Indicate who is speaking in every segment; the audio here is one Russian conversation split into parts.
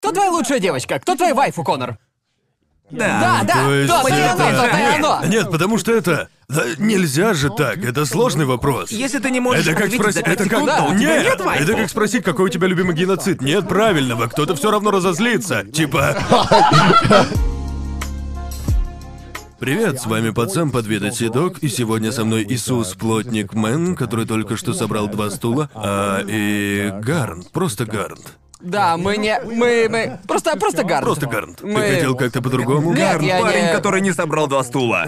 Speaker 1: Кто твоя лучшая девочка? Кто твоя вайфу, Конор? Да, да,
Speaker 2: то есть
Speaker 1: то, то и
Speaker 2: это-
Speaker 1: оно, то и оно.
Speaker 2: Нет, потому что это... да нельзя
Speaker 3: Ну,
Speaker 2: же так, это сложный вопрос.
Speaker 3: Если ты не можешь
Speaker 2: Это как
Speaker 3: ответить
Speaker 2: спросить...
Speaker 3: за пять
Speaker 2: Это как...
Speaker 3: секунд, то у тебя
Speaker 2: Нет!
Speaker 3: нет вайпа.
Speaker 2: это как спросить, какой у тебя любимый геноцид. Нет правильного, кто-то все равно разозлится. Типа... Привет, с вами пацан подведать седок, и сегодня со мной Иисус Плотник Мэн, который только что собрал два стула, а, и Гарнт, просто Гарнт.
Speaker 1: Да, мы не... Мы... мы... Просто, просто гард.
Speaker 2: Просто Гарнт.
Speaker 1: Мы-
Speaker 2: Ты хотел как-то по-другому?
Speaker 1: Нет,
Speaker 2: Гарнт,
Speaker 1: я
Speaker 3: Парень,
Speaker 1: не-
Speaker 3: который не собрал два стула.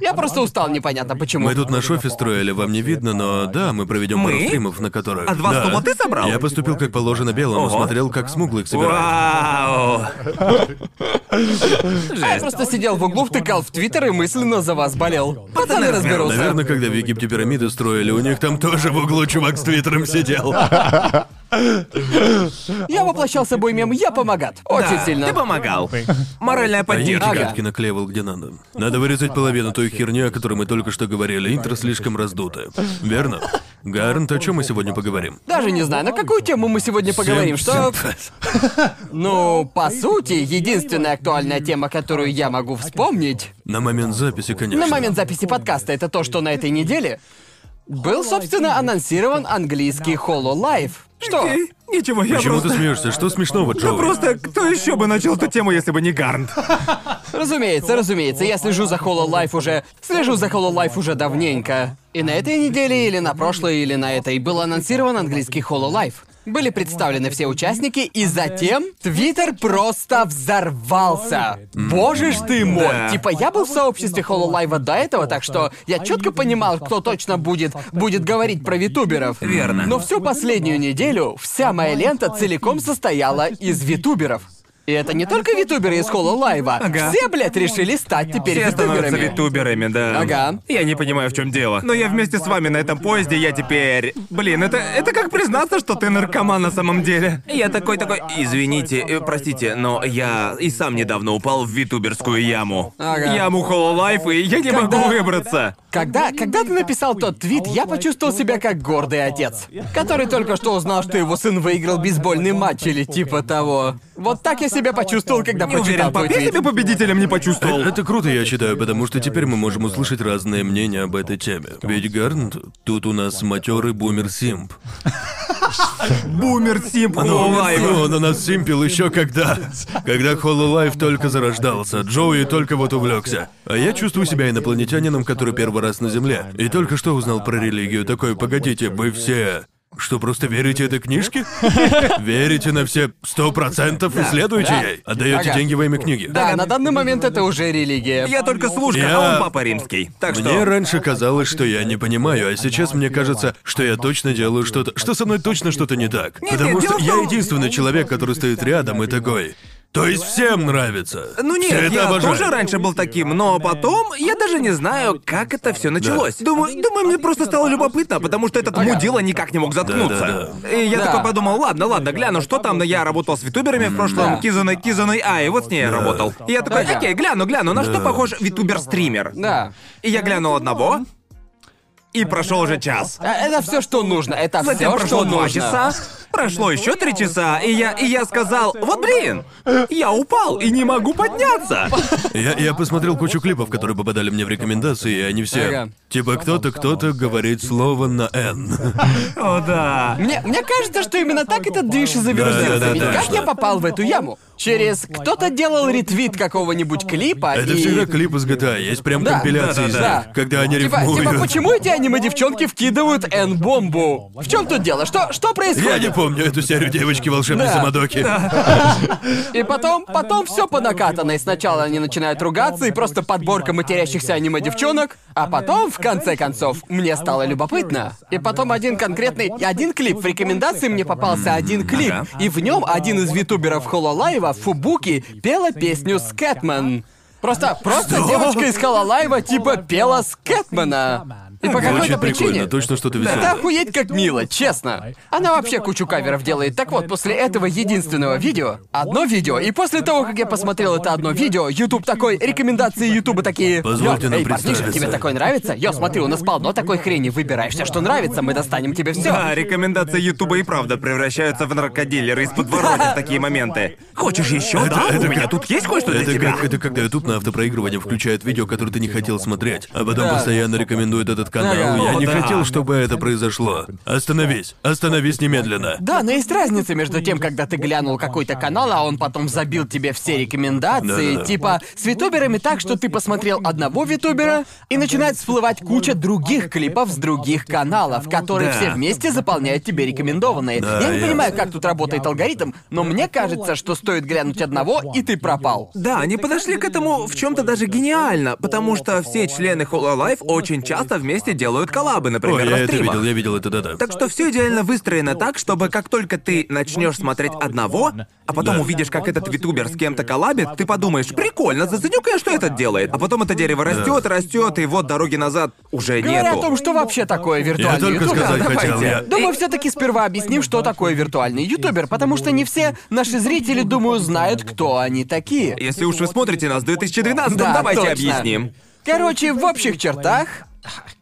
Speaker 1: Я просто устал, непонятно почему.
Speaker 2: Мы тут наш офис строили, вам не видно, но да, мы проведем пару
Speaker 3: Мы?
Speaker 2: стримов, на которых.
Speaker 3: А два
Speaker 2: да.
Speaker 3: стула ты собрал?
Speaker 2: Я поступил как положено белому,
Speaker 3: Ого.
Speaker 2: смотрел, как смуглых собирают.
Speaker 3: Вау!
Speaker 1: А Я просто сидел в углу, втыкал в Твиттер и мысленно за вас болел. Пацаны разберутся.
Speaker 2: Наверное, когда в Египте пирамиды строили, у них там тоже в углу чувак с твиттером сидел.
Speaker 1: Я воплощал собой мем «Я помогат». Очень
Speaker 3: Да,
Speaker 1: сильно.
Speaker 3: Ты помогал. Моральная
Speaker 2: А я эти
Speaker 1: Ага.
Speaker 3: поддержка.
Speaker 2: гадки наклеивал где надо. Надо вырезать половину той херни, о которой мы только что говорили. Интро слишком раздуто. Верно? Гарнт, о чем мы сегодня поговорим?
Speaker 1: Даже не знаю, на какую тему мы сегодня поговорим, что... Ну, по сути, единственная актуальная тема, которую я могу вспомнить,
Speaker 2: На момент записи, конечно.
Speaker 1: на момент записи подкаста, это то, что на этой неделе был, собственно, анонсирован английский HoloLive. Что?
Speaker 3: Окей. Ничего, я
Speaker 2: Почему ты
Speaker 3: просто...
Speaker 2: смеешься? Что смешного,
Speaker 3: Да
Speaker 2: Джоуи?
Speaker 3: просто кто еще бы начал эту тему, если бы не Гарнт?
Speaker 1: Разумеется, разумеется, я слежу за HoloLive уже... Слежу за HoloLive уже давненько. И на этой неделе, или на прошлой, или на этой, был анонсирован английский HoloLive. Были представлены все участники, и затем Твиттер просто взорвался. Боже ж ты мой!
Speaker 3: Да.
Speaker 1: Типа, я был в сообществе HoloLive до этого, так что я четко понимал, кто точно будет, будет говорить про витуберов.
Speaker 3: Верно.
Speaker 1: Но всю последнюю неделю вся моя лента целиком состояла из витуберов. И это не только витуберы из HoloLive.
Speaker 3: Ага.
Speaker 1: Все, А, блядь, решили стать теперь
Speaker 3: Все становятся
Speaker 1: витуберами.
Speaker 3: витуберами, да.
Speaker 1: Ага.
Speaker 3: Я не понимаю, в чем дело. Но я вместе с вами на этом поезде, я теперь... Блин, это, это как признаться, что ты наркоман на самом деле. Я такой такой... Извините, э, простите, но я и сам недавно упал в витуберскую яму.
Speaker 1: Ага.
Speaker 3: Яму Хололайф, и я не могу выбраться.
Speaker 1: Когда, когда ты написал тот твит, я почувствовал себя как гордый отец, который только что узнал, что его сын выиграл бейсбольный матч или типа того. Вот так я себя почувствовал, когда
Speaker 3: Не
Speaker 1: прочитал
Speaker 3: уверен,
Speaker 1: твой
Speaker 3: пап, я
Speaker 1: твит.
Speaker 3: себя победителем не почувствовал.
Speaker 2: Это круто, я считаю, потому что теперь мы можем услышать разные мнения об этой теме. Ведь Гарнт, тут у нас матерый бумер симп.
Speaker 3: Бумер Симп
Speaker 2: Ну,
Speaker 3: Хололайф.
Speaker 2: он у нас симпил еще когда. Когда Хололайв только зарождался, Джоуи только вот увлекся. А я чувствую себя инопланетянином, который первый раз на Земле. И только что узнал про религию. Такой, погодите, вы все... Что, просто верите этой книжке? Верите на все сто процентов и следуете
Speaker 1: Да.
Speaker 2: ей? Отдаете
Speaker 1: Ага.
Speaker 2: деньги во имя книги?
Speaker 1: Да, на данный момент это уже религия.
Speaker 3: Я только служка,
Speaker 2: Я-
Speaker 3: а он папа римский. Так что...
Speaker 2: Мне раньше казалось, что я не понимаю, а сейчас мне кажется, что я точно делаю что-то, что со мной точно что-то не так. Потому
Speaker 3: дело
Speaker 2: что
Speaker 3: в
Speaker 2: я
Speaker 3: том-
Speaker 2: единственный человек, который стоит рядом и такой. То есть всем нравится.
Speaker 3: Ну
Speaker 2: Все
Speaker 3: нет,
Speaker 2: это
Speaker 3: я
Speaker 2: обожают».
Speaker 3: тоже раньше был таким, но потом я даже не знаю, как это все началось. Думаю, думаю, мне просто стало любопытно, потому что этот мудила никак не мог заткнуться. И я
Speaker 1: Да.
Speaker 3: такой подумал, ладно, ладно, гляну, что там, но я работал с витуберами в прошлом,
Speaker 1: Да.
Speaker 3: Кизаной, Кизаной, а, и вот с ней я работал. И я такой,
Speaker 1: Ага.
Speaker 3: окей, гляну, гляну, на что похож витубер-стример.
Speaker 1: Да.
Speaker 3: И я глянул одного, и прошел уже час.
Speaker 1: А Это все, что нужно. Это
Speaker 3: Затем
Speaker 1: все,
Speaker 3: А прошло
Speaker 1: что
Speaker 3: два
Speaker 1: нужно.
Speaker 3: часа, прошло еще три часа, и я, и я сказал, вот блин, я упал и не могу подняться.
Speaker 2: Я, я посмотрел кучу клипов, которые попадали мне в рекомендации, и они все.
Speaker 1: Ага.
Speaker 2: Типа кто-то, кто-то говорит слово на Н.
Speaker 3: О, да.
Speaker 1: Мне, мне кажется, что именно так этот движ и завертелся.
Speaker 2: Да-да-да,
Speaker 1: Ведь как
Speaker 2: точно.
Speaker 1: я попал в эту яму? Через кто-то делал ретвит какого-нибудь клипа
Speaker 2: Это
Speaker 1: А и...
Speaker 2: всегда клип из GTA, есть прям
Speaker 1: Да,
Speaker 2: компиляции,
Speaker 3: да,
Speaker 2: из
Speaker 1: да,
Speaker 2: них,
Speaker 1: да.
Speaker 2: когда они
Speaker 1: Типа,
Speaker 2: рифмуют.
Speaker 1: типа, почему эти аниме-девчонки вкидывают N-бомбу? В чем тут дело? Что, что
Speaker 2: Я не
Speaker 1: происходит?
Speaker 2: помню эту серию девочки волшебной
Speaker 1: Да.
Speaker 2: самодоки.
Speaker 1: И потом, потом все по накатанной. Сначала они начинают ругаться и просто подборка матерящихся аниме-девчонок, а потом, в конце концов, мне стало любопытно. И потом один конкретный, один клип в рекомендации мне попался один клип,
Speaker 3: ага.
Speaker 1: и в нем один из витуберов Хололайва, Фубуки, пела песню «Скэтмен». Просто, просто девочка из Хололайва типа пела «Скэтмена». И по какой-то
Speaker 2: Звучит прикольно,
Speaker 1: причине...
Speaker 2: точно что-то
Speaker 1: Это
Speaker 2: веселое.
Speaker 1: охуеть как мило, честно. Она вообще кучу каверов делает. Так вот, после этого единственного видео, одно видео, и после того, как я посмотрел это одно видео, YouTube такой, рекомендации Ютуба такие...
Speaker 2: Позвольте
Speaker 1: «Йо,
Speaker 2: нам
Speaker 1: эй, парниша,
Speaker 2: представиться».
Speaker 1: тебе такое нравится? Йо, смотри, у нас полно такой хрени, выбирай все, что нравится, мы достанем тебе все.
Speaker 3: Да, рекомендации Ютуба и правда превращаются в наркодилеры из подворотни в такие моменты. Хочешь еще? да?
Speaker 2: это
Speaker 3: У меня
Speaker 2: как-
Speaker 3: тут есть кое-что для
Speaker 2: Это,
Speaker 3: тебя.
Speaker 2: как, это когда YouTube на автопроигрывание включает видео, которое ты не хотел смотреть, а потом
Speaker 1: Да.
Speaker 2: постоянно рекомендует этот канал.
Speaker 1: Да-да.
Speaker 2: Я не
Speaker 3: О, да.
Speaker 2: хотел, чтобы это произошло. Остановись, остановись немедленно.
Speaker 1: Да, но есть разница между тем, когда ты глянул какой-то канал, а он потом забил тебе все рекомендации,
Speaker 2: Да-да-да.
Speaker 1: типа с витуберами так, что ты посмотрел одного витубера, и начинает всплывать куча других клипов с других каналов, которые
Speaker 3: Да.
Speaker 1: все вместе заполняют тебе рекомендованные.
Speaker 2: Да,
Speaker 1: Я не
Speaker 2: я-
Speaker 1: понимаю, как тут работает алгоритм, но мне кажется, что стоит глянуть одного, и ты пропал.
Speaker 3: Да, они подошли к этому в чем-то даже гениально, потому что все члены Hololive очень часто вместе делают коллабы,
Speaker 2: О,
Speaker 3: например,
Speaker 2: я
Speaker 3: на
Speaker 2: это
Speaker 3: стримах.
Speaker 2: видел, я видел это, да-да.
Speaker 3: Так что все идеально выстроено так, чтобы как только ты начнешь смотреть одного, а потом
Speaker 2: Да.
Speaker 3: увидишь, как этот витубер с кем-то коллабит, ты подумаешь, прикольно, заценю-ка я, что этот делает. А потом это дерево растет, растет, и вот дороги назад уже
Speaker 1: Говоря о
Speaker 3: нету.
Speaker 1: том, что вообще такое виртуальный
Speaker 2: Я только
Speaker 1: ютубер,
Speaker 2: сказать
Speaker 1: давайте.
Speaker 2: хотел, я-
Speaker 1: Думаю, все-таки сперва объясним, что такое виртуальный ютубер, потому что не все наши зрители, думаю, знают, кто они такие.
Speaker 3: Если уж вы смотрите нас в 2012,
Speaker 1: Да,
Speaker 3: давайте
Speaker 1: точно.
Speaker 3: объясним.
Speaker 1: Короче, в общих чертах,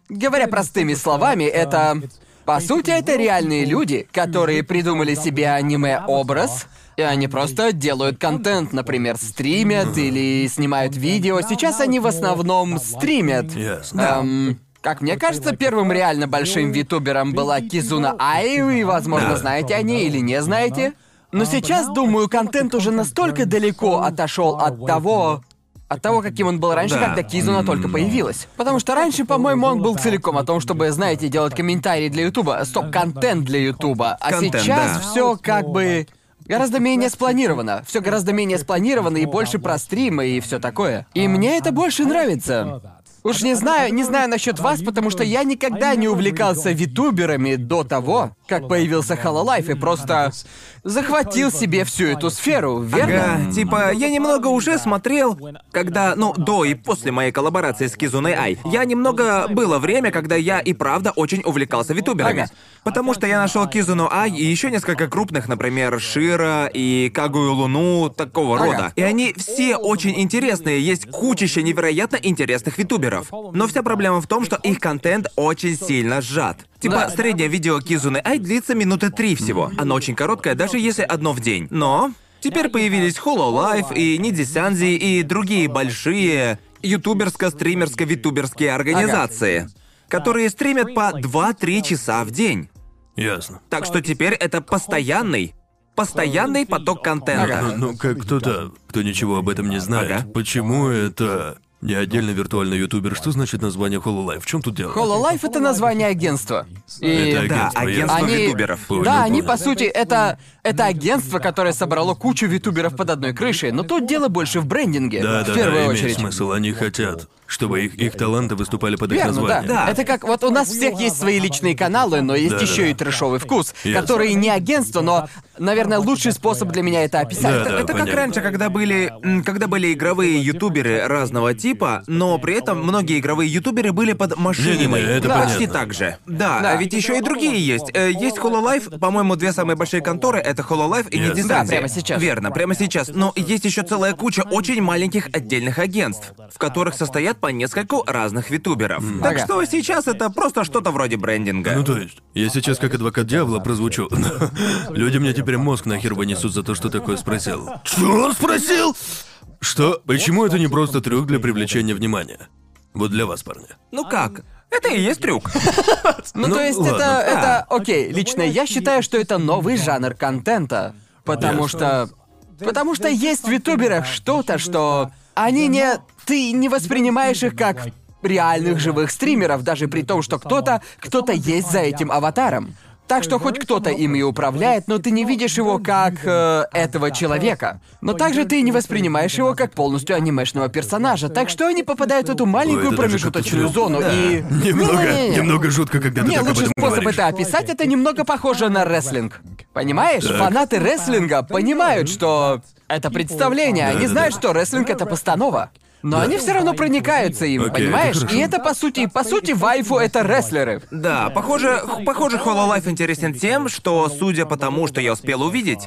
Speaker 1: говоря простыми словами, это... По сути, это реальные люди, которые придумали себе аниме-образ, и они просто делают контент, например, стримят или снимают видео. Сейчас они в основном стримят.
Speaker 2: Ясно.
Speaker 1: Эм, как мне кажется, первым реально большим витубером была Кизуна Айу, и, возможно,
Speaker 2: Да.
Speaker 1: знаете о ней или не знаете. Но сейчас, думаю, контент уже настолько далеко отошел от того, от того, каким он был раньше,
Speaker 3: Да.
Speaker 1: когда Кизуна только появилась. Потому что раньше, по-моему, он был целиком о том, чтобы, знаете, делать комментарии для Ютуба. Стоп, контент для Ютуба. А
Speaker 3: Контент,
Speaker 1: сейчас
Speaker 3: да.
Speaker 1: все как бы гораздо менее спланировано. Все гораздо менее спланировано и больше про стримы и все такое. И мне это больше нравится. Уж не знаю, не знаю насчет вас, потому что я никогда не увлекался витуберами до того, как появился Hololive и просто захватил себе всю эту сферу, верно?
Speaker 3: Ага, типа, я немного уже смотрел, когда, ну, до и после моей коллаборации с Кизуной Ай. Я немного... Было время, когда я и правда очень увлекался витуберами.
Speaker 1: Ага.
Speaker 3: Потому что я нашел Кизуну Ай и еще несколько крупных, например, Шира и Кагую Луну, такого
Speaker 1: Ага.
Speaker 3: рода. И они все очень интересные, есть кучища невероятно интересных витуберов. Но вся проблема в том, что их контент очень сильно сжат. Типа,
Speaker 1: Да.
Speaker 3: среднее видео Кизуны Ай длится минуты три всего. Оно очень короткое, даже если одно в день. Но теперь появились Hololive и Нидисянзи и другие большие ютуберско-стримерско-витуберские организации, которые стримят по 2-3 часа в день.
Speaker 2: Ясно.
Speaker 3: Так что теперь это постоянный, постоянный поток
Speaker 2: Ну,
Speaker 3: контента.
Speaker 2: ну, как кто-то, кто ничего об этом не знает,
Speaker 3: Ага.
Speaker 2: почему это не отдельно виртуальный ютубер? Что значит название Hololive? В чем тут дело?
Speaker 1: Hololive — это название агентства. И
Speaker 2: Это
Speaker 3: Да,
Speaker 2: агентство, я-
Speaker 3: агентство
Speaker 1: Они-
Speaker 3: витуберов.
Speaker 2: Понял,
Speaker 1: да, они,
Speaker 2: понял.
Speaker 1: по сути, это, это агентство, которое собрало кучу витуберов под одной крышей, но тут дело больше в брендинге,
Speaker 2: Да,
Speaker 1: в
Speaker 2: да,
Speaker 1: первую
Speaker 2: да,
Speaker 1: очередь.
Speaker 2: имеет смысл. Они хотят, чтобы их, их таланты выступали под их
Speaker 1: Верно, да.
Speaker 2: названием.
Speaker 3: Да.
Speaker 1: Это как вот у нас всех есть свои личные каналы, но есть
Speaker 2: Да,
Speaker 1: еще
Speaker 2: да.
Speaker 1: и трешовый вкус,
Speaker 2: Ясно.
Speaker 1: который не агентство, но, наверное, лучший способ для меня это описать.
Speaker 2: Да, да.
Speaker 3: это как
Speaker 2: понятно.
Speaker 3: раньше, когда были, м, когда были игровые ютуберы разного типа, но при этом многие игровые ютуберы были под машинимой.
Speaker 2: Не-не-не, это
Speaker 3: Почти
Speaker 2: понятно.
Speaker 3: так же. Да,
Speaker 1: Да.
Speaker 3: а ведь еще и другие есть. Э, Есть Hololive, по-моему, две самые большие конторы — это Hololive и
Speaker 2: Yes.
Speaker 3: Nidissanzi.
Speaker 1: Да, прямо сейчас.
Speaker 3: Верно, прямо сейчас. Но есть еще целая куча очень маленьких отдельных агентств, в которых состоят по нескольку разных ютуберов. Так
Speaker 1: Ага.
Speaker 3: что сейчас это просто что-то вроде брендинга.
Speaker 2: Ну то есть, я сейчас как адвокат дьявола прозвучу. Люди мне теперь мозг нахер вынесут за то, что такое спросил. Что он спросил? Что? Почему это не просто трюк для привлечения внимания? Вот для вас, парни.
Speaker 3: Ну как? Это и есть трюк.
Speaker 1: Ну,
Speaker 2: Ну,
Speaker 1: то есть
Speaker 2: ладно.
Speaker 1: это, это, окей, лично я считаю, что это новый жанр контента, потому что, потому что есть в ютуберах что-то, что они не, ты не воспринимаешь их как реальных живых стримеров, даже при том, что кто-то, кто-то есть за этим аватаром. Так что хоть кто-то им и управляет, но ты не видишь его как э, этого человека. Но также ты и не воспринимаешь его как полностью анимешного персонажа. Так что они попадают в эту маленькую
Speaker 2: Ой, это даже как-то
Speaker 1: промежуточную
Speaker 2: трудно.
Speaker 1: зону и. ну,
Speaker 2: Немного,
Speaker 1: Не-не-не.
Speaker 2: немного жутко, когда ты
Speaker 1: Не,
Speaker 2: так об
Speaker 1: лучший
Speaker 2: этом
Speaker 1: способ
Speaker 2: говоришь.
Speaker 1: это описать, это немного похоже на рестлинг. Понимаешь, фанаты рестлинга понимают, что это представление. Они
Speaker 2: Да-да-да.
Speaker 1: знают, что рестлинг это постанова. Но они все равно проникаются им,
Speaker 2: Окей,
Speaker 1: понимаешь?
Speaker 2: это
Speaker 1: и это по сути, по сути, вайфу это рестлеры.
Speaker 3: Да, похоже, х- похоже, Hololive интересен тем, что, судя по тому, что я успел увидеть,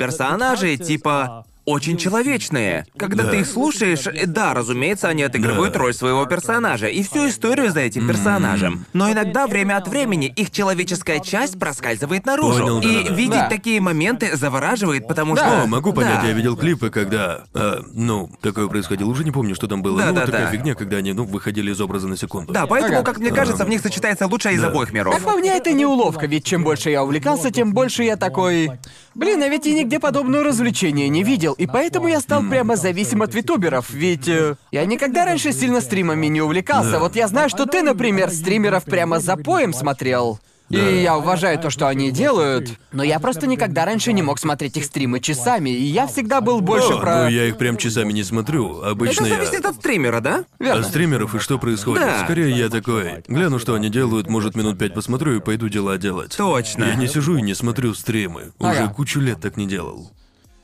Speaker 3: персонажи типа очень человечные. Когда
Speaker 2: Да.
Speaker 3: ты их слушаешь, э, да, разумеется, они отыгрывают
Speaker 2: Да.
Speaker 3: роль своего персонажа и всю историю за этим персонажем. Но иногда время от времени их человеческая часть проскальзывает наружу.
Speaker 2: Понял,
Speaker 3: и
Speaker 2: да-да-да.
Speaker 3: видеть
Speaker 1: Да.
Speaker 3: такие моменты завораживает, потому
Speaker 1: Да.
Speaker 3: что.
Speaker 2: О, могу понять,
Speaker 3: Да.
Speaker 2: я видел клипы, когда... а, ну, такое происходило, уже не помню, что там было.
Speaker 3: Да,
Speaker 2: ну,
Speaker 3: да,
Speaker 2: такая
Speaker 3: да.
Speaker 2: фигня, когда они, ну, выходили из образа на секунду.
Speaker 3: Да, поэтому,
Speaker 1: Ага.
Speaker 3: как мне кажется, в них сочетается лучшее из обоих миров.
Speaker 1: Как А по мне, это не уловка, ведь чем больше я увлекался, тем больше я такой... Блин, а ведь я нигде подобного развлечения не видел, и поэтому я стал прямо зависим от витуберов, ведь... э, я никогда раньше сильно стримами не увлекался, вот я знаю, что ты, например, стримеров прямо за поем смотрел. И я уважаю то, что они делают, но я просто никогда раньше не мог смотреть их стримы часами, и я всегда был больше
Speaker 2: О,
Speaker 1: про...
Speaker 2: Ну, я их прям часами не смотрю.
Speaker 3: Это
Speaker 2: Обычно я...
Speaker 3: зависит от стримера, да?
Speaker 2: А стримеров и что происходит?
Speaker 3: Да.
Speaker 2: Скорее я такой, гляну, что они делают, может, минут пять посмотрю и пойду дела делать.
Speaker 3: Точно.
Speaker 2: Я не сижу и не смотрю стримы. Уже
Speaker 1: Ага.
Speaker 2: кучу лет так не делал.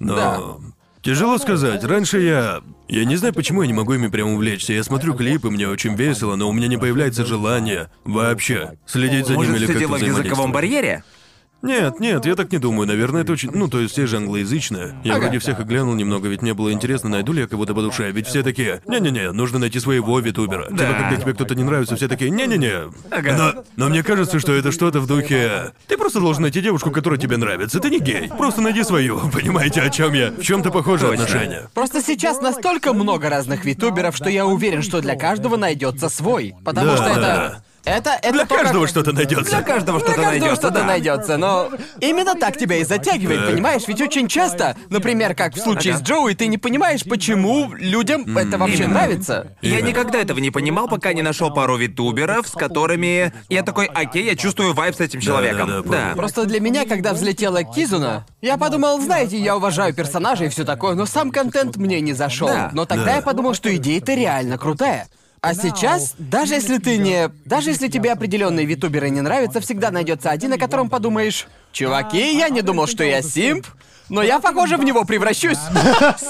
Speaker 2: Но...
Speaker 1: Да.
Speaker 2: Тяжело сказать. Раньше я... Я не знаю, почему я не могу ими прям увлечься. Я смотрю клипы, мне очень весело, но у меня не появляется желания вообще следить за
Speaker 3: Может,
Speaker 2: ними или
Speaker 3: все
Speaker 2: как-то
Speaker 3: дело в языковом
Speaker 2: взаимодействовать.
Speaker 3: барьере?
Speaker 2: Нет, нет, я так не думаю. Наверное, это очень... Ну, то есть все же англоязычные. Я вроде всех и глянул немного, ведь мне было интересно, найду ли я кого-то по душе. Ведь все такие, не-не-не, нужно найти своего витубера. Типа, когда тебе кто-то не нравится, все такие, не-не-не. Но, но мне кажется, что это что-то в духе... Ты просто должен найти девушку, которая тебе нравится. Ты не гей. Просто найди свою. Понимаете, о чем я? В чем-то похоже
Speaker 3: Точно.
Speaker 2: отношение.
Speaker 1: Просто сейчас настолько много разных витуберов, что я уверен, что для каждого найдется свой. Потому
Speaker 2: Да,
Speaker 1: что это.
Speaker 2: да.
Speaker 1: Это, это
Speaker 2: Для
Speaker 1: то, как-
Speaker 2: каждого что-то
Speaker 3: Для
Speaker 2: найдется.
Speaker 3: каждого
Speaker 1: Для
Speaker 3: что-то
Speaker 1: каждого
Speaker 3: найдется,
Speaker 1: что-то
Speaker 3: да.
Speaker 1: найдется, но именно так тебя и затягивает,
Speaker 2: Так.
Speaker 1: понимаешь? Ведь очень часто, например, как в случае с
Speaker 3: Ага.
Speaker 1: Джоуи, ты не понимаешь, почему людям это вообще
Speaker 3: Именно.
Speaker 1: нравится.
Speaker 3: Я
Speaker 2: Именно.
Speaker 3: никогда этого не понимал, пока не нашел пару витуберов, с которыми я такой, окей, я чувствую вайб с этим человеком.
Speaker 2: да,
Speaker 3: Да,
Speaker 2: понял.
Speaker 1: Просто для меня, когда взлетела Кизуна, я подумал, знаете, я уважаю персонажей и все такое, но сам контент мне не зашел.
Speaker 3: Да.
Speaker 1: Но тогда я подумал, что идея-то реально крутая. А сейчас, даже если ты не. Даже если тебе определенные витуберы не нравятся, всегда найдется один, о котором подумаешь. Чуваки, я не думал, что я симп, но я, похоже, в него превращусь.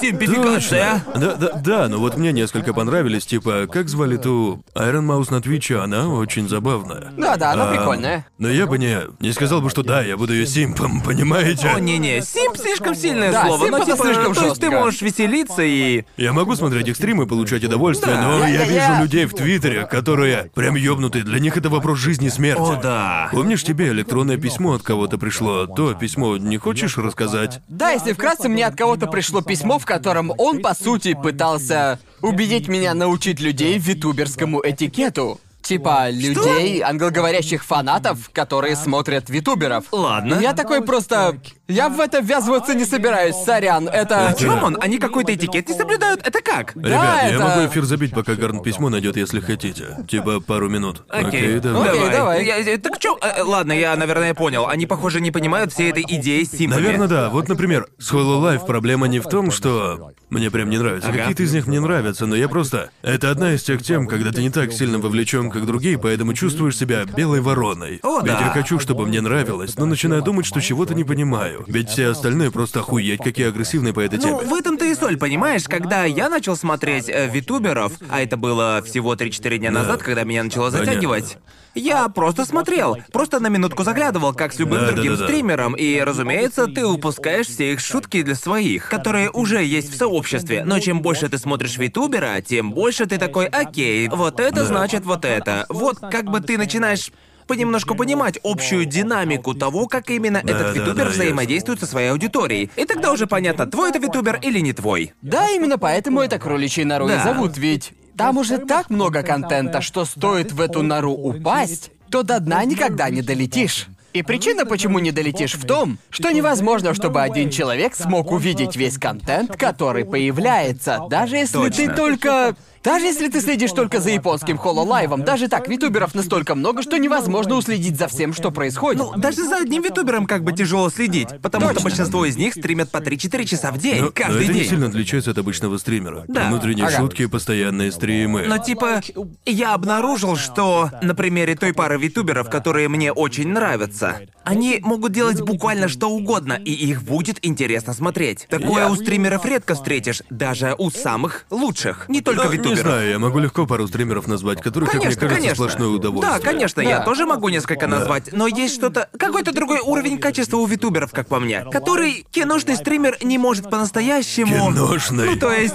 Speaker 3: Симпификация.
Speaker 2: Да, да, да, но вот мне несколько понравились, типа, как звали ту Iron Mouse на Твиче, она очень забавная.
Speaker 1: Да-да, она
Speaker 2: Ам,
Speaker 1: прикольная.
Speaker 2: Но я бы не, не сказал бы, что да, я буду ее симпом, понимаете?
Speaker 3: О, не-не, симп слишком сильное
Speaker 1: Да,
Speaker 3: слово,
Speaker 1: симп
Speaker 3: но
Speaker 1: это
Speaker 3: типа,
Speaker 1: слишком
Speaker 3: то есть ты
Speaker 1: жестко.
Speaker 3: можешь веселиться и...
Speaker 2: Я могу смотреть их стримы и получать удовольствие, но
Speaker 1: Да,
Speaker 2: я
Speaker 1: да,
Speaker 2: вижу
Speaker 1: я-
Speaker 2: людей в Твиттере, которые прям ёбнутые. Для них это вопрос жизни и смерти.
Speaker 3: О, да.
Speaker 2: Помнишь, тебе электронное письмо от кого-то пришло? То письмо не хочешь рассказать?
Speaker 1: Да, если вкратце, мне от кого-то пришло письмо, в котором он, по сути, пытался убедить меня научить людей витуберскому этикету. Типа людей, англоговорящих фанатов, которые смотрят витуберов.
Speaker 3: Ладно.
Speaker 1: Я такой просто... Я в это ввязываться не собираюсь, сорян,
Speaker 3: О
Speaker 1: это...
Speaker 3: чем А он? Они какой-то этикет не соблюдают? Это как?
Speaker 2: Ребят, я
Speaker 1: это-
Speaker 2: могу эфир забить, пока Гарн письмо найдет, если хотите. Типа пару минут. давай.
Speaker 1: Окей, давай.
Speaker 3: Я- я- так чё? Э, э, ладно, я, наверное, понял. Они, похоже, не понимают всей этой идеи с симпами.
Speaker 2: Наверное, да. Вот, например, с Hololive проблема не в том, что мне прям не нравится.
Speaker 3: Ага.
Speaker 2: Какие-то из них мне нравятся, но я просто... Это одна из тех тем, когда ты не так сильно вовлечен, как другие, поэтому чувствуешь себя белой вороной.
Speaker 3: О,
Speaker 2: Ведь я
Speaker 3: да.
Speaker 2: хочу, чтобы мне нравилось, но начинаю думать, что чего-то не понимаю. Ведь все остальные просто охуеть, какие агрессивные по этой
Speaker 3: Ну,
Speaker 2: теме.
Speaker 3: в этом-то и соль, понимаешь? Когда я начал смотреть э, витуберов, а это было всего 3-4 дня назад, когда меня начало затягивать, я просто смотрел, просто на минутку заглядывал, как с любым
Speaker 2: Да, да,
Speaker 3: другим
Speaker 2: да, да.
Speaker 3: стримером, и, разумеется, ты упускаешь все их шутки для своих, которые уже есть в сообществе. Но чем больше ты смотришь витубера, тем больше ты такой, окей, вот это значит вот это. Вот как бы ты начинаешь понемножку понимать общую динамику того, как именно
Speaker 2: да,
Speaker 3: этот витубер
Speaker 2: да,
Speaker 3: взаимодействует со своей аудиторией. И тогда уже Ну, понятно, твой это витубер или не твой.
Speaker 1: Да, именно поэтому это кроличьей нору и
Speaker 3: Да.
Speaker 1: зовут, ведь там уже так много контента, что стоит в эту нору упасть, то до дна никогда не долетишь. И причина, почему не долетишь, в том, что невозможно, чтобы один человек смог увидеть весь контент, который появляется, даже если ты
Speaker 3: Точно.
Speaker 1: только Даже если ты следишь только за японским хололайвом, даже так витуберов настолько много, что невозможно уследить за всем, что происходит.
Speaker 3: Ну, даже за одним витубером как бы тяжело следить, потому что большинство из них стримят по 3-4 часа в день,
Speaker 2: Но, но
Speaker 3: каждый
Speaker 2: Ну, это не
Speaker 3: день.
Speaker 2: сильно отличается от обычного стримера.
Speaker 3: Да.
Speaker 2: Внутренние
Speaker 1: Ага.
Speaker 2: шутки, постоянные стримы.
Speaker 3: Но типа, я обнаружил, что на примере той пары витуберов, которые мне очень нравятся, они могут делать буквально что угодно, и их будет интересно смотреть. Такое у стримеров редко встретишь, даже у самых лучших, не только
Speaker 2: Ну, не
Speaker 3: витуберов.
Speaker 2: знаю, я могу легко пару стримеров назвать, которых,
Speaker 3: Конечно,
Speaker 2: как мне кажется,
Speaker 3: конечно.
Speaker 2: сплошное удовольствие.
Speaker 3: Да, конечно, я
Speaker 1: Да.
Speaker 3: тоже могу несколько назвать, но есть что-то, какой-то другой уровень качества у витуберов, как по мне, который киношный стример не может по-настоящему.
Speaker 2: Киношный.
Speaker 3: Ну, то есть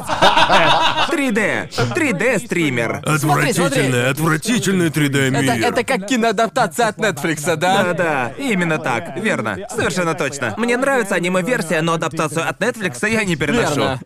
Speaker 3: 3D, 3D стример.
Speaker 2: Отвратительный, отвратительный 3D
Speaker 1: Это,
Speaker 2: мир.
Speaker 1: это как киноадаптация от Нетфликса, да?
Speaker 3: Да-да, именно так, верно. Совершенно точно. Мне нравится аниме-версия, но адаптацию от Netflix я не переношу.
Speaker 1: Верно.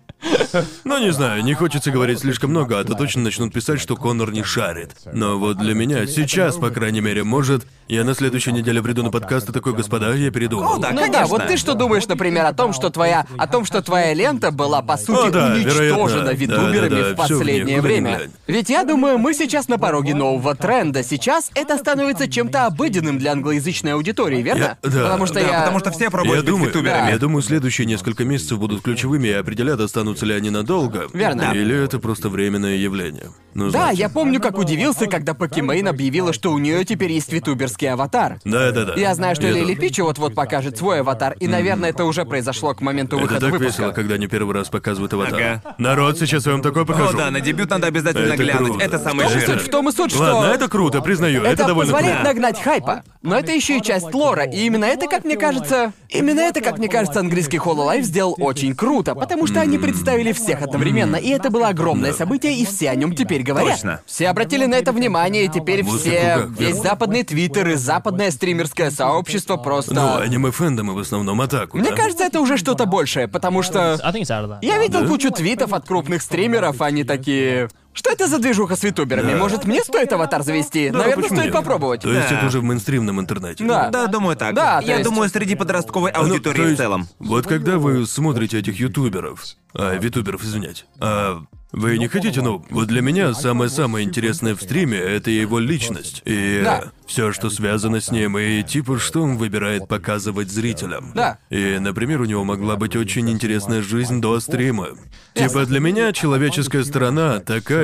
Speaker 2: Ну не знаю, не хочется говорить слишком много, а то точно начнут писать, что Конор не шарит. Но вот для меня сейчас, по крайней мере, может, я на следующей неделе приду на подкаст и такой, господа, я передумал.
Speaker 3: О, да,
Speaker 1: Ну да,
Speaker 3: конечно.
Speaker 1: вот ты что думаешь, например, о том, что твоя, о том, что твоя лента была по сути
Speaker 2: О, да,
Speaker 1: уничтожена
Speaker 2: вероятно.
Speaker 1: витуберами
Speaker 2: Да-да-да,
Speaker 1: в
Speaker 2: всё в
Speaker 1: последнее
Speaker 2: них,
Speaker 1: время?
Speaker 2: блин.
Speaker 1: Ведь я думаю, мы сейчас на пороге нового тренда. Сейчас это становится чем-то обыденным для англоязычной аудитории, верно?
Speaker 2: Я- да.
Speaker 1: Потому что
Speaker 3: Да,
Speaker 1: я.
Speaker 3: потому что все пробуют
Speaker 2: Я
Speaker 3: быть
Speaker 2: думаю,
Speaker 3: ютуберами.
Speaker 2: я думаю, следующие несколько месяцев будут ключевыми и определят, останутся ли они надолго.
Speaker 1: Верно.
Speaker 2: Или это просто временное явление. Ну,
Speaker 1: Да,
Speaker 2: знаете.
Speaker 1: я помню, как удивился, когда Покемейн объявила, что у нее теперь есть витуберский аватар.
Speaker 2: Да, да, да.
Speaker 1: Я знаю, что
Speaker 2: Я тоже.
Speaker 1: Лили Пич вот-вот покажет свой аватар, и, наверное, это уже произошло к моменту
Speaker 2: Это
Speaker 1: выхода
Speaker 2: так
Speaker 1: выпуска.
Speaker 2: весело, когда не первый раз показывают аватар.
Speaker 3: Ага.
Speaker 2: Народ, сейчас я вам такое
Speaker 3: О,
Speaker 2: покажу.
Speaker 3: да, на дебют надо обязательно
Speaker 2: Это
Speaker 3: глянуть.
Speaker 2: круто.
Speaker 3: Это самый
Speaker 1: Ну,
Speaker 3: жирный.
Speaker 1: Суть в том и суть, что...
Speaker 2: Ладно, это круто, признаю, это,
Speaker 1: Это
Speaker 2: довольно
Speaker 1: позволяет
Speaker 2: круто.
Speaker 1: нагнать хайпа. Но это еще и часть лора, и именно это, как мне кажется, именно это, как мне кажется, английский Hololive сделал очень круто, потому что они представили всех одновременно, и это было огромное событие, и все о нем теперь говорят.
Speaker 3: Точно.
Speaker 1: Все обратили на это внимание, и теперь
Speaker 2: Вот это
Speaker 1: все,
Speaker 2: как, да.
Speaker 1: весь западный твиттер и западное стримерское сообщество
Speaker 2: Ну,
Speaker 1: просто...
Speaker 2: аниме-фэндомы в основном атаку.
Speaker 1: Мне кажется, это уже что-то большее, потому что... Я видел кучу твитов от крупных стримеров, они такие... Что это за движуха с витуберами? Может, мне стоит аватар завести? Наверное,
Speaker 2: Ну, почему
Speaker 1: стоит
Speaker 2: нет?
Speaker 1: попробовать.
Speaker 2: То есть
Speaker 3: Да.
Speaker 2: это уже в мейнстримном интернете.
Speaker 1: Да.
Speaker 3: Да, думаю так.
Speaker 1: Да, то
Speaker 3: я
Speaker 1: есть-
Speaker 3: думаю, среди подростковой
Speaker 2: Ну,
Speaker 3: аудитории
Speaker 2: то есть,
Speaker 3: в целом.
Speaker 2: Вот когда вы смотрите этих ютуберов, а, витуберов, извиняюсь, а, вы не хотите, ну, вот для меня самое-самое интересное в стриме — это его личность. И
Speaker 1: Да.
Speaker 2: все, что связано с ним, и типа, что он выбирает показывать зрителям.
Speaker 1: Да.
Speaker 2: И, например, у него могла быть очень интересная жизнь до стрима. Типа, для меня человеческая сторона такая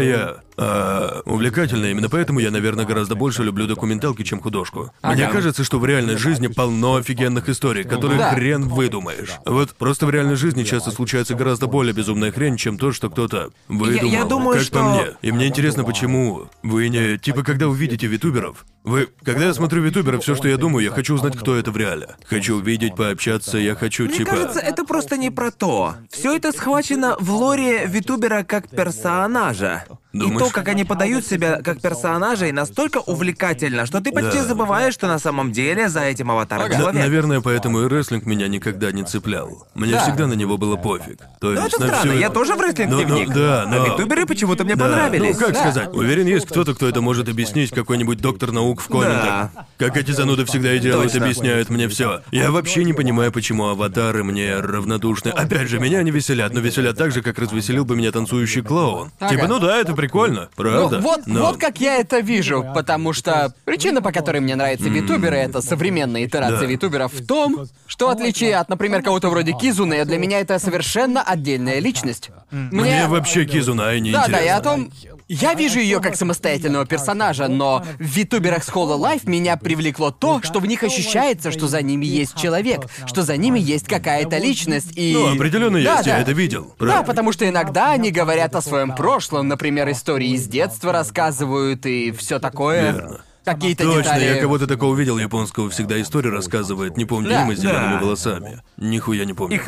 Speaker 2: а, увлекательная, именно поэтому я, наверное, гораздо больше люблю документалки, чем художку. Мне
Speaker 1: Ага.
Speaker 2: кажется, что в реальной жизни полно офигенных историй, которые
Speaker 1: Да.
Speaker 2: хрен выдумаешь. Вот просто в реальной жизни часто случается гораздо более безумная хрень, чем то, что кто-то выдумал.
Speaker 3: я думаю,
Speaker 2: как
Speaker 3: что-
Speaker 2: по мне. И мне интересно, почему вы не... Типа, когда увидите витуберов, вы... Когда я смотрю витуберов, все, что я думаю, я хочу узнать, кто это в реале. Хочу увидеть, пообщаться, я хочу,
Speaker 3: Мне
Speaker 2: типа...
Speaker 3: кажется, это просто не про то. Все это схвачено в лоре витубера как персонажа. И
Speaker 2: Думаешь?
Speaker 3: то, как они подают себя как персонажей, настолько увлекательно, что ты почти забываешь, что на самом деле за этим аватаром
Speaker 2: Да,
Speaker 3: человек.
Speaker 2: наверное, поэтому и рестлинг меня никогда не цеплял. Мне
Speaker 1: Да.
Speaker 2: всегда на него было пофиг. То есть
Speaker 3: Ну, это
Speaker 2: на
Speaker 3: странно,
Speaker 2: всё-
Speaker 3: я тоже в рестлинг
Speaker 2: Ну,
Speaker 3: не
Speaker 2: ну,
Speaker 3: вник.
Speaker 2: да,
Speaker 3: А
Speaker 2: но-
Speaker 3: витуберы почему-то мне
Speaker 2: Да,
Speaker 3: понравились.
Speaker 2: Ну, как
Speaker 1: Да.
Speaker 2: сказать? Уверен, есть кто-то, кто это может объяснить, какой-нибудь доктор наук в комментах. Как эти зануды всегда и делают,
Speaker 3: Точно.
Speaker 2: объясняют мне все. Я вообще не понимаю, почему аватары мне равнодушны. Опять же, меня они веселят, но веселят так же, как развеселил бы меня танцующий клоун.
Speaker 1: Ага.
Speaker 2: Типа, ну да, это прикольно,
Speaker 1: Ну,
Speaker 2: правда.
Speaker 1: вот,
Speaker 2: но...
Speaker 1: вот как я это вижу, потому что причина, по которой мне нравятся витуберы, это современная итерация
Speaker 2: Да.
Speaker 1: витуберов в том, что в отличие от, например, кого-то вроде Кизуны, для меня это совершенно отдельная личность.
Speaker 2: Мне вообще Кизунай не
Speaker 1: Да,
Speaker 2: интересно.
Speaker 1: да, я о том. Я вижу ее как самостоятельного персонажа, но в витуберах с Hollow Life меня привлекло то, что в них ощущается, что за ними есть человек, что за ними есть какая-то личность и.
Speaker 2: Ну, определенно
Speaker 1: Да,
Speaker 2: есть, я
Speaker 1: да.
Speaker 2: это видел.
Speaker 1: Да,
Speaker 2: правда.
Speaker 1: потому что иногда они говорят о своем прошлом, например, истории из детства рассказывают и все такое.
Speaker 2: Верно.
Speaker 1: Какие-то
Speaker 2: Точно,
Speaker 1: детали.
Speaker 2: я кого-то такого видел, японского всегда историю рассказывает, не помню,
Speaker 1: Да.
Speaker 2: мы с зелеными
Speaker 3: Да.
Speaker 2: волосами. Нихуя не помню.
Speaker 3: Их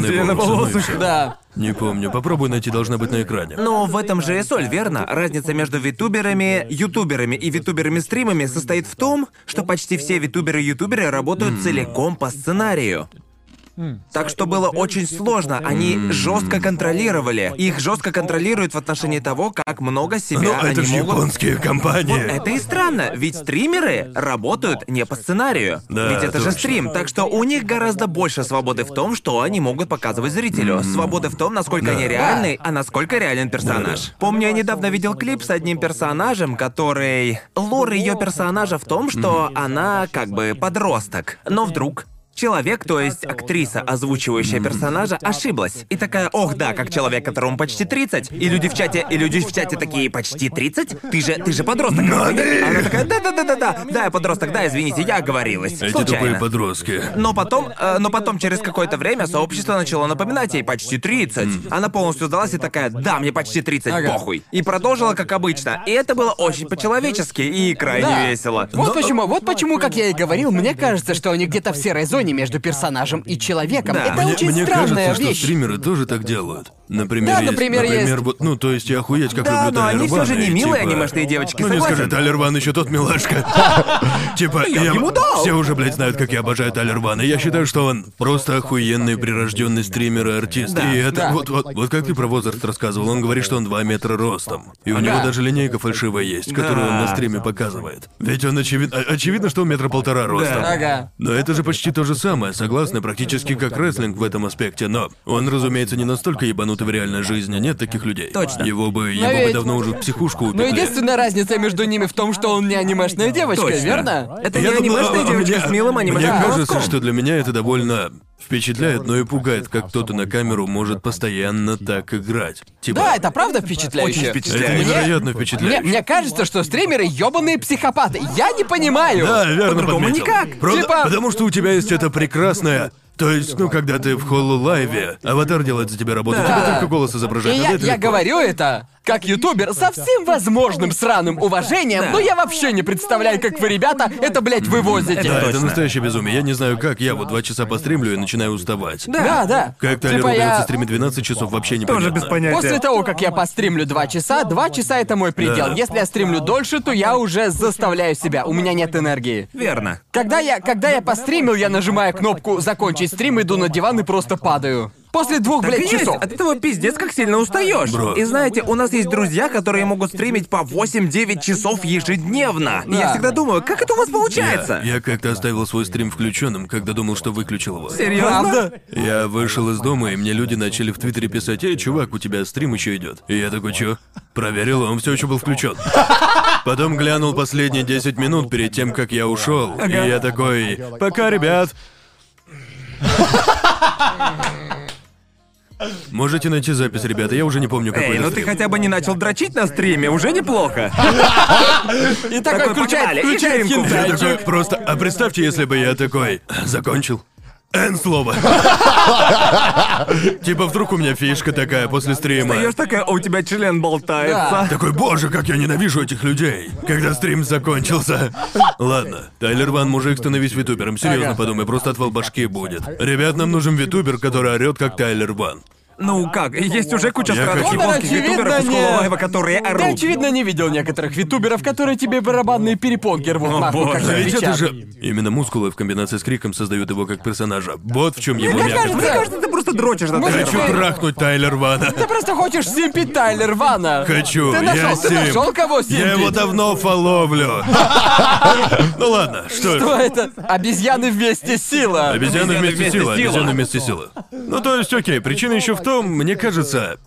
Speaker 2: Зелёные волосы, ну и
Speaker 3: зеленоволосых.
Speaker 2: всё.
Speaker 1: Да.
Speaker 2: Не помню, попробуй найти, должна быть на экране.
Speaker 3: Но в этом же и соль, верно? Разница между витуберами, ютуберами и витуберами-стримами состоит в том, что почти все витуберы-ютуберы работают целиком по сценарию. Так что было очень сложно. Они жестко контролировали. Их жестко контролируют в отношении того, как много
Speaker 2: Но
Speaker 3: себя
Speaker 2: Ну, а это
Speaker 3: они
Speaker 2: же
Speaker 3: могут.
Speaker 2: японские компании.
Speaker 3: Это и странно, ведь стримеры работают не по сценарию.
Speaker 2: Да,
Speaker 3: ведь это
Speaker 2: точно.
Speaker 3: же стрим, так что у них гораздо больше свободы в том, что они могут показывать зрителю. Свободы в том, насколько они реальны, а насколько реален персонаж. Помню, я недавно видел клип с одним персонажем, который. Лор ее персонажа в том, что она как бы подросток. Но вдруг. Человек, то есть актриса, озвучивающая персонажа, ошиблась. И такая, ох да, как человек, которому почти 30. И люди в чате, и люди в чате такие, почти 30? Ты же, ты же подросток. А Она такая, да-да-да-да-да, да, я подросток, да, извините, я оговорилась.
Speaker 2: Эти тупые
Speaker 3: Случайно.
Speaker 2: подростки.
Speaker 3: Но потом, э, но потом через какое-то время сообщество начало напоминать ей почти 30. Она полностью сдалась и такая, да, мне почти 30,
Speaker 1: Ага.
Speaker 3: похуй. И продолжила, как обычно. И это было очень по-человечески и крайне
Speaker 1: Да.
Speaker 3: весело.
Speaker 1: Вот почему, вот почему, как я и говорил, мне кажется, что они где-то в серой зоне между персонажем и человеком.
Speaker 3: Да.
Speaker 1: Это
Speaker 2: Мне,
Speaker 1: очень
Speaker 2: мне
Speaker 1: странная
Speaker 2: кажется, что
Speaker 1: вещь.
Speaker 2: стримеры тоже так делают. Например,
Speaker 1: Да,
Speaker 2: есть,
Speaker 1: например, есть.
Speaker 2: вот- ну, то есть я охуеть, как
Speaker 3: Да,
Speaker 2: люблю
Speaker 3: но
Speaker 2: Тайлер
Speaker 3: они всё же
Speaker 2: Вана,
Speaker 3: не
Speaker 2: и
Speaker 3: милые
Speaker 2: типа-
Speaker 3: анимешные девочки,
Speaker 2: Ну не
Speaker 3: согласен.
Speaker 2: скажи, Тайлер Ван еще тот милашка. Типа, я...
Speaker 3: ему дал.
Speaker 2: Все уже, блядь, знают, как я обожаю Тайлер Вана. Я считаю, что он просто охуенный прирожденный стример и артист.
Speaker 1: Да,
Speaker 2: И это...
Speaker 1: да.
Speaker 2: Вот, вот, вот как ты про возраст рассказывал, он говорит, что он 2 метра ростом. И у него даже линейка фальшивая есть, которую он на стриме показывает. Ведь он очевидно... Очевидно, что он метра полтора ростом.
Speaker 1: Ага.
Speaker 2: Но это же почти то же самое, согласны, практически как рестлинг в этом аспекте, но он, разумеется, не настолько ебанутый в реальной жизни, нет таких людей. Точно. Его бы, его бы
Speaker 1: ведь- Ну,
Speaker 2: давно уже в психушку
Speaker 1: Но
Speaker 2: упекли.
Speaker 1: единственная разница между ними в том, что он не анимешная девочка,
Speaker 3: Точно.
Speaker 1: верно?
Speaker 3: Это
Speaker 2: Я
Speaker 3: не
Speaker 2: думаю,
Speaker 3: анимешная
Speaker 2: а, а
Speaker 3: девочка
Speaker 2: мне-
Speaker 3: с милым
Speaker 2: Мне
Speaker 3: анимешным
Speaker 2: кажется,
Speaker 3: голоском.
Speaker 2: что для меня это довольно впечатляет, но и пугает, как кто-то на камеру может постоянно так играть. Типа,
Speaker 1: Да, это правда впечатляюще.
Speaker 3: Очень
Speaker 2: это
Speaker 3: впечатляет.
Speaker 2: невероятно
Speaker 1: Мне,
Speaker 2: впечатляет.
Speaker 1: мне кажется, что стримеры ёбаные психопаты. Я не понимаю.
Speaker 2: Да, верно
Speaker 1: По-другому
Speaker 2: подметил.
Speaker 1: никак.
Speaker 2: Правда,
Speaker 1: Типа-
Speaker 2: потому что у тебя есть это прекрасное... То есть, ну, когда ты в холлу-лайве, аватар делает за тебя работу, тебе только голос
Speaker 1: И
Speaker 2: изображает.
Speaker 1: я,
Speaker 2: тогда это
Speaker 1: я
Speaker 2: легко.
Speaker 1: говорю это как ютубер со всем возможным сраным уважением, но я вообще не представляю, как вы, ребята, это, блядь, вывозите.
Speaker 2: Да, это
Speaker 3: Точно.
Speaker 2: настоящее безумие. Я не знаю, как я вот два часа постримлю и начинаю уставать.
Speaker 1: да. да.
Speaker 2: Как Тайлеру
Speaker 1: Типа я-
Speaker 2: удается стримить 12 часов, вообще не
Speaker 3: Тоже без понятия.
Speaker 1: После того, как я постримлю два часа, два часа это мой предел.
Speaker 2: Да.
Speaker 1: Если я стримлю дольше, то я уже заставляю себя. У меня нет энергии.
Speaker 3: Верно.
Speaker 1: Когда я, когда я постримил, я нажимаю кнопку «Закончить стрим», иду на диван и просто падаю. После двух,
Speaker 3: Так и
Speaker 1: блядь,
Speaker 3: есть.
Speaker 1: часов.
Speaker 3: От этого пиздец, как сильно устаешь.
Speaker 2: Бро.
Speaker 3: И знаете, у нас есть друзья, которые могут стримить по 8-9 часов ежедневно. И Я
Speaker 1: Да.
Speaker 3: всегда думаю, как это у вас
Speaker 2: Я,
Speaker 3: получается?
Speaker 2: я как-то оставил свой стрим включенным, когда думал, что выключил его.
Speaker 3: Серьезно?
Speaker 1: Правда?
Speaker 2: Я вышел из дома, и мне люди начали в Твиттере писать, «Эй, чувак, у тебя стрим еще идет». И я такой, «Чё?» Проверил, он все еще был включен. Потом глянул последние 10 минут перед тем, как я ушел. И я такой, «Пока, ребят». Можете найти запись, ребята, я уже не помню, какой
Speaker 3: Эй,
Speaker 2: это
Speaker 3: ну ты
Speaker 2: стрим.
Speaker 3: хотя бы не начал дрочить на стриме, уже неплохо.
Speaker 1: И такой
Speaker 3: Такой,
Speaker 1: включает,
Speaker 3: погнали,
Speaker 1: включает
Speaker 2: Я
Speaker 3: вечеринку.
Speaker 1: хентайчик.
Speaker 2: такой просто. А представьте, если бы я такой закончил. Н слово. Типа вдруг у меня фишка такая после стрима.
Speaker 3: Даешь такая, «О, «А у тебя член болтается.
Speaker 2: Такой, боже, как я ненавижу этих людей, когда стрим закончился. Ладно, Тайлер Ван, мужик, становись витубером. Серьезно
Speaker 1: Ага.
Speaker 2: подумай, просто отвал башки будет. Ребят, нам нужен витубер, который орет, как Тайлер Ван.
Speaker 3: Ну как, есть уже куча
Speaker 2: Я
Speaker 3: странных
Speaker 2: хочу-
Speaker 3: японских
Speaker 1: Очевидно,
Speaker 3: ютуберов из
Speaker 1: нет.
Speaker 3: Хололайва, которые орут.
Speaker 1: Ты, очевидно, не видел некоторых витуберов, которые тебе барабанные перепонки рвут
Speaker 3: О,
Speaker 1: нахуй,
Speaker 3: боже.
Speaker 1: когда
Speaker 2: Да А ведь это
Speaker 1: кричат.
Speaker 2: же... Именно мускулы в комбинации с криком создают его как персонажа. Вот в чем его
Speaker 1: Мне
Speaker 2: мякоть.
Speaker 3: Мне
Speaker 1: кажется,
Speaker 3: кажется, ты просто дрочишь на
Speaker 1: Мы
Speaker 3: Тайлера
Speaker 1: же
Speaker 2: Хочу
Speaker 1: Тайлер Ван.
Speaker 2: трахнуть Тайлер Вана.
Speaker 1: Ты просто хочешь симпить Тайлер Вана.
Speaker 2: Хочу.
Speaker 1: Ты
Speaker 2: я
Speaker 1: нашел, ты
Speaker 2: Сим.
Speaker 1: нашел кого симпить?
Speaker 2: Я его давно фоловлю. Ну ладно,
Speaker 1: Что
Speaker 2: что
Speaker 1: это? Обезьяны вместе сила.
Speaker 2: Обезьяны вместе
Speaker 3: вместе
Speaker 2: сила,
Speaker 3: сила.
Speaker 2: обезьяны вместе сила. Ну то есть, окей, причина еще в том, мне кажется...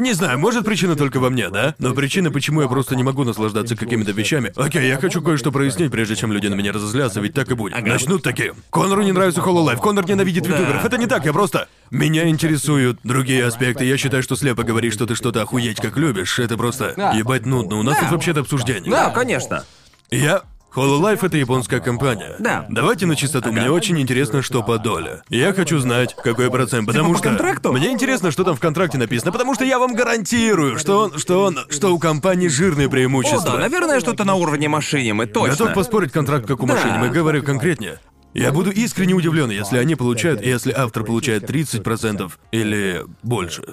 Speaker 2: Не знаю, может причина только во мне, да? Но причина, почему я просто не могу наслаждаться какими-то вещами. Окей, я хочу кое-что прояснить, прежде чем люди на меня разозлятся, ведь так и будет. Начнут такие. Конору не нравится Hololive, Конор ненавидит ютуберов. Это не так, я просто... Меня интересуют другие аспекты. Я считаю, что слепо говорить, что ты что-то охуеть как любишь, это просто...
Speaker 1: Да.
Speaker 2: Ебать нудно. У нас тут вообще-то обсуждение.
Speaker 3: Да, конечно.
Speaker 2: Я... Hololive — это японская компания.
Speaker 3: Да.
Speaker 2: Давайте на чистоту. Мне очень интересно, что по доле. Я хочу знать, какой процент, потому
Speaker 3: Типа по
Speaker 2: что...
Speaker 3: контракту?
Speaker 2: Мне интересно, что там в контракте написано, потому что я вам гарантирую, что он... что он... что у компании жирные
Speaker 3: О,
Speaker 2: преимущества.
Speaker 3: да, наверное, что-то на уровне машины, мы
Speaker 2: Готов
Speaker 3: точно.
Speaker 2: поспорить контракт, как у машины.
Speaker 3: Да.
Speaker 2: Мы говорю конкретнее. Я буду искренне удивлен, если они получают, если автор получает 30% или больше.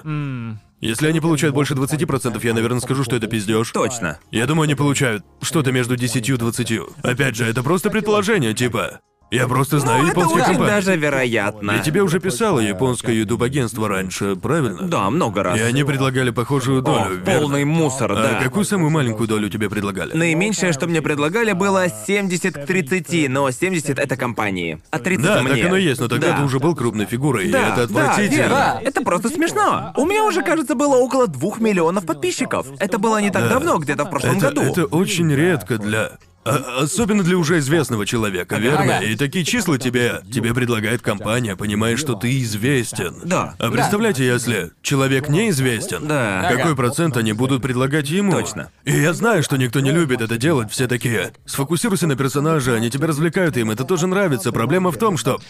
Speaker 2: Если они получают больше 20%, я, наверное, скажу, что это пиздеж.
Speaker 3: Точно.
Speaker 2: Я думаю, они получают что-то между 10 и 20. Опять же, это просто предположение, типа. Я просто знаю
Speaker 3: Ну, это
Speaker 2: японские
Speaker 3: очень
Speaker 2: компании.
Speaker 3: даже вероятно.
Speaker 2: И тебе уже писало японское ютуб-агентство раньше, правильно?
Speaker 3: Да, много раз.
Speaker 2: И они предлагали похожую долю,
Speaker 3: О,
Speaker 2: верно?
Speaker 3: полный мусор,
Speaker 2: А
Speaker 3: да.
Speaker 2: какую самую маленькую долю тебе предлагали?
Speaker 3: Наименьшее, что мне предлагали, было 70 к 30, но 70 это компании, а 30
Speaker 2: Да,
Speaker 3: мне.
Speaker 2: так оно и есть, но тогда
Speaker 3: Да.
Speaker 2: ты уже был крупной фигурой, и
Speaker 3: Да,
Speaker 2: это
Speaker 3: да,
Speaker 2: отвратительно.
Speaker 3: верно. Это просто смешно. У меня уже, кажется, было около двух миллионов подписчиков. Это было не так давно, где-то в прошлом
Speaker 2: Это,
Speaker 3: году.
Speaker 2: это очень редко для... а- особенно для уже известного человека, верно?
Speaker 1: Ага.
Speaker 2: И такие числа тебе, тебе предлагает компания, понимая, что ты известен.
Speaker 3: Да.
Speaker 2: А представляете, если человек неизвестен,
Speaker 3: Да.
Speaker 2: какой процент они будут предлагать ему?
Speaker 3: Точно.
Speaker 2: И я знаю, что никто не любит это делать, все такие. Сфокусируйся на персонаже, они тебя развлекают им, это тоже нравится. Проблема в том, что...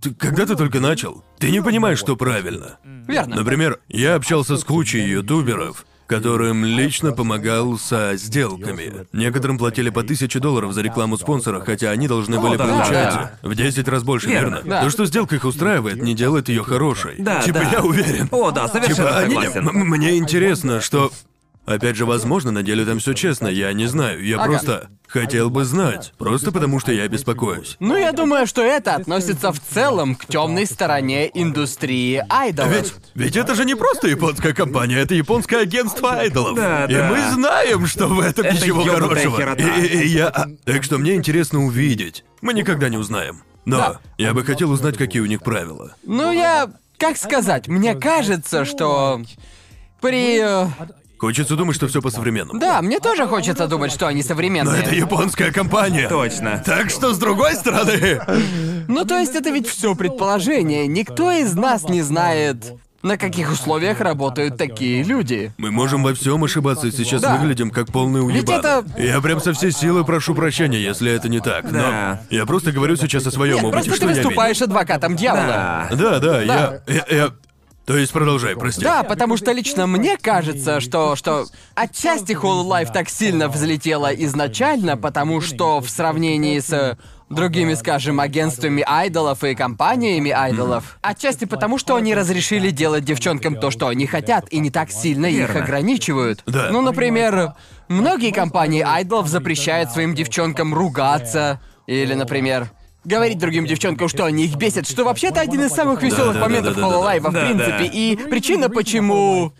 Speaker 2: ты- когда ты только начал, ты не понимаешь, что правильно.
Speaker 1: Верно.
Speaker 2: Например, я общался с кучей ютуберов, которым лично помогал со сделками. Некоторым платили по 1000 долларов за рекламу спонсора, хотя они должны были
Speaker 3: да,
Speaker 2: получать
Speaker 3: да.
Speaker 2: в 10 раз больше,
Speaker 3: Верно,
Speaker 2: верно?
Speaker 1: да.
Speaker 2: То, что сделка их устраивает, не делает ее хорошей.
Speaker 3: Да,
Speaker 2: типа,
Speaker 3: да.
Speaker 2: я уверен.
Speaker 3: О, да, совершенно
Speaker 2: Типа, они-
Speaker 3: согласен.
Speaker 2: м- Мне интересно, что... Опять же, возможно, на деле там все честно, я не знаю. Я просто хотел бы знать. Просто потому, что я беспокоюсь.
Speaker 1: Ну, я думаю, что это относится в целом к темной стороне индустрии айдолов.
Speaker 2: Ведь, ведь это же не просто японская компания, это японское агентство айдолов.
Speaker 3: Да,
Speaker 2: и
Speaker 3: да.
Speaker 2: мы знаем, что в этом
Speaker 3: Это
Speaker 2: ничего
Speaker 3: ёбнутая
Speaker 2: хорошего.
Speaker 3: херота.
Speaker 2: И, и- и я. а, Так что мне интересно увидеть. Мы никогда не узнаем. Но
Speaker 1: Да.
Speaker 2: я бы хотел узнать, какие у них правила.
Speaker 1: Ну, я... Как сказать? Мне кажется, что... При... э,
Speaker 2: Хочется думать, что все по-современному.
Speaker 1: Да, мне тоже хочется думать, что они
Speaker 2: Но
Speaker 1: современные.
Speaker 2: это японская компания.
Speaker 3: Точно.
Speaker 2: Так что с другой стороны.
Speaker 1: Ну, то есть это ведь все предположение. Никто из нас не знает, на каких условиях работают такие люди.
Speaker 2: Мы можем во всем ошибаться и сейчас
Speaker 1: Да.
Speaker 2: выглядим как полные уебаны.
Speaker 1: Ведь это-
Speaker 2: Я прям со всей силы прошу прощения, если это не так.
Speaker 3: Да.
Speaker 2: Но я просто говорю сейчас о своем
Speaker 1: Нет,
Speaker 2: опыте,
Speaker 1: просто
Speaker 2: что
Speaker 1: ты
Speaker 2: ну, я видел.
Speaker 1: выступаешь адвокатом дьявола.
Speaker 3: Да.
Speaker 2: Да, да, я, я, я- То есть продолжай, прости.
Speaker 1: Да, потому что лично мне кажется, что, что отчасти Whole Life так сильно взлетела изначально, потому что в сравнении с э, другими, скажем, агентствами айдолов и компаниями айдолов, отчасти потому, что они разрешили делать девчонкам то, что они хотят, и не так сильно их
Speaker 3: Верно.
Speaker 1: ограничивают.
Speaker 2: Да.
Speaker 1: Ну, например, многие компании айдолов запрещают своим девчонкам ругаться, или, например, говорить другим девчонкам, что они их бесят, что вообще-то один из самых веселых
Speaker 2: Да-да-да-да-да.
Speaker 1: моментов Хололайва, в
Speaker 3: Да-да.
Speaker 1: принципе, и причина, почему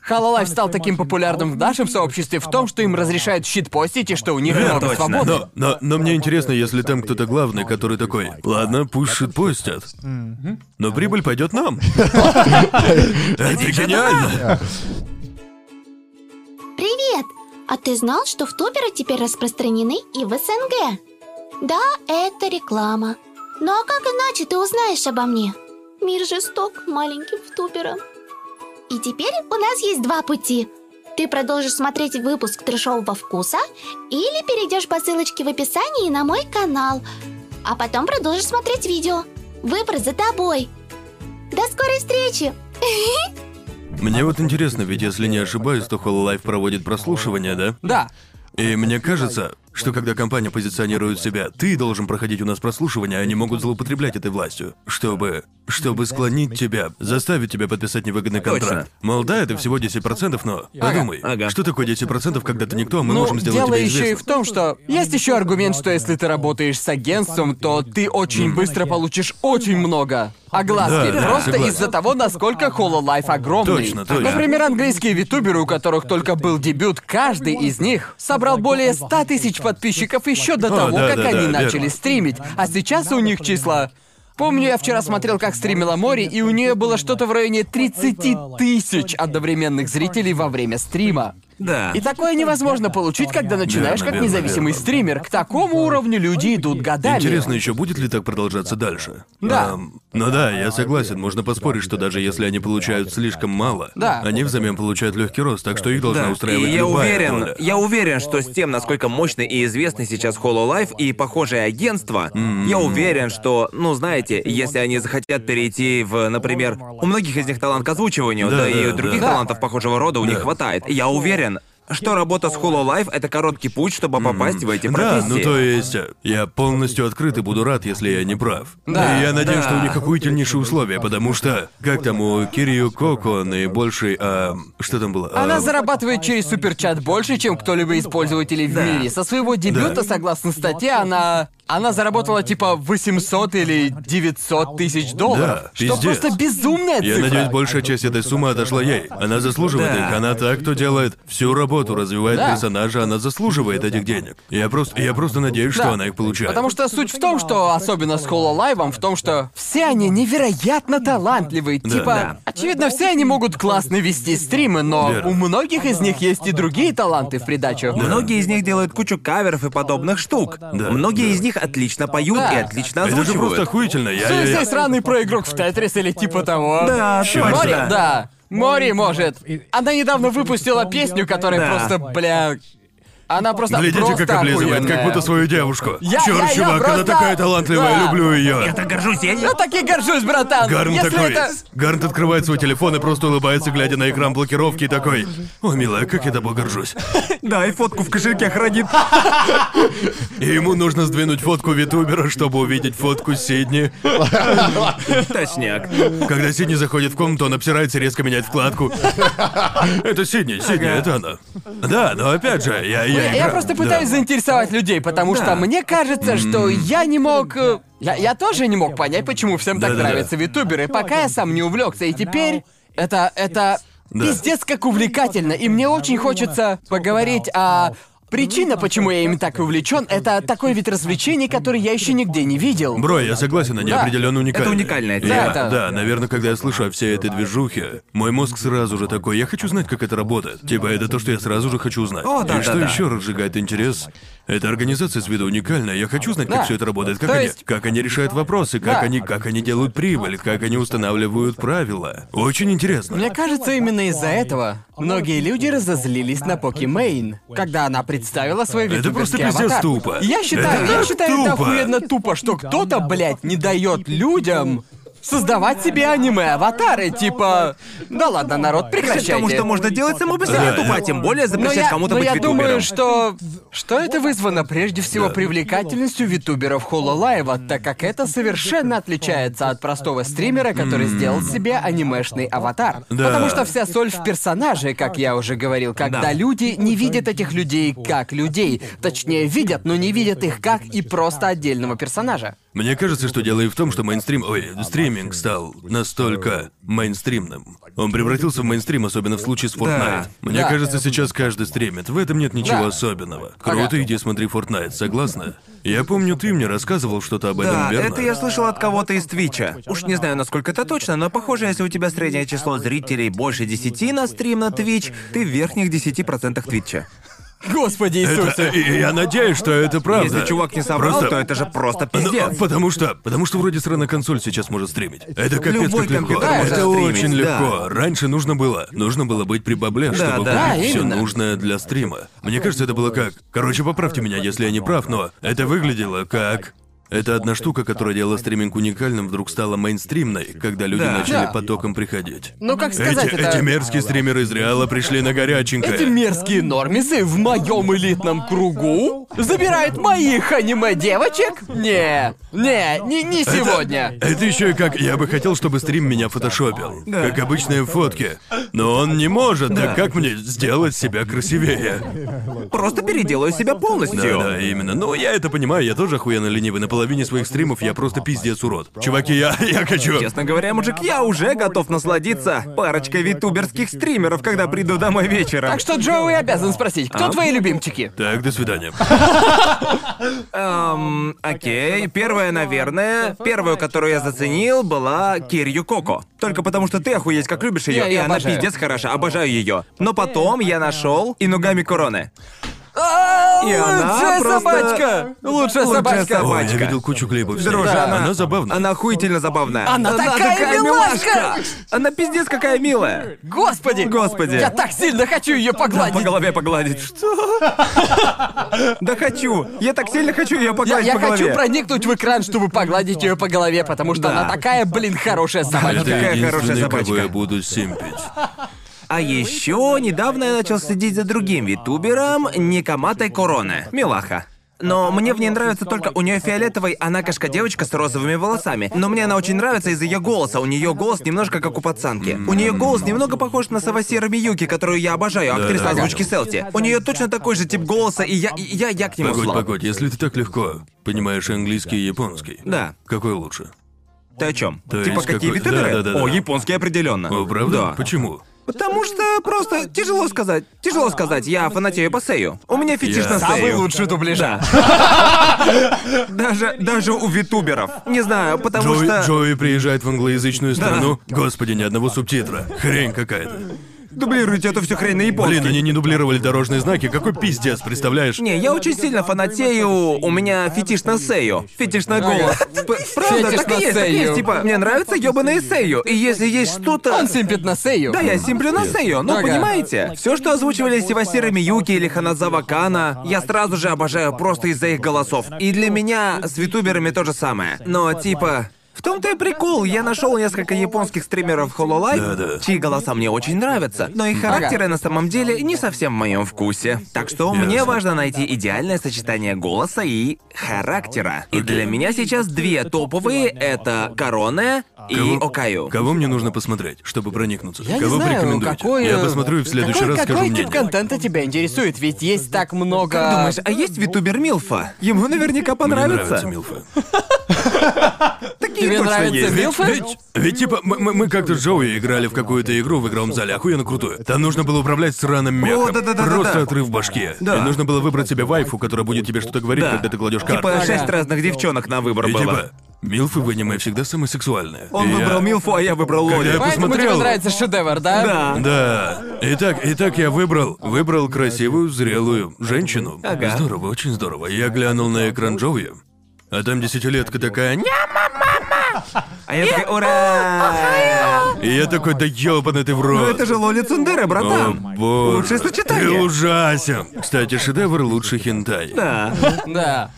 Speaker 1: Халалайф стал таким популярным в нашем сообществе в том, что им разрешают щит-постить и что у них
Speaker 3: Да,
Speaker 1: много
Speaker 3: точно.
Speaker 1: свободы.
Speaker 2: Но, но, но мне интересно, если там кто-то главный, который такой, ладно, пусть шит постят, но прибыль пойдет нам. Это гениально.
Speaker 4: Привет! А ты знал, что втуперы теперь распространены и в СНГ? Да, это реклама. Ну а как иначе ты узнаешь обо мне? Мир жесток маленьким втупером. И теперь у нас есть два пути. Ты продолжишь смотреть выпуск трешового вкуса или перейдешь по ссылочке в описании на мой канал, а потом продолжишь смотреть видео. Выбор за тобой. До скорой встречи!
Speaker 2: Мне вот интересно, ведь если не ошибаюсь, то Хололайф проводит прослушивание, да?
Speaker 1: Да.
Speaker 2: И мне кажется, что когда компания позиционирует себя, ты должен проходить у нас прослушивание, а они могут злоупотреблять этой властью, чтобы... чтобы склонить тебя, заставить тебя подписать невыгодный контракт. Мол, да, это всего 10%, но подумай,
Speaker 3: Ага.
Speaker 2: что такое 10%, когда ты никто, а мы
Speaker 1: Ну,
Speaker 2: можем сделать
Speaker 1: дело
Speaker 2: тебя
Speaker 1: еще и в
Speaker 2: известным.
Speaker 1: том, что есть еще аргумент, что если ты работаешь с агентством, то ты очень быстро получишь очень много огласки.
Speaker 2: Да, да,
Speaker 1: просто
Speaker 2: согласен.
Speaker 1: из-за того, насколько Hololive огромный.
Speaker 2: Точно, точно.
Speaker 1: Например, английские витуберы, у которых только был дебют, каждый из них собрал более 100 тысяч подписчиков еще до
Speaker 2: О,
Speaker 1: того,
Speaker 2: да,
Speaker 1: как
Speaker 2: да,
Speaker 1: они
Speaker 2: да,
Speaker 1: начали
Speaker 2: верно.
Speaker 1: стримить. А сейчас у них числа... Помню, я вчера смотрел, как стримила Мори, и у нее было что-то в районе 30 тысяч одновременных зрителей во время стрима.
Speaker 3: Да.
Speaker 1: И такое невозможно получить, когда начинаешь
Speaker 2: Да,
Speaker 1: как
Speaker 2: наверное,
Speaker 1: независимый
Speaker 2: верно.
Speaker 1: стример. К такому уровню люди идут годами.
Speaker 2: Интересно еще, будет ли так продолжаться дальше?
Speaker 1: Да.
Speaker 2: Ам, ну да, я согласен, можно поспорить, что даже если они получают слишком мало,
Speaker 1: Да.
Speaker 2: они взамен получают легкий рост, так что их должна
Speaker 3: Да,
Speaker 2: устраивать
Speaker 3: и я
Speaker 2: любая
Speaker 3: уверен,
Speaker 2: доля.
Speaker 3: я уверен, что с тем, насколько мощный и известный сейчас Hololive и похожие агентства,
Speaker 2: М-м.
Speaker 3: я уверен, что, ну знаете, если они захотят перейти в, например, у многих из них талант к озвучиванию, да,
Speaker 2: Да,
Speaker 3: и
Speaker 2: да,
Speaker 3: других
Speaker 2: да.
Speaker 3: талантов похожего рода у них хватает. Я уверен, что работа с Hololive — это короткий путь, чтобы попасть в эти
Speaker 2: М-м. Да,
Speaker 3: профессии.
Speaker 2: ну то есть э, я полностью открыт и буду рад, если я не прав.
Speaker 1: Да,
Speaker 2: И я надеюсь,
Speaker 3: да.
Speaker 2: что у них охуительнейшие условия, потому что как там у Кирию Коко наибольший, а, что там было? А,
Speaker 1: Она зарабатывает через суперчат больше, чем кто-либо из пользователей в мире. Со своего дебюта, согласно статье, она Она заработала типа 800 или 900 тысяч долларов.
Speaker 2: Да,
Speaker 1: что
Speaker 2: пиздец.
Speaker 1: просто безумная
Speaker 2: Я
Speaker 1: цифра.
Speaker 2: надеюсь, большая часть этой суммы отошла ей. Она заслуживает
Speaker 3: Да.
Speaker 2: их. Она та, кто делает всю работу, развивает
Speaker 1: Да.
Speaker 2: персонажа, она заслуживает этих денег. Я просто, я просто надеюсь, что
Speaker 1: Да.
Speaker 2: она их получает.
Speaker 1: Потому что суть в том, что особенно с Хололайвом, в том, что все они невероятно талантливые. типа,
Speaker 3: Да.
Speaker 1: очевидно, все они могут классно вести стримы, но
Speaker 2: Верно.
Speaker 1: у многих из них есть и другие таланты в придачу.
Speaker 3: Многие из них делают кучу каверов и подобных штук.
Speaker 2: Да,
Speaker 3: Многие
Speaker 2: да.
Speaker 3: из них отлично поют
Speaker 1: Да.
Speaker 3: и отлично
Speaker 2: Это
Speaker 3: озвучивают.
Speaker 2: же просто охуительно. Я,
Speaker 1: Что
Speaker 2: я- я-
Speaker 1: здесь сраный проигрок в Тетрис или типа того?
Speaker 3: Да,
Speaker 2: Чёрт,
Speaker 1: Мори,
Speaker 3: точно.
Speaker 1: да. Мори может. Она недавно выпустила песню, которая
Speaker 3: Да.
Speaker 1: просто, бля... Она просто
Speaker 2: Глядите,
Speaker 1: просто
Speaker 2: как облизывает,
Speaker 1: охуенная.
Speaker 2: как будто свою девушку.
Speaker 1: Я-
Speaker 2: Чёрт,
Speaker 1: я- я
Speaker 2: чувак, она
Speaker 1: просто-
Speaker 2: такая талантливая,
Speaker 1: Да.
Speaker 2: люблю ее.
Speaker 3: Я так горжусь, я
Speaker 1: Я так и горжусь, братан!
Speaker 2: Гарн
Speaker 1: А Если
Speaker 2: такой.
Speaker 1: это...
Speaker 2: Гарнт открывает свой телефон и просто улыбается, глядя на экран блокировки, и такой. О, милая, как я тобой горжусь.
Speaker 3: Да, и фотку в кошельке хранит.
Speaker 2: И ему нужно сдвинуть фотку витубера, чтобы увидеть фотку Сидни.
Speaker 3: Точняк.
Speaker 2: Когда Сидни заходит в комнату, он обсирается и резко меняет вкладку. Это Сидни, Сидни, это она. Да, но опять же, я... Я,
Speaker 1: Я
Speaker 2: игра-
Speaker 1: просто
Speaker 2: да.
Speaker 1: пытаюсь заинтересовать людей, потому что мне кажется, что я не мог. э, Я, я тоже не мог понять, почему всем так
Speaker 2: Да-да-да.
Speaker 1: нравятся витуберы, пока я сам не увлекся. И теперь это. это.
Speaker 2: Да.
Speaker 1: пиздец, как увлекательно. И мне очень хочется поговорить о. Причина, почему я им так увлечен, это такой вид развлечений, который я еще нигде не видел.
Speaker 2: Бро, я согласен, они
Speaker 1: Да.
Speaker 2: определенно уникальны.
Speaker 3: Это уникальная тема.
Speaker 2: Я-
Speaker 1: Да, да.
Speaker 2: да, наверное, когда я слышу о всей этой движухе, мой мозг сразу же такой, я хочу знать, как это работает. Типа, это то, что я сразу же хочу узнать.
Speaker 3: О, да,
Speaker 2: И
Speaker 3: да,
Speaker 2: что
Speaker 3: да.
Speaker 2: еще разжигает интерес? Эта организация с виду уникальная, я хочу знать, как
Speaker 1: Да.
Speaker 2: все это работает, как
Speaker 1: То
Speaker 2: они,
Speaker 1: есть-
Speaker 2: как они решают вопросы, как
Speaker 1: Да.
Speaker 2: они, как они делают прибыль, как они устанавливают правила. Очень интересно.
Speaker 1: Мне кажется, именно из-за этого многие люди разозлились на Покимейн, когда она представила свой
Speaker 2: Это
Speaker 1: витуберский
Speaker 2: просто пиздец
Speaker 1: аватар.
Speaker 2: тупо.
Speaker 1: Я считаю,
Speaker 2: Это
Speaker 1: я
Speaker 2: так
Speaker 1: считаю, это
Speaker 2: тупо.
Speaker 1: охуенно тупо, что кто-то, блядь, не дает людям создавать себе аниме-аватары, типа... Да ладно, народ, прекращайте.
Speaker 3: Потому что можно делать самому по себе
Speaker 2: Да,
Speaker 3: тупо,
Speaker 2: да.
Speaker 3: а тем более
Speaker 1: но
Speaker 3: запрещать
Speaker 1: я,
Speaker 3: кому-то
Speaker 1: но
Speaker 3: быть
Speaker 1: я думаю,
Speaker 3: ютубером.
Speaker 1: что... Что это вызвано прежде всего
Speaker 2: Да.
Speaker 1: привлекательностью витуберов Хололайва, так как это совершенно отличается от простого стримера, который сделал себе анимешный аватар.
Speaker 2: Да.
Speaker 1: Потому что вся соль в персонаже, как я уже говорил, когда
Speaker 3: Да.
Speaker 1: люди не видят этих людей как людей. Точнее, видят, но не видят их как и просто отдельного персонажа.
Speaker 2: Мне кажется, что дело и в том, что мейнстрим, ой, стриминг стал настолько мейнстримным. Он превратился в мейнстрим, особенно в случае с Fortnite.
Speaker 3: Да.
Speaker 2: Мне
Speaker 1: Да.
Speaker 2: кажется, сейчас каждый стримит. В этом нет ничего
Speaker 1: Да.
Speaker 2: особенного.
Speaker 1: Ага.
Speaker 2: Круто, иди смотри Fortnite, согласна? Я помню, ты мне рассказывал что-то об этом,
Speaker 3: Да,
Speaker 2: верно?
Speaker 3: это я слышал от кого-то из Твича. Уж не знаю, насколько это точно, но похоже, если у тебя среднее число зрителей больше 10 на стрим на Твич, ты в верхних 10% Твича.
Speaker 1: Господи
Speaker 2: Это- и- Э, и я надеюсь, что это правда.
Speaker 3: Если чувак не собрал,
Speaker 2: Просто-
Speaker 3: то это же просто
Speaker 2: Ну,
Speaker 3: пиздец.
Speaker 2: потому что, потому что вроде сраная консоль сейчас может стримить. Это капец
Speaker 3: Любой
Speaker 2: как легко.
Speaker 3: компьютер может
Speaker 2: это
Speaker 3: стримить,
Speaker 2: очень
Speaker 3: да.
Speaker 2: легко. Раньше нужно было, нужно было быть при бабле, чтобы
Speaker 3: да.
Speaker 2: купить
Speaker 1: Да,
Speaker 2: все
Speaker 1: именно.
Speaker 2: нужное для стрима. Мне кажется, это было как. Короче, поправьте меня, если я не прав, но это выглядело как. Это одна штука, которая делала стриминг уникальным, вдруг стала мейнстримной, когда люди
Speaker 3: Да.
Speaker 2: начали
Speaker 1: Да.
Speaker 2: потоком приходить.
Speaker 1: Ну как сказать
Speaker 2: Эти,
Speaker 1: это?
Speaker 2: эти мерзкие стримеры из Реала пришли на горяченькое.
Speaker 1: Эти мерзкие нормисы в моем элитном кругу забирают моих аниме-девочек? Не, не, не, не сегодня.
Speaker 2: Это еще и как я бы хотел, чтобы стрим меня фотошопил. Как обычные фотки. Но он не может, так как мне сделать себя красивее?
Speaker 3: Просто переделаю себя
Speaker 2: Да,
Speaker 3: полностью.
Speaker 2: да, именно. Ну, я это понимаю, я тоже охуенно ленивый. На половине своих стримов я просто пиздец урод. Чуваки, я, я хочу.
Speaker 3: Честно говоря, мужик, я уже готов насладиться парочкой витуберских стримеров, когда приду домой вечером.
Speaker 1: Так что Джоуи обязан спросить, кто
Speaker 3: А?
Speaker 1: твои любимчики?
Speaker 2: Так, до свидания.
Speaker 3: Эм, окей, первая, наверное, первую, которую я заценил, была Кирью Коко. Только потому, что ты охуеть как любишь ее,
Speaker 1: Я
Speaker 3: и
Speaker 1: её
Speaker 3: она
Speaker 1: обожаю.
Speaker 3: пиздец хороша, обожаю ее. Но потом я нашел Инугами Короны.
Speaker 1: А,
Speaker 3: И она
Speaker 1: Лучшая
Speaker 3: просто-
Speaker 1: собачка! Лучшая
Speaker 3: Лучшая
Speaker 1: собачка!
Speaker 3: собака.
Speaker 2: Ой, я
Speaker 3: Собачка.
Speaker 2: видел кучу клипов. с ней.
Speaker 3: Друже, она-
Speaker 2: она забавная.
Speaker 3: Она охуительно забавная.
Speaker 1: Она такая милашка!
Speaker 3: Она пиздец какая милая!
Speaker 1: Господи!
Speaker 3: Господи.
Speaker 1: Я так сильно хочу ее
Speaker 3: По
Speaker 1: погладить!
Speaker 3: голове погладить. Что? Да хочу! Я так сильно хочу ее
Speaker 1: Я,
Speaker 3: погладить
Speaker 1: я
Speaker 3: по
Speaker 1: хочу
Speaker 3: голове.
Speaker 1: проникнуть в экран, чтобы погладить ее по голове, потому что
Speaker 3: Да.
Speaker 1: она такая, блин, хорошая
Speaker 2: Это
Speaker 1: собачка.
Speaker 3: такая хорошая
Speaker 2: единственный, кого
Speaker 3: собачка.
Speaker 2: я буду симпить.
Speaker 3: А еще недавно я начал следить за другим витубером Никоматой Короны. Милаха. Но мне в ней нравится только у нее фиолетовый, она кошка девочка с розовыми волосами. Но мне она очень нравится из-за ее голоса. У нее голос немножко как у пацанки. У нее голос немного похож на Савасира Миюки, которую я обожаю, актриса
Speaker 2: да.
Speaker 3: озвучки Селти. У нее точно такой же тип голоса, и я, и я, я к нему
Speaker 2: Погодь,
Speaker 3: слаб.
Speaker 2: погодь, если ты так легко понимаешь английский и японский,
Speaker 3: Да.
Speaker 2: какой лучше?
Speaker 3: Ты о чем?
Speaker 2: То
Speaker 3: типа
Speaker 2: есть
Speaker 3: какие
Speaker 2: какой-
Speaker 3: виды
Speaker 2: да,
Speaker 3: дыры?
Speaker 2: да, да,
Speaker 3: О,
Speaker 2: да.
Speaker 3: японский определенно.
Speaker 2: О, правда?
Speaker 3: Да.
Speaker 2: Почему?
Speaker 3: Потому что просто тяжело сказать. Тяжело сказать. Я фанатею по Сею. У меня фетиш
Speaker 2: Я-
Speaker 3: на
Speaker 2: Самый
Speaker 3: Сею.
Speaker 1: лучший дубляжа.
Speaker 3: Да. Даже, даже у витуберов. Не знаю, потому
Speaker 2: Джои,
Speaker 3: что...
Speaker 2: Джои приезжает в англоязычную страну. Господи, ни одного субтитра. Хрень какая-то.
Speaker 3: Дублируйте эту всю хрень на японский.
Speaker 2: Блин, они не дублировали дорожные знаки. Какой пиздец, представляешь?
Speaker 3: Не, я очень сильно фанатею. У меня фетиш на Сею. Фетиш на голос. П- Правда,
Speaker 1: Фетиш
Speaker 3: так и
Speaker 1: на
Speaker 3: есть, так и есть.
Speaker 1: Сею.
Speaker 3: Типа, мне нравится ёбаная Сею. И если есть что-то...
Speaker 1: Он симпит на Сею.
Speaker 3: Да, я симплю на Сею, но
Speaker 1: Ага.
Speaker 3: понимаете? Все, что озвучивали Севасира Миюки или Ханадзава Кана, я сразу же обожаю просто из-за их голосов. И для меня с витуберами то же самое. Но типа... В том-то и прикол, я нашел несколько японских стримеров Hololive,
Speaker 2: Да-да.
Speaker 3: чьи голоса мне очень нравятся, но их характеры на самом деле не совсем в моем вкусе. Так что мне
Speaker 2: Ясно.
Speaker 3: важно найти идеальное сочетание голоса и характера. И для меня сейчас две топовые — это Корона и
Speaker 2: Кого-
Speaker 3: Окаю.
Speaker 2: Кого мне нужно посмотреть, чтобы проникнуться?
Speaker 1: Я
Speaker 2: Кого
Speaker 1: не знаю,
Speaker 2: порекомендуете?
Speaker 1: какой...
Speaker 2: Я посмотрю и в следующий
Speaker 1: какой,
Speaker 2: раз скажу
Speaker 1: Какой
Speaker 2: мнение.
Speaker 1: тип контента тебя интересует? Ведь есть так много...
Speaker 3: Как думаешь, а есть
Speaker 1: ну,
Speaker 3: витубер Милфа? Ему наверняка
Speaker 2: Мне
Speaker 3: понравится.
Speaker 2: нравится Милфа.
Speaker 3: Такие
Speaker 1: Тебе
Speaker 3: точно
Speaker 1: нравится
Speaker 3: есть.
Speaker 1: Милфы?
Speaker 2: Ведь, ведь, типа, мы, мы- мы как-то с Джоуи играли в какую-то игру в игровом зале, охуенно крутую. Там нужно было управлять сраным мехом.
Speaker 3: О, да-да-да-да-да.
Speaker 2: Просто отрыв башки.
Speaker 3: Да.
Speaker 2: И нужно было выбрать себе вайфу, которая будет тебе что-то говорить,
Speaker 3: Да.
Speaker 2: когда ты кладешь карту.
Speaker 3: Типа шесть
Speaker 2: Ну,
Speaker 3: разных девчонок на выбор
Speaker 2: И
Speaker 3: было.
Speaker 2: типа, Милфы в аниме всегда самые сексуальные.
Speaker 3: Он
Speaker 2: И я-
Speaker 3: выбрал Милфу, а я выбрал
Speaker 2: Когда
Speaker 3: Лоли.
Speaker 2: я
Speaker 1: Поэтому тебе
Speaker 2: посмотрел.
Speaker 1: нравится шедевр, да?
Speaker 3: Да.
Speaker 2: Да. Итак, итак, я выбрал, выбрал красивую, зрелую женщину.
Speaker 3: Ага.
Speaker 2: Здорово, очень здорово. Я глянул на экран Джоуи, а там десятилетка такая «Ня!»
Speaker 3: А я такой, ура!
Speaker 2: И я такой, да ёбаный ты в
Speaker 3: Ну
Speaker 2: рот.
Speaker 3: это же Лоли Цундера,
Speaker 2: О,
Speaker 3: братан.
Speaker 2: боже.
Speaker 3: Лучшее сочетание.
Speaker 2: Ты ужасен. Кстати, шедевр лучше хентай.
Speaker 3: Да.
Speaker 1: Да.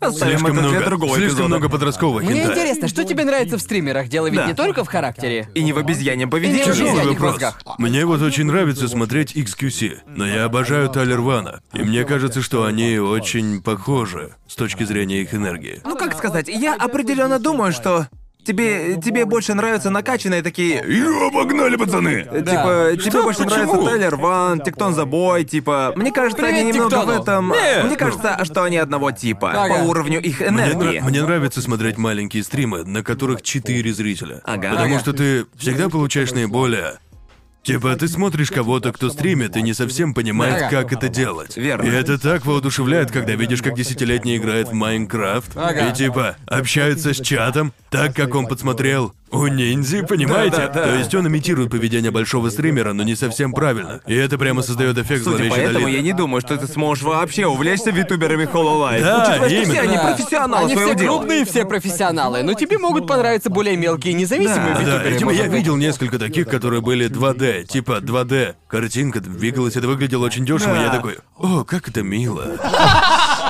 Speaker 3: Оставим
Speaker 2: Слишком
Speaker 3: это для
Speaker 2: много,
Speaker 3: другого
Speaker 2: слишком
Speaker 3: эпизода.
Speaker 2: много подросткового
Speaker 1: Мне
Speaker 2: хентай.
Speaker 1: интересно, что тебе нравится в стримерах? Дело ведь
Speaker 3: Да.
Speaker 1: не только в характере.
Speaker 3: И не в обезьяньем поведении.
Speaker 1: Тяжелый
Speaker 2: Тяжелый
Speaker 1: Обезьянник в
Speaker 2: вопрос.
Speaker 1: мозгах.
Speaker 2: Мне вот очень нравится смотреть XQC, но я обожаю Тайлер Вана, и мне кажется, что они очень похожи с точки зрения их энергии.
Speaker 3: Ну как сказать, я определенно думаю, что тебе тебе больше нравятся накачанные такие.
Speaker 2: Её обогнали, пацаны!
Speaker 3: э,
Speaker 1: Да.
Speaker 3: Типа, тебе больше нравится Тайлер Ван, Тиктон за бой, типа. Мне кажется, они
Speaker 1: Привет,
Speaker 3: немного в
Speaker 1: Тиктону.
Speaker 3: этом. а, Мне кажется, что они одного типа.
Speaker 1: Ага.
Speaker 3: По уровню их
Speaker 2: Мне, нра-
Speaker 3: энергии.
Speaker 2: мне нравится смотреть маленькие стримы, на которых четыре зрителя.
Speaker 3: Ага.
Speaker 2: Потому
Speaker 1: Ага.
Speaker 2: что ты всегда получаешь наиболее. Типа, ты смотришь кого-то, кто стримит, и не совсем понимает,
Speaker 1: Ага.
Speaker 2: как это делать.
Speaker 3: Верно.
Speaker 2: И это так воодушевляет, когда видишь, как десятилетний играет в Майнкрафт.
Speaker 1: Ага.
Speaker 2: И типа, общаются с чатом, так как он подсмотрел у ниндзи, понимаете?
Speaker 3: Да, да, да.
Speaker 2: То есть он имитирует поведение большого стримера, но не совсем правильно. И это прямо создает эффект
Speaker 3: Судя по
Speaker 2: зловещей
Speaker 3: этому,
Speaker 2: долины.
Speaker 3: я не думаю, что ты сможешь вообще увлечься витуберами Hololive.
Speaker 2: Да,
Speaker 3: Учитывая, что все
Speaker 2: именно.
Speaker 3: они
Speaker 1: Да.
Speaker 3: профессионалы
Speaker 1: Они
Speaker 3: своего
Speaker 1: все
Speaker 3: дела.
Speaker 1: крупные, все профессионалы, но тебе могут понравиться более мелкие независимые
Speaker 3: Да,
Speaker 2: Да,
Speaker 1: витюперы,
Speaker 2: и, типа, я
Speaker 1: может быть.
Speaker 2: видел несколько таких, которые были 2D, типа 2D. Картинка двигалась, это выглядело очень дешево.
Speaker 3: Да.
Speaker 2: Я такой, о, как это мило.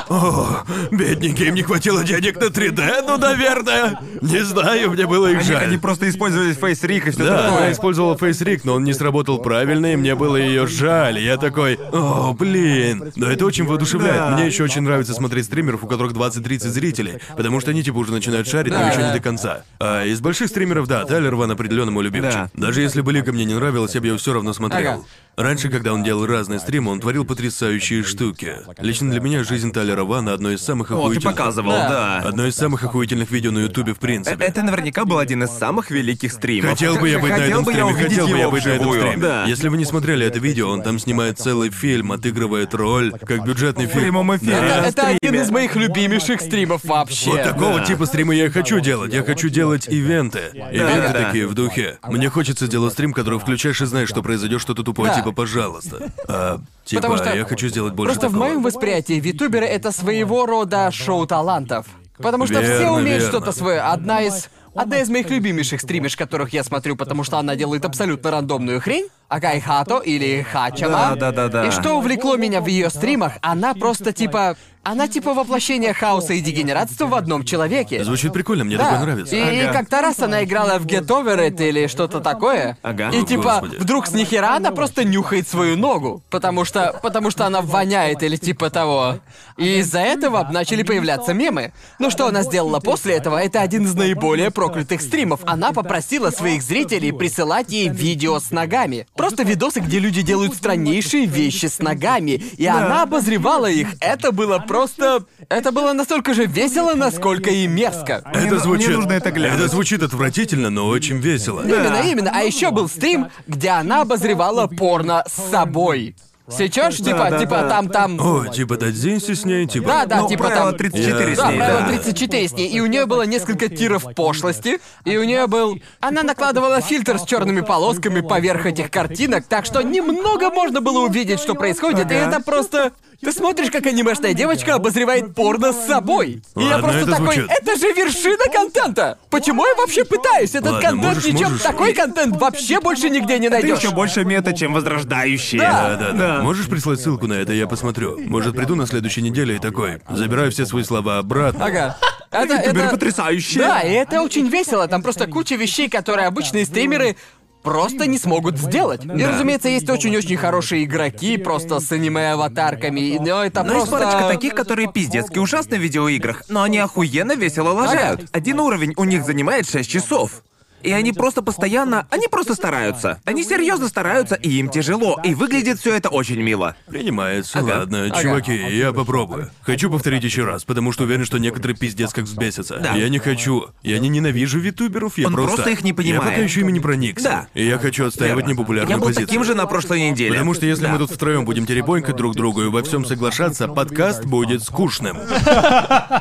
Speaker 2: О, бедненько, им не хватило денег на 3D, ну, наверное. Не знаю, мне было их
Speaker 3: Они, они
Speaker 2: жаль.
Speaker 3: просто использовали Face Rig и все
Speaker 2: Да, она
Speaker 3: такое.
Speaker 2: использовала фейсрик, но он не сработал правильно, и мне было ее жаль. И Я такой, о, блин. Но это очень воодушевляет.
Speaker 3: Да.
Speaker 2: Мне еще очень нравится смотреть стримеров, у которых 20-30 зрителей, потому что они типа уже начинают шарить, но
Speaker 1: Да,
Speaker 2: еще
Speaker 1: да.
Speaker 2: не до конца. А из больших стримеров, да, Тайлер Ван определенно мой любимчик.
Speaker 3: Да.
Speaker 2: Даже если бы Лига мне не нравилась, я бы ее все равно
Speaker 1: Ага.
Speaker 2: смотрел. Раньше, когда он делал разные стримы, он творил потрясающие штуки. Лично для меня жизнь Тайлера Вана одно из самых
Speaker 3: Вот, ты
Speaker 2: охуительных...
Speaker 3: показывал, да. Э,
Speaker 2: Одно из самых охуительных видео на Ютубе в принципе.
Speaker 3: Это наверняка был один из самых великих стримов.
Speaker 2: Хотел бы я быть на
Speaker 3: Хотел
Speaker 2: этом
Speaker 3: бы я
Speaker 2: стриме,
Speaker 3: увидеть
Speaker 2: хотел бы я
Speaker 3: его
Speaker 2: быть на этом
Speaker 3: вживую.
Speaker 2: стриме.
Speaker 3: Да.
Speaker 2: Если вы не смотрели это видео, он там снимает целый фильм, отыгрывает роль, как бюджетный фильм.
Speaker 3: прямом эфире.
Speaker 2: Да.
Speaker 1: Это,
Speaker 3: на
Speaker 1: это
Speaker 3: стриме.
Speaker 1: один из моих любимейших стримов вообще.
Speaker 2: Вот такого
Speaker 3: Да.
Speaker 2: типа стрима я и хочу делать. Я хочу делать ивенты. Ивенты
Speaker 3: да.
Speaker 2: такие в духе. Мне хочется сделать стрим, который включаешь и знаешь, что произойдет что-то тупое,
Speaker 1: Да.
Speaker 2: типа пожалуйста. А, типа,
Speaker 1: Потому что-
Speaker 2: я хочу сделать больше
Speaker 1: Просто в
Speaker 2: такого.
Speaker 1: моем восприятии витуберы это своего рода шоу талантов. Потому что все
Speaker 2: Верно,
Speaker 1: умеют
Speaker 2: верно.
Speaker 1: что-то свое. Одна из. Одна из моих любимейших стримиш, которых я смотрю, потому что она делает абсолютно рандомную хрень, Агай Хато или Хачама.
Speaker 3: Да, да, да, да.
Speaker 1: И что увлекло меня в ее стримах, она просто типа Она типа воплощение хаоса и дегенератства в одном человеке.
Speaker 2: Звучит прикольно, мне
Speaker 1: Да.
Speaker 2: такое нравится.
Speaker 1: И, и
Speaker 3: Ага.
Speaker 1: как-то раз она играла в Get Over It или что-то такое.
Speaker 3: Ага.
Speaker 1: И
Speaker 3: О,
Speaker 1: типа,
Speaker 2: Ну, господи.
Speaker 1: вдруг с нихера она просто нюхает свою ногу, потому что, потому что она воняет или типа того. И из-за этого начали появляться мемы. Но что она сделала после этого, это один из наиболее проклятых стримов. Она попросила своих зрителей присылать ей видео с ногами. Просто видосы, где люди делают страннейшие вещи с ногами. И она обозревала их. Это было просто... Это было настолько же весело, насколько и мерзко.
Speaker 3: Мне
Speaker 2: Это
Speaker 3: ну-
Speaker 2: звучит.
Speaker 3: мне нужно это глянуть.
Speaker 2: Это звучит отвратительно, но очень весело.
Speaker 1: Именно, именно. А еще был стрим, где она обозревала порно с собой. Сейчас, типа,
Speaker 3: да,
Speaker 1: типа
Speaker 3: да.
Speaker 1: там, там.
Speaker 2: О, типа Дадзинси с ней, типа.
Speaker 1: Да, да,
Speaker 3: Ну,
Speaker 1: типа
Speaker 3: правило
Speaker 1: там.
Speaker 3: 34
Speaker 2: Я-
Speaker 3: с
Speaker 1: Да,
Speaker 3: ней,
Speaker 1: правило
Speaker 3: да.
Speaker 1: 34 с ней. И у нее было несколько тиров пошлости, и у нее был. Она накладывала фильтр с черными полосками поверх этих картинок, так что немного можно было увидеть, что происходит, и
Speaker 3: Ага.
Speaker 1: это просто. Ты смотришь, как анимешная девочка обозревает порно с собой. И я
Speaker 2: Ладно,
Speaker 1: просто
Speaker 2: это
Speaker 1: такой,
Speaker 2: звучит.
Speaker 1: это же вершина контента! Почему я вообще пытаюсь? Этот
Speaker 2: Ладно,
Speaker 1: контент
Speaker 2: можешь,
Speaker 1: ничем.
Speaker 2: можешь.
Speaker 1: Такой контент вообще больше нигде не
Speaker 3: Ты
Speaker 1: найдешь.
Speaker 3: еще больше мета, чем возрождающие.
Speaker 2: Да, да, да. Можешь прислать ссылку на это, я посмотрю. Может, приду на следующей неделе и такой. Забираю все свои слова обратно.
Speaker 1: Ага. Это,
Speaker 3: Теперь
Speaker 1: это-
Speaker 3: потрясающе.
Speaker 1: Да, и это очень весело. Там просто куча вещей, которые обычные стримеры просто не смогут сделать. И,
Speaker 3: Да.
Speaker 1: разумеется, есть очень-очень хорошие игроки просто с аниме-аватарками, но это
Speaker 3: Но Ну, есть
Speaker 1: просто...
Speaker 3: парочка таких, которые пиздецки ужасны в видеоиграх, но они охуенно весело лажают.
Speaker 1: Ага.
Speaker 3: Один уровень у них занимает 6 часов. И они просто постоянно, они просто стараются. Они серьезно стараются, и им тяжело, и выглядит все это очень мило.
Speaker 2: Принимается, ладно, чуваки, я попробую. Хочу повторить еще раз, потому что уверен, что некоторые пиздец как взбесятся. Я не хочу. Я не ненавижу витуберов, я
Speaker 3: Он
Speaker 2: просто.
Speaker 3: просто их не
Speaker 2: Я
Speaker 3: понимает.
Speaker 2: пока еще ими не проникся.
Speaker 3: Да.
Speaker 2: И я хочу отстаивать непопулярную
Speaker 3: Я был
Speaker 2: позицию.
Speaker 3: таким же на прошлой неделе.
Speaker 2: Потому что если
Speaker 3: Да.
Speaker 2: мы тут втроем будем теребонькать друг другу и во всем соглашаться, подкаст будет скучным.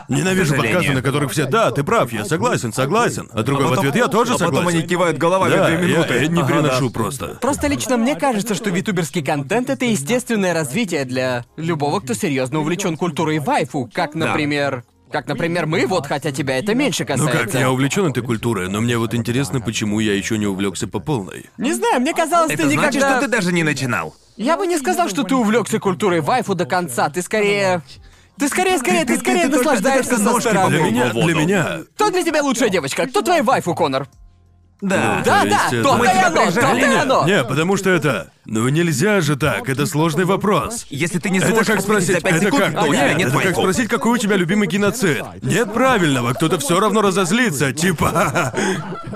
Speaker 2: Ненавижу
Speaker 3: К сожалению.
Speaker 2: подкасты, на которых все «Да, ты прав, я согласен, согласен». А другой в ответ «Я тоже
Speaker 3: а потом они
Speaker 2: согласен».
Speaker 3: кивают головами
Speaker 2: Да,
Speaker 3: две минуты.
Speaker 2: я, я не
Speaker 3: Ага,
Speaker 2: переношу просто.
Speaker 1: Просто лично мне кажется, что витуберский контент — это естественное развитие для любого, кто серьезно увлечен культурой вайфу, как, например... Как, например, мы, вот, хотя тебя это меньше
Speaker 2: Ну
Speaker 1: касается.
Speaker 2: как, я увлечен этой культурой, но мне вот интересно, почему я еще не увлекся по полной.
Speaker 1: Не знаю, мне казалось,
Speaker 3: Это
Speaker 1: ты никогда...
Speaker 3: значит, что ты даже не начинал.
Speaker 1: Я бы не сказал, что ты увлекся культурой вайфу до конца. Ты скорее. Ты скорее, скорее, ты скорее
Speaker 3: ты только-
Speaker 1: наслаждаешься
Speaker 3: ты только
Speaker 1: со
Speaker 3: ножки
Speaker 1: стороны.
Speaker 2: Для меня,
Speaker 3: вот
Speaker 2: для
Speaker 3: он.
Speaker 2: меня.
Speaker 1: Кто для тебя лучшая девочка? Кто твоя вайфу, Конор?
Speaker 3: Да.
Speaker 1: Да, да,
Speaker 2: То есть это-
Speaker 1: то
Speaker 2: Мы
Speaker 1: и
Speaker 3: тебя
Speaker 1: оно, то
Speaker 3: прижали?
Speaker 1: и
Speaker 2: Не,
Speaker 1: оно.
Speaker 2: не, потому что это... Ну нельзя же так, это сложный вопрос.
Speaker 3: Если ты не
Speaker 2: Это
Speaker 3: сможешь
Speaker 2: как
Speaker 3: ответить
Speaker 2: спросить,
Speaker 3: за 5
Speaker 2: это
Speaker 3: секунд,
Speaker 2: как,
Speaker 3: то у тебя
Speaker 2: Нет,
Speaker 3: нет
Speaker 2: это как
Speaker 3: вайфу.
Speaker 2: спросить, какой у тебя любимый геноцид. Нет правильного, кто-то все равно разозлится, типа.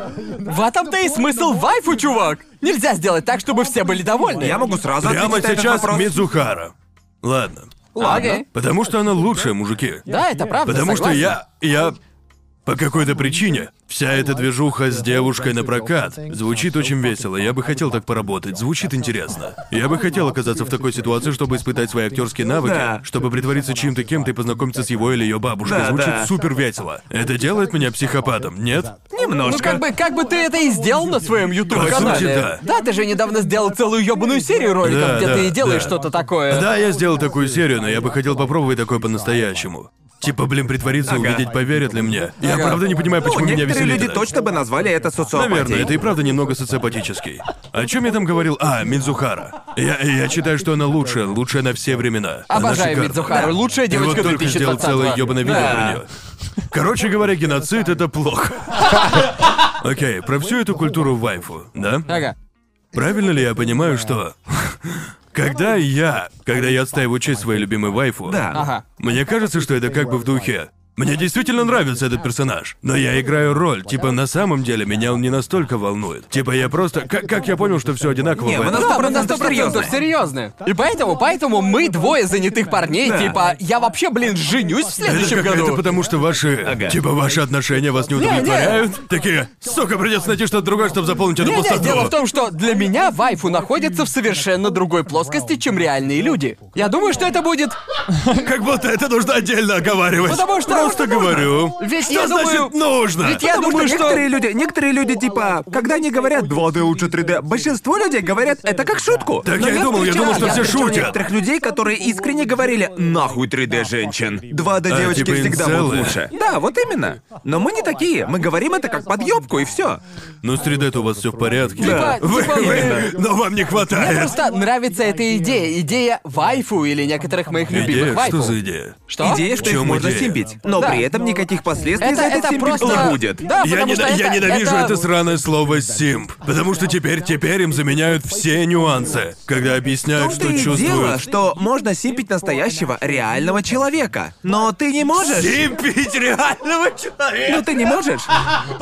Speaker 1: В этом-то и смысл вайфу, чувак. Нельзя сделать так, чтобы все были довольны.
Speaker 3: Я могу сразу
Speaker 2: Прямо
Speaker 3: ответить на этот
Speaker 2: сейчас
Speaker 3: вопрос.
Speaker 2: Мидзухара. Ладно.
Speaker 1: Ладно.
Speaker 2: Потому что она лучшая, мужики.
Speaker 1: Да, это правда.
Speaker 2: Потому что
Speaker 1: согласен.
Speaker 2: я. я. По какой-то причине вся эта движуха с девушкой на прокат звучит очень весело. Я бы хотел так поработать, звучит интересно. Я бы хотел оказаться в такой ситуации, чтобы испытать свои актерские навыки,
Speaker 3: Да.
Speaker 2: чтобы притвориться чьим-то кем-то и познакомиться с его или ее бабушкой.
Speaker 3: Да,
Speaker 2: звучит
Speaker 3: да.
Speaker 2: супер весело. Это делает меня психопатом, нет?
Speaker 1: Ну
Speaker 3: Немножко.
Speaker 1: как бы, как бы ты это и сделал на своем YouTube
Speaker 2: По сути,
Speaker 1: канале.
Speaker 2: да.
Speaker 1: ты же недавно сделал целую ёбаную серию роликов,
Speaker 2: Да,
Speaker 1: где
Speaker 2: да,
Speaker 1: ты и делаешь
Speaker 2: да.
Speaker 1: что-то такое.
Speaker 2: Да, я сделал такую серию, но я бы хотел попробовать такое по-настоящему. Типа, блин, притвориться, увидеть, поверят ли мне. Я
Speaker 1: Ага.
Speaker 2: правда не понимаю,
Speaker 3: Ну,
Speaker 2: почему меня
Speaker 3: некоторые
Speaker 2: веселит.
Speaker 3: люди
Speaker 2: это.
Speaker 3: точно бы назвали это социопатией.
Speaker 2: Наверное, это и правда немного социопатический. О чем я там говорил? А, Мидзухара. Я, я считаю, что она лучшая, лучшая на все времена. Она
Speaker 1: Обожаю
Speaker 2: шикарна.
Speaker 1: Мидзухару, лучшая
Speaker 2: Ты вот
Speaker 1: девочка
Speaker 2: только сделал
Speaker 1: 2020
Speaker 2: целое ёбаное видео
Speaker 1: Да.
Speaker 2: про нее. Короче говоря, геноцид — это плохо. Окей, про всю эту культуру вайфу, да?
Speaker 1: Ага.
Speaker 2: Правильно ли я понимаю, что... Когда я... Когда я отстаиваю честь своей любимой вайфу...
Speaker 3: Да.
Speaker 1: Ага.
Speaker 2: Мне кажется, что это как бы в духе. Мне действительно нравится этот персонаж, но я играю роль. Типа, на самом деле, меня он не настолько волнует. Типа, я просто... Как, как я понял, что все одинаково
Speaker 3: Не,
Speaker 2: в
Speaker 3: вы
Speaker 2: этом?
Speaker 3: на-
Speaker 1: Да, мы на
Speaker 3: 100%
Speaker 1: 100% серьезны. И поэтому, поэтому мы двое занятых парней,
Speaker 3: Да.
Speaker 1: типа, я вообще, блин, женюсь в
Speaker 2: Это,
Speaker 1: следующем
Speaker 2: как- это
Speaker 1: году.
Speaker 2: потому, что ваши...
Speaker 3: Ага.
Speaker 2: Типа, ваши отношения вас не
Speaker 1: Не, не.
Speaker 2: удовлетворяют? Такие, сука, придется найти что-то другое, чтобы заполнить эту
Speaker 1: Не, не,
Speaker 2: пустоту.
Speaker 1: дело в том, что для меня вайфу находится в совершенно другой плоскости, чем реальные люди. Я думаю, что это будет...
Speaker 2: Как будто это нужно отдельно оговаривать.
Speaker 1: Потому что...
Speaker 2: просто говорю.
Speaker 1: Ведь
Speaker 2: что
Speaker 1: я думаю-
Speaker 2: значит нужно?
Speaker 1: Ведь я
Speaker 3: Потому
Speaker 1: думаю,
Speaker 3: что
Speaker 1: что...
Speaker 3: некоторые люди, некоторые люди типа, когда они говорят 2D лучше 3D, большинство людей говорят это как шутку.
Speaker 2: Так я и думал, я
Speaker 3: встречал-
Speaker 2: думал, что все
Speaker 3: встречал
Speaker 2: шутят.
Speaker 3: некоторых людей, которые искренне говорили «Нахуй 3D женщин! 2D
Speaker 2: А,
Speaker 3: девочки
Speaker 2: типа
Speaker 3: всегда
Speaker 2: инцелы?
Speaker 3: будут лучше». Да, вот именно. Но мы не такие. Мы говорим это как подъебку и все.
Speaker 2: Ну, с 3D -то у вас все в порядке.
Speaker 1: Да. Типа-
Speaker 2: Вы,
Speaker 1: типа
Speaker 2: вы- но вам не
Speaker 1: Мне
Speaker 2: хватает.
Speaker 1: просто нравится эта идея. Идея вайфу или некоторых моих любимых
Speaker 2: Идея,
Speaker 1: вайфу.
Speaker 2: что за идея?
Speaker 1: Что?
Speaker 3: Идея,
Speaker 2: В
Speaker 3: что их
Speaker 2: чем
Speaker 3: можно
Speaker 2: идея?
Speaker 3: симпить. Но
Speaker 1: Да.
Speaker 3: при этом никаких последствий
Speaker 1: Это,
Speaker 3: за этот
Speaker 1: это
Speaker 3: симпить
Speaker 1: просто...
Speaker 3: не будет.
Speaker 1: Да,
Speaker 2: Я,
Speaker 1: потому
Speaker 2: не-
Speaker 1: что
Speaker 2: я
Speaker 1: это-
Speaker 2: ненавижу это...
Speaker 1: это...
Speaker 2: сраное слово «симп», потому что теперь, теперь им заменяют все нюансы, когда объясняют,
Speaker 3: том-то
Speaker 2: что
Speaker 3: и дело,
Speaker 2: чувствуют.
Speaker 3: что можно симпить настоящего, реального человека. Но ты не можешь.
Speaker 2: Симпить реального человека!
Speaker 3: Ну ты не можешь.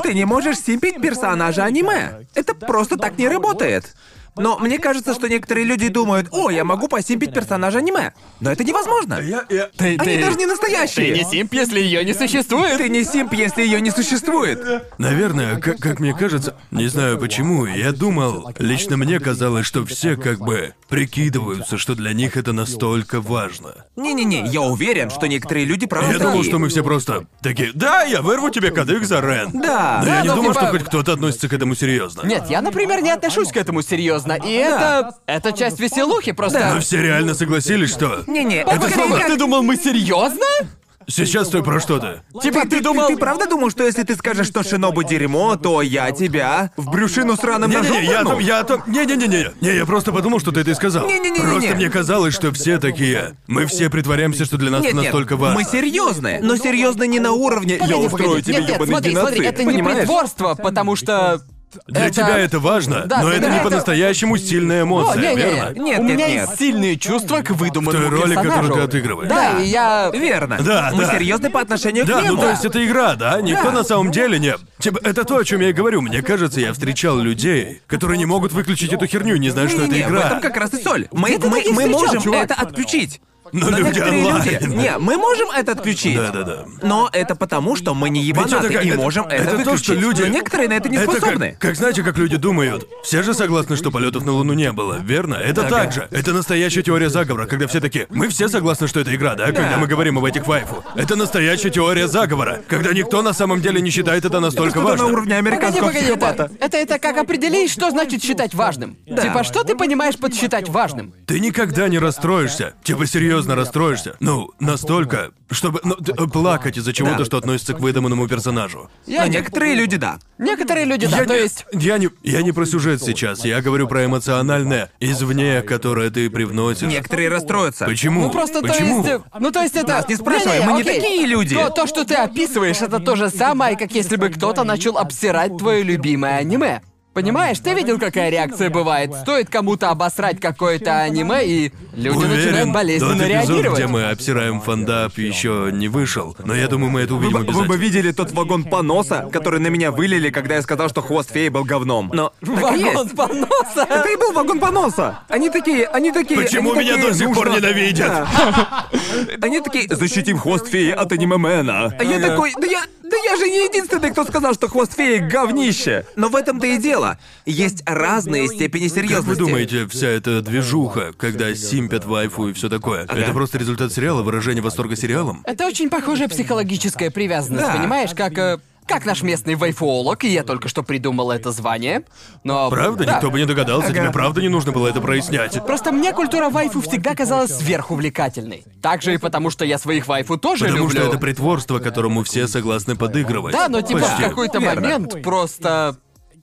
Speaker 3: Ты не можешь симпить персонажа аниме. Это просто так не работает. Но мне кажется, что некоторые люди думают, о, я могу посимпить персонажа аниме. Но это невозможно.
Speaker 1: Ты,
Speaker 3: Они
Speaker 1: ты-
Speaker 3: даже не настоящие.
Speaker 1: ты не симп, если ее не существует.
Speaker 3: Ты не симп, если ее не существует.
Speaker 2: Наверное, как, как мне кажется, не знаю почему, я думал, лично мне казалось, что все как бы прикидываются, что для них это настолько важно.
Speaker 3: Не-не-не, я уверен, что некоторые люди правда
Speaker 2: Я думал,
Speaker 3: такие.
Speaker 2: что мы все просто такие, да, я вырву тебе кадык за Рен.
Speaker 3: Да.
Speaker 2: Но
Speaker 3: Да,
Speaker 2: я не
Speaker 1: ну,
Speaker 2: думал, что
Speaker 1: типа-
Speaker 2: хоть кто-то относится к этому серьезно.
Speaker 1: Нет, я, например, не отношусь к этому серьезно. И это... Это часть веселухи, просто...
Speaker 2: Но все реально согласились, что...
Speaker 3: Не-не,
Speaker 1: Это
Speaker 3: скорее
Speaker 1: слово,
Speaker 3: как-
Speaker 1: ты думал, мы серьезно?
Speaker 2: Сейчас стой про что-то.
Speaker 1: Типа, ты,
Speaker 3: ты,
Speaker 1: думал...
Speaker 3: ты правда думал, что если ты скажешь, что Шинобу дерьмо, то я тебя в брюшину сраным ножом?
Speaker 2: Не-не-не, я о
Speaker 3: пну?
Speaker 2: том, я о том... Не-не-не-не, не, я просто подумал, что ты это и сказал.
Speaker 3: Не-не-не-не-не.
Speaker 2: Просто мне казалось, что все такие... Мы все притворяемся, что для нас
Speaker 3: Нет,
Speaker 2: это
Speaker 3: нет,
Speaker 2: настолько важно.
Speaker 3: мы серьезные, но серьезные не на уровне
Speaker 1: Ну,
Speaker 3: «я
Speaker 1: Погоди,
Speaker 3: устрою
Speaker 1: погоди.
Speaker 3: тебе
Speaker 1: Нет, нет,
Speaker 3: ебаный
Speaker 1: смотри,
Speaker 3: геноцид».
Speaker 1: смотри, это не
Speaker 3: понимаешь?
Speaker 1: притворство, потому что...
Speaker 2: Для
Speaker 1: это-
Speaker 2: тебя это важно,
Speaker 1: Да,
Speaker 2: но
Speaker 1: для
Speaker 2: это
Speaker 1: меня
Speaker 2: не
Speaker 1: это-
Speaker 2: по-настоящему сильная
Speaker 1: О,
Speaker 2: эмоция,
Speaker 1: не, не,
Speaker 2: верно?
Speaker 1: не.
Speaker 3: Нет,
Speaker 1: У
Speaker 3: нет,
Speaker 1: меня
Speaker 3: нет.
Speaker 1: есть сильные чувства к выдуманному
Speaker 2: В той роли, которую
Speaker 1: персонажу.
Speaker 2: ты отыгрываешь.
Speaker 1: Да, и я...
Speaker 3: Верно.
Speaker 2: Да,
Speaker 3: Мы
Speaker 2: да.
Speaker 3: серьезны по отношению к
Speaker 2: Да,
Speaker 3: нему.
Speaker 2: ну то есть это игра, да? Никто на самом деле не... Типа, это то, о чем я и говорю. Мне кажется, я встречал людей, которые не могут выключить эту херню, не знают, что это
Speaker 3: Не-не-не, в этом
Speaker 2: игра.
Speaker 3: как раз и соль. Мы,
Speaker 1: Где ты
Speaker 3: мы,
Speaker 1: таких
Speaker 3: мы
Speaker 1: встречал,
Speaker 3: можем
Speaker 1: чувак?
Speaker 3: это отключить.
Speaker 2: Но Ну, люди
Speaker 3: некоторые люди.
Speaker 2: онлайн.
Speaker 3: Не, мы можем это отключить.
Speaker 2: Да-да-да.
Speaker 3: Но это потому, что мы не ебанаты
Speaker 2: это как-
Speaker 3: и
Speaker 2: это-
Speaker 3: можем это,
Speaker 2: это то,
Speaker 3: выключить.
Speaker 2: что люди-
Speaker 3: Но некоторые на это не
Speaker 2: Это как-
Speaker 3: способны.
Speaker 2: Как, знаете, как люди думают. Все же согласны, что полетов на Луну не было, верно? Это так же. Это настоящая теория заговора, когда все такие. Мы все согласны, что это игра, да? Когда мы говорим об этих вайфу. Это настоящая теория заговора, когда никто на самом деле не считает это настолько
Speaker 3: Что-то на
Speaker 2: важным.
Speaker 3: уровне
Speaker 1: Погоди,
Speaker 3: американского
Speaker 1: погоди,
Speaker 3: психопата.
Speaker 1: это, это, это как определить, что значит считать важным. Типа, что ты понимаешь под считать важным?
Speaker 2: Ты никогда не расстроишься. Типа серьезно расстроишься. Ну, настолько, чтобы ну, т- плакать из-за чего-то,
Speaker 3: Да.
Speaker 2: что относится к выдуманному персонажу.
Speaker 1: Я
Speaker 3: Но
Speaker 1: не-
Speaker 3: Ну, некоторые люди, да.
Speaker 1: Некоторые люди, да,
Speaker 2: Я
Speaker 1: Ну, то
Speaker 2: не-
Speaker 1: есть...
Speaker 2: Я не, я не про сюжет сейчас, я говорю про эмоциональное извне, которое ты привносишь.
Speaker 3: Некоторые расстроятся.
Speaker 2: Почему?
Speaker 1: Ну просто
Speaker 2: Почему?
Speaker 1: то есть. э, Ну то есть это.
Speaker 3: Нас не спрашивай, мы не
Speaker 1: окей.
Speaker 3: такие люди.
Speaker 1: То, то, что ты описываешь, это то же самое, как если бы кто-то начал обсирать твое любимое аниме. Понимаешь, ты видел, какая реакция бывает? Стоит кому-то обосрать какое-то аниме, и люди начинают
Speaker 2: Уверен,
Speaker 1: болезненно
Speaker 2: тот эпизод,
Speaker 1: реагировать.
Speaker 2: где мы обсираем фандап, еще не вышел. Но я думаю, мы это
Speaker 3: Вы,
Speaker 2: увидим
Speaker 3: бы- вы
Speaker 2: обязательно.
Speaker 3: бы видели тот вагон поноса, который на меня вылили, когда я сказал, что хвост феи был говном. Но так и
Speaker 1: Вагон
Speaker 3: есть.
Speaker 1: поноса.
Speaker 3: Это и был вагон поноса. Они такие, они такие.
Speaker 2: Почему
Speaker 3: они
Speaker 2: меня
Speaker 3: такие,
Speaker 2: до сих
Speaker 3: «Нужно».
Speaker 2: пор ненавидят?
Speaker 3: Да. Они такие, защитим хвост феи от анимемена. А я такой, да я, да я же не единственный, кто сказал, что хвост феи говнище. Но в этом-то и дело. Есть разные степени
Speaker 2: Как
Speaker 3: серьезности.
Speaker 2: вы думаете, вся эта движуха, когда симпят вайфу и все такое, это просто результат сериала, выражение восторга сериалом?
Speaker 1: Это очень похожая психологическая привязанность,
Speaker 3: Да.
Speaker 1: понимаешь, как. э, Как наш местный вайфуолог, и я только что придумал это звание. Но.
Speaker 2: Правда?
Speaker 1: Да.
Speaker 2: Никто бы не догадался, тебе правда не нужно было это прояснять.
Speaker 1: Просто мне культура вайфу всегда казалась сверхувлекательной. Также и потому, что я своих вайфу тоже
Speaker 2: Потому
Speaker 1: люблю.
Speaker 2: что это притворство, которому все согласны подыгрывать.
Speaker 1: Да, но типа в
Speaker 2: Почти.
Speaker 1: какой-то
Speaker 3: Верно.
Speaker 1: момент просто...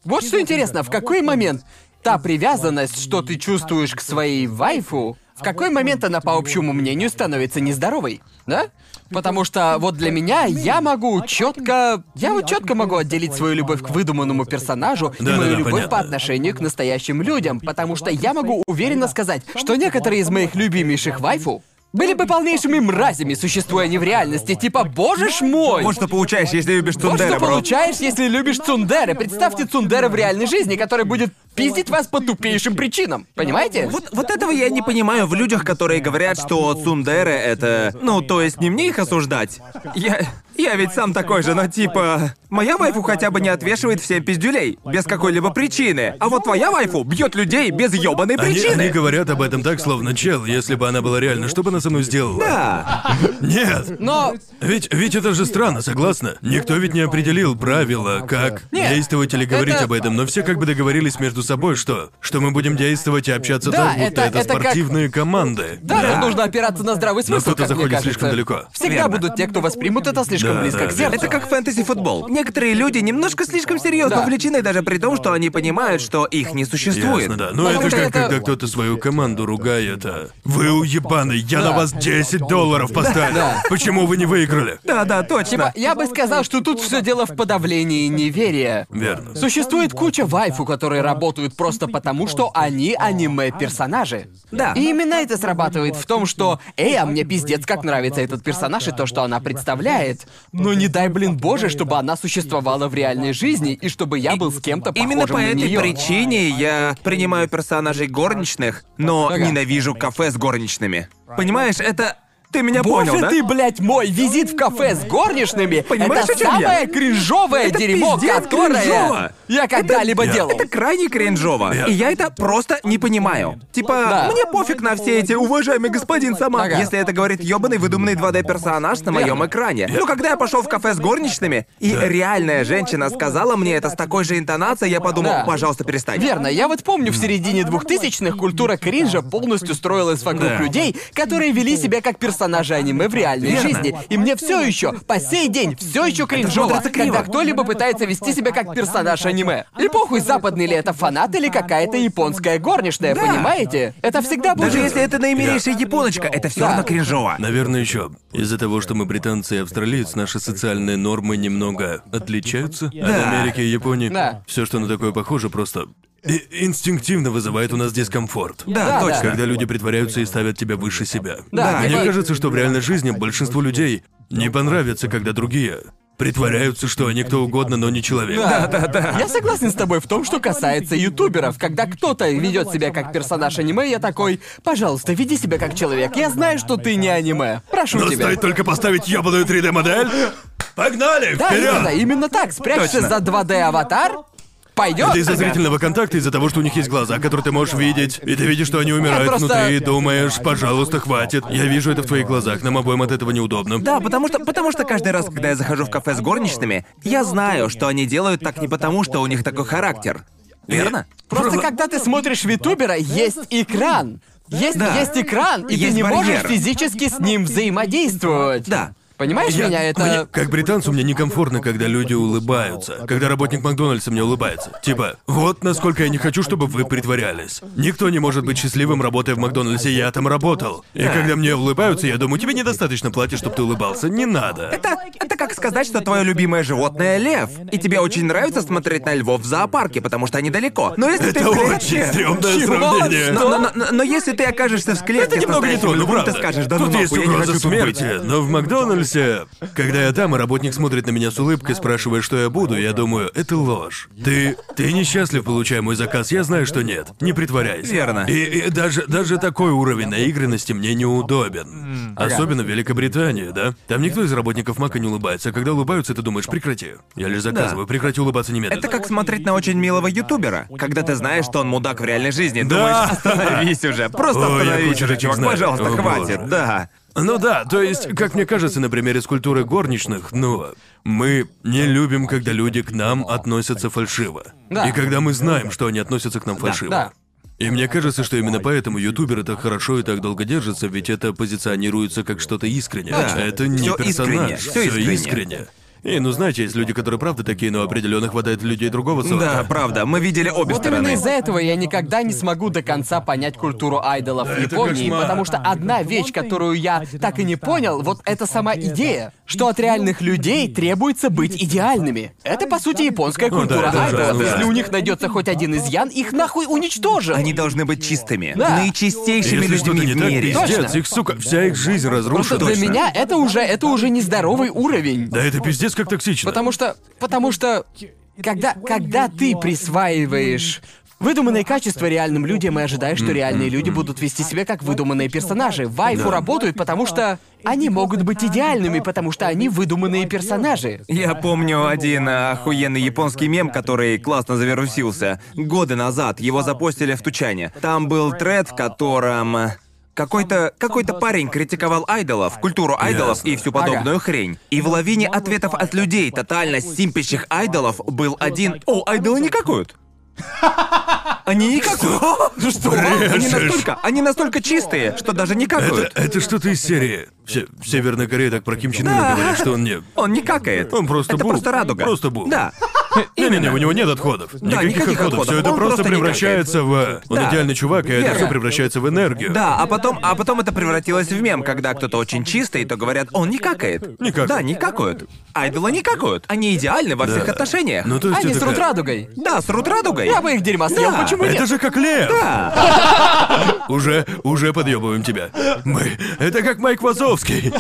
Speaker 1: Вот что интересно, в какой момент та привязанность, что ты чувствуешь к своей вайфу, в какой момент она, по общему мнению, становится нездоровой, да? Потому что вот для меня я могу четко, я вот четко могу отделить свою любовь к выдуманному персонажу и
Speaker 2: Да-да-да,
Speaker 1: мою любовь
Speaker 2: понятно.
Speaker 1: по отношению к настоящим людям, потому что я могу уверенно сказать, что некоторые из моих любимейших вайфу были бы полнейшими мразями, существуя не в реальности, типа «Боже ж мой!»
Speaker 3: Вот что получаешь, если любишь
Speaker 1: Вот
Speaker 3: Тундера,
Speaker 1: что
Speaker 3: бро.
Speaker 1: получаешь, если любишь Цундеры. Представьте Цундера в реальной жизни, который будет пиздить вас по тупейшим причинам. Понимаете?
Speaker 3: Вот, вот этого я не понимаю в людях, которые говорят, что цундеры — это... Ну, то есть не мне их осуждать. Я... Я ведь сам такой же, но типа... Моя вайфу хотя бы не отвешивает всем пиздюлей, без какой-либо причины. А вот твоя вайфу бьет людей без ёбаной
Speaker 2: Они,
Speaker 3: причины.
Speaker 2: они говорят об этом так, словно чел, если бы она была реально, что бы она со мной сделала?
Speaker 3: Да.
Speaker 2: Нет!
Speaker 1: Но
Speaker 2: Ведь, ведь это же странно, согласна? Никто ведь не определил правила, как
Speaker 1: Нет,
Speaker 2: действовать или говорить
Speaker 1: это-
Speaker 2: об этом, но все как бы договорились между собой, что, что мы будем действовать и общаться
Speaker 1: Да,
Speaker 2: так, будто
Speaker 1: это-
Speaker 2: это,
Speaker 1: это как-
Speaker 2: спортивные команды.
Speaker 1: да, но нужно опираться на здравый смысл,
Speaker 2: кто-то
Speaker 1: как мне
Speaker 2: заходит
Speaker 1: кажется.
Speaker 2: слишком далеко.
Speaker 1: Всегда
Speaker 3: Верно.
Speaker 1: будут те, кто воспримут это слишком
Speaker 2: Да,
Speaker 1: близко
Speaker 2: да,
Speaker 1: к
Speaker 2: верно.
Speaker 1: сердцу.
Speaker 3: Это как фэнтези-футбол. Некоторые люди немножко слишком серьезно
Speaker 1: Да.
Speaker 3: увлечены, даже при том, что они понимают, что их не существует.
Speaker 2: Ясно, да. Но
Speaker 1: Потому
Speaker 2: это
Speaker 1: что
Speaker 2: как
Speaker 1: это-
Speaker 2: когда кто-то свою команду ругает, а... Вы уебаны, я на вас 10 долларов поставил. Почему вы не выиграли?
Speaker 3: Да, да, точно.
Speaker 1: Типа, я бы сказал, что тут все дело в подавлении неверия.
Speaker 2: Верно.
Speaker 1: Существует куча вайфу, которые работают просто потому, что они аниме-персонажи.
Speaker 3: Да.
Speaker 1: И именно это срабатывает в том, что «Эй, а мне пиздец, как нравится этот персонаж и то, что она представляет». Но не дай, блин, боже, чтобы она существовала в реальной жизни, и чтобы я был с кем-то похожим
Speaker 3: Именно по
Speaker 1: на
Speaker 3: этой
Speaker 1: неё.
Speaker 3: причине я принимаю персонажей горничных, но
Speaker 1: Ага.
Speaker 3: ненавижу кафе с горничными. Понимаешь, это... Ты меня
Speaker 1: Боже
Speaker 3: понял, да?
Speaker 1: ты, блядь, мой визит в кафе с горничными
Speaker 3: Понимаешь,
Speaker 1: это
Speaker 3: о чём я?
Speaker 1: самое кринжовое
Speaker 3: Это
Speaker 1: дерьмо,
Speaker 3: пиздец
Speaker 1: которое
Speaker 3: кринжово.
Speaker 1: я когда-либо
Speaker 2: Я-
Speaker 1: делал.
Speaker 3: Это крайне кринжово. И я это просто не понимаю. Типа,
Speaker 1: Да.
Speaker 3: мне пофиг на все эти уважаемый господин сама.
Speaker 1: Ага.
Speaker 3: Если это говорит ёбаный выдуманный 2D персонаж на моем
Speaker 1: Верно.
Speaker 3: экране. Ну, когда я пошел в кафе с горничными, и реальная женщина сказала мне это с такой же интонацией, я подумал,
Speaker 1: Да.
Speaker 3: пожалуйста, перестань.
Speaker 1: Верно, я вот помню, в середине двухтысячных культура кринжа полностью строилась вокруг
Speaker 2: Да.
Speaker 1: людей, которые вели себя как персонажи аниме в реальной
Speaker 3: Верно.
Speaker 1: жизни. И мне все еще, по сей день, все еще кринжово,
Speaker 3: смотрится криво.
Speaker 1: когда кто-либо пытается вести себя как персонаж аниме. И похуй, западный ли это фанат или какая-то японская горничная,
Speaker 3: Да.
Speaker 1: понимаете? Это всегда будет...
Speaker 3: Даже если это наимилейшая японочка, это все
Speaker 1: Да.
Speaker 3: равно кринжово.
Speaker 2: Наверное, еще. Из-за того, что мы британцы и австралиец, наши социальные нормы немного отличаются от
Speaker 3: Да.
Speaker 2: Америки и Японии.
Speaker 1: Да.
Speaker 2: Все, что на такое похоже, просто и- инстинктивно вызывает у нас дискомфорт.
Speaker 1: Да,
Speaker 3: Да, точно.
Speaker 2: Когда люди притворяются и ставят тебя выше себя.
Speaker 1: Да,
Speaker 2: Мне
Speaker 1: типа-
Speaker 2: кажется, что в реальной жизни большинству людей не понравится, когда другие притворяются, что они кто угодно, но не человек.
Speaker 1: Да, да, да. Я согласен с тобой в том, что касается ютуберов. Когда кто-то ведет себя как персонаж аниме, я такой, пожалуйста, веди себя как человек. Я знаю, что ты не аниме. Прошу
Speaker 3: Ну,
Speaker 2: Но
Speaker 1: тебя.
Speaker 2: стоит только поставить ебаную 3D-модель. Погнали!
Speaker 1: Да,
Speaker 2: вперед!
Speaker 1: именно, именно так. Спрячься за 2D-аватар, пойдет.
Speaker 2: Это из-за зрительного контакта, из-за того, что у них есть глаза, которые ты можешь видеть, и ты видишь, что они умирают
Speaker 1: Я просто-
Speaker 2: внутри, и думаешь, пожалуйста, хватит. Я вижу это в твоих глазах, нам обоим от этого неудобно.
Speaker 3: Да, потому что, потому что каждый раз, когда я захожу в кафе с горничными, я знаю, что они делают так не потому, что у них такой характер. Верно?
Speaker 1: Просто когда ты смотришь витубера, есть экран. Есть,
Speaker 3: Да.
Speaker 1: есть экран, и
Speaker 3: Есть
Speaker 1: ты не
Speaker 3: барьер.
Speaker 1: можешь физически с ним взаимодействовать.
Speaker 3: Да.
Speaker 1: Понимаешь
Speaker 2: Я-
Speaker 1: меня? Это...
Speaker 2: мне- как британцу мне некомфортно, когда люди улыбаются. Когда работник Макдональдса мне улыбается. Типа, вот насколько я не хочу, чтобы вы притворялись. Никто не может быть счастливым, работая в Макдональдсе, я там работал. И когда мне улыбаются, я думаю, тебе недостаточно платят, чтобы ты улыбался. Не надо.
Speaker 3: Это, это как сказать, что твое любимое животное лев, и тебе очень нравится смотреть на львов в зоопарке, потому что они далеко. Но если ты
Speaker 2: Это
Speaker 3: в
Speaker 2: очень
Speaker 3: клетке-
Speaker 2: стрёмное
Speaker 1: Чего?
Speaker 2: сравнение.
Speaker 1: Что?
Speaker 3: Но, но- но- но если ты окажешься в клетке,
Speaker 2: Это немного не
Speaker 3: с настоящим
Speaker 2: то, ну
Speaker 3: львом,
Speaker 2: правда.
Speaker 3: ты скажешь, да ну
Speaker 2: тут
Speaker 3: нахуй,
Speaker 2: есть
Speaker 3: я не
Speaker 2: угроза
Speaker 3: хочу тут быть».
Speaker 2: смерти, но в Макдональдсе, когда я там, и работник смотрит на меня с улыбкой, спрашивая, что я буду, я думаю, это ложь. Ты, ты несчастлив, получая мой заказ, я знаю, что нет. Не притворяйся.
Speaker 3: Верно.
Speaker 2: И, и даже, даже такой уровень наигранности мне неудобен. Особенно в Великобритании, да? Там никто из работников Мака не улыбается, а когда улыбаются, ты думаешь, прекрати. Я лишь заказываю, прекрати улыбаться немедленно.
Speaker 3: Это как смотреть на очень милого ютубера, когда ты знаешь, что он мудак в реальной жизни.
Speaker 2: Да.
Speaker 3: Думаешь, остановись уже, просто
Speaker 2: Ой, я
Speaker 3: остановись
Speaker 2: кучу
Speaker 3: уже,
Speaker 2: таких
Speaker 3: чувак,
Speaker 2: знаю.
Speaker 3: пожалуйста,
Speaker 2: О, боже.
Speaker 3: хватит, да.
Speaker 2: Ну да, то есть, как мне кажется, на примере с культурой горничных, ну, мы не любим, когда люди к нам относятся фальшиво.
Speaker 1: Да.
Speaker 2: И когда мы знаем, что они относятся к нам фальшиво.
Speaker 1: да.
Speaker 2: И мне кажется, что именно поэтому ютуберы так хорошо и так долго держатся, ведь это позиционируется как что-то искреннее. А
Speaker 3: Да.
Speaker 2: Это не
Speaker 3: Всё
Speaker 2: персонаж,
Speaker 3: искренне, всё
Speaker 2: всё
Speaker 3: искренне.
Speaker 2: искренне. И, ну, знаете, есть люди, которые правда такие, но определенно хватает людей другого сорта.
Speaker 3: Да, правда, мы видели обе
Speaker 1: Вот именно
Speaker 3: стороны.
Speaker 1: из-за этого я никогда не смогу до конца понять культуру айдолов в
Speaker 2: это
Speaker 1: Японии,
Speaker 2: кошмар.
Speaker 1: потому что одна вещь, которую я так и не понял, вот это сама идея, что от реальных людей требуется быть идеальными. Это, по сути, японская
Speaker 2: Ну да,
Speaker 1: культура
Speaker 2: это
Speaker 1: айдолов.
Speaker 2: ужасно,
Speaker 1: Если
Speaker 2: да.
Speaker 1: у них найдется хоть один изъян, их нахуй уничтожат.
Speaker 3: Они должны быть чистыми,
Speaker 1: Да.
Speaker 3: наичистейшими
Speaker 2: Если что-то
Speaker 3: людьми
Speaker 2: не
Speaker 3: в
Speaker 2: так,
Speaker 3: мире.
Speaker 2: пиздец,
Speaker 1: Точно.
Speaker 2: их, сука, вся их жизнь
Speaker 1: Просто
Speaker 2: разрушена.
Speaker 1: для меня это уже, это уже нездоровый уровень.
Speaker 2: Да это пиздец как токсично.
Speaker 1: Потому что, потому что, когда, когда ты присваиваешь Выдуманные качества реальным людям и ожидаешь, что реальные люди будут вести себя как выдуманные персонажи. Вайфу работают, потому что они могут быть идеальными, потому что они выдуманные персонажи.
Speaker 3: Я помню один э, охуенный японский мем, который классно завирусился. Годы назад его запостили в Тучане. Там был тред, в котором э, какой-то какой-то парень критиковал айдолов, культуру айдолов и всю подобную хрень. И в лавине ответов от людей, тотально симпящих айдолов, был один «О, айдолы не какают!» Они не какают. Ну Что? Они настолько, они настолько чистые, что даже не
Speaker 2: Это,
Speaker 3: какают.
Speaker 2: Э, это что-то из серии. Все, в Северной Корее так про Ким Чен Ына говорят, что он не...
Speaker 3: Он не какает.
Speaker 2: Он просто
Speaker 3: Это
Speaker 2: бул.
Speaker 3: просто радуга.
Speaker 2: Просто бул.
Speaker 3: Да.
Speaker 2: Не-не-не, у него нет отходов. никаких,
Speaker 3: никаких
Speaker 2: отходов.
Speaker 3: отходов.
Speaker 2: Все это
Speaker 3: Он
Speaker 2: просто,
Speaker 3: просто не
Speaker 2: превращается в. Он
Speaker 3: Да.
Speaker 2: идеальный чувак, и это
Speaker 3: Верно.
Speaker 2: все превращается в энергию.
Speaker 3: Да, а потом, а потом это превратилось в мем, когда кто-то очень чистый, то говорят, он не какает.
Speaker 2: Не какает.
Speaker 3: Да, не какают. Айдолы не какают. Они идеальны во всех отношениях.
Speaker 2: Ну то есть
Speaker 1: Они
Speaker 2: это
Speaker 1: срут
Speaker 2: как-
Speaker 1: радугой.
Speaker 3: Да, срут радугой.
Speaker 1: Я бы их дерьма съел,
Speaker 3: Да.
Speaker 1: почему нет?
Speaker 2: Это же как Лев!
Speaker 3: Да.
Speaker 2: Уже, уже подъебываем тебя. Мы. Это как Майк Вазовский.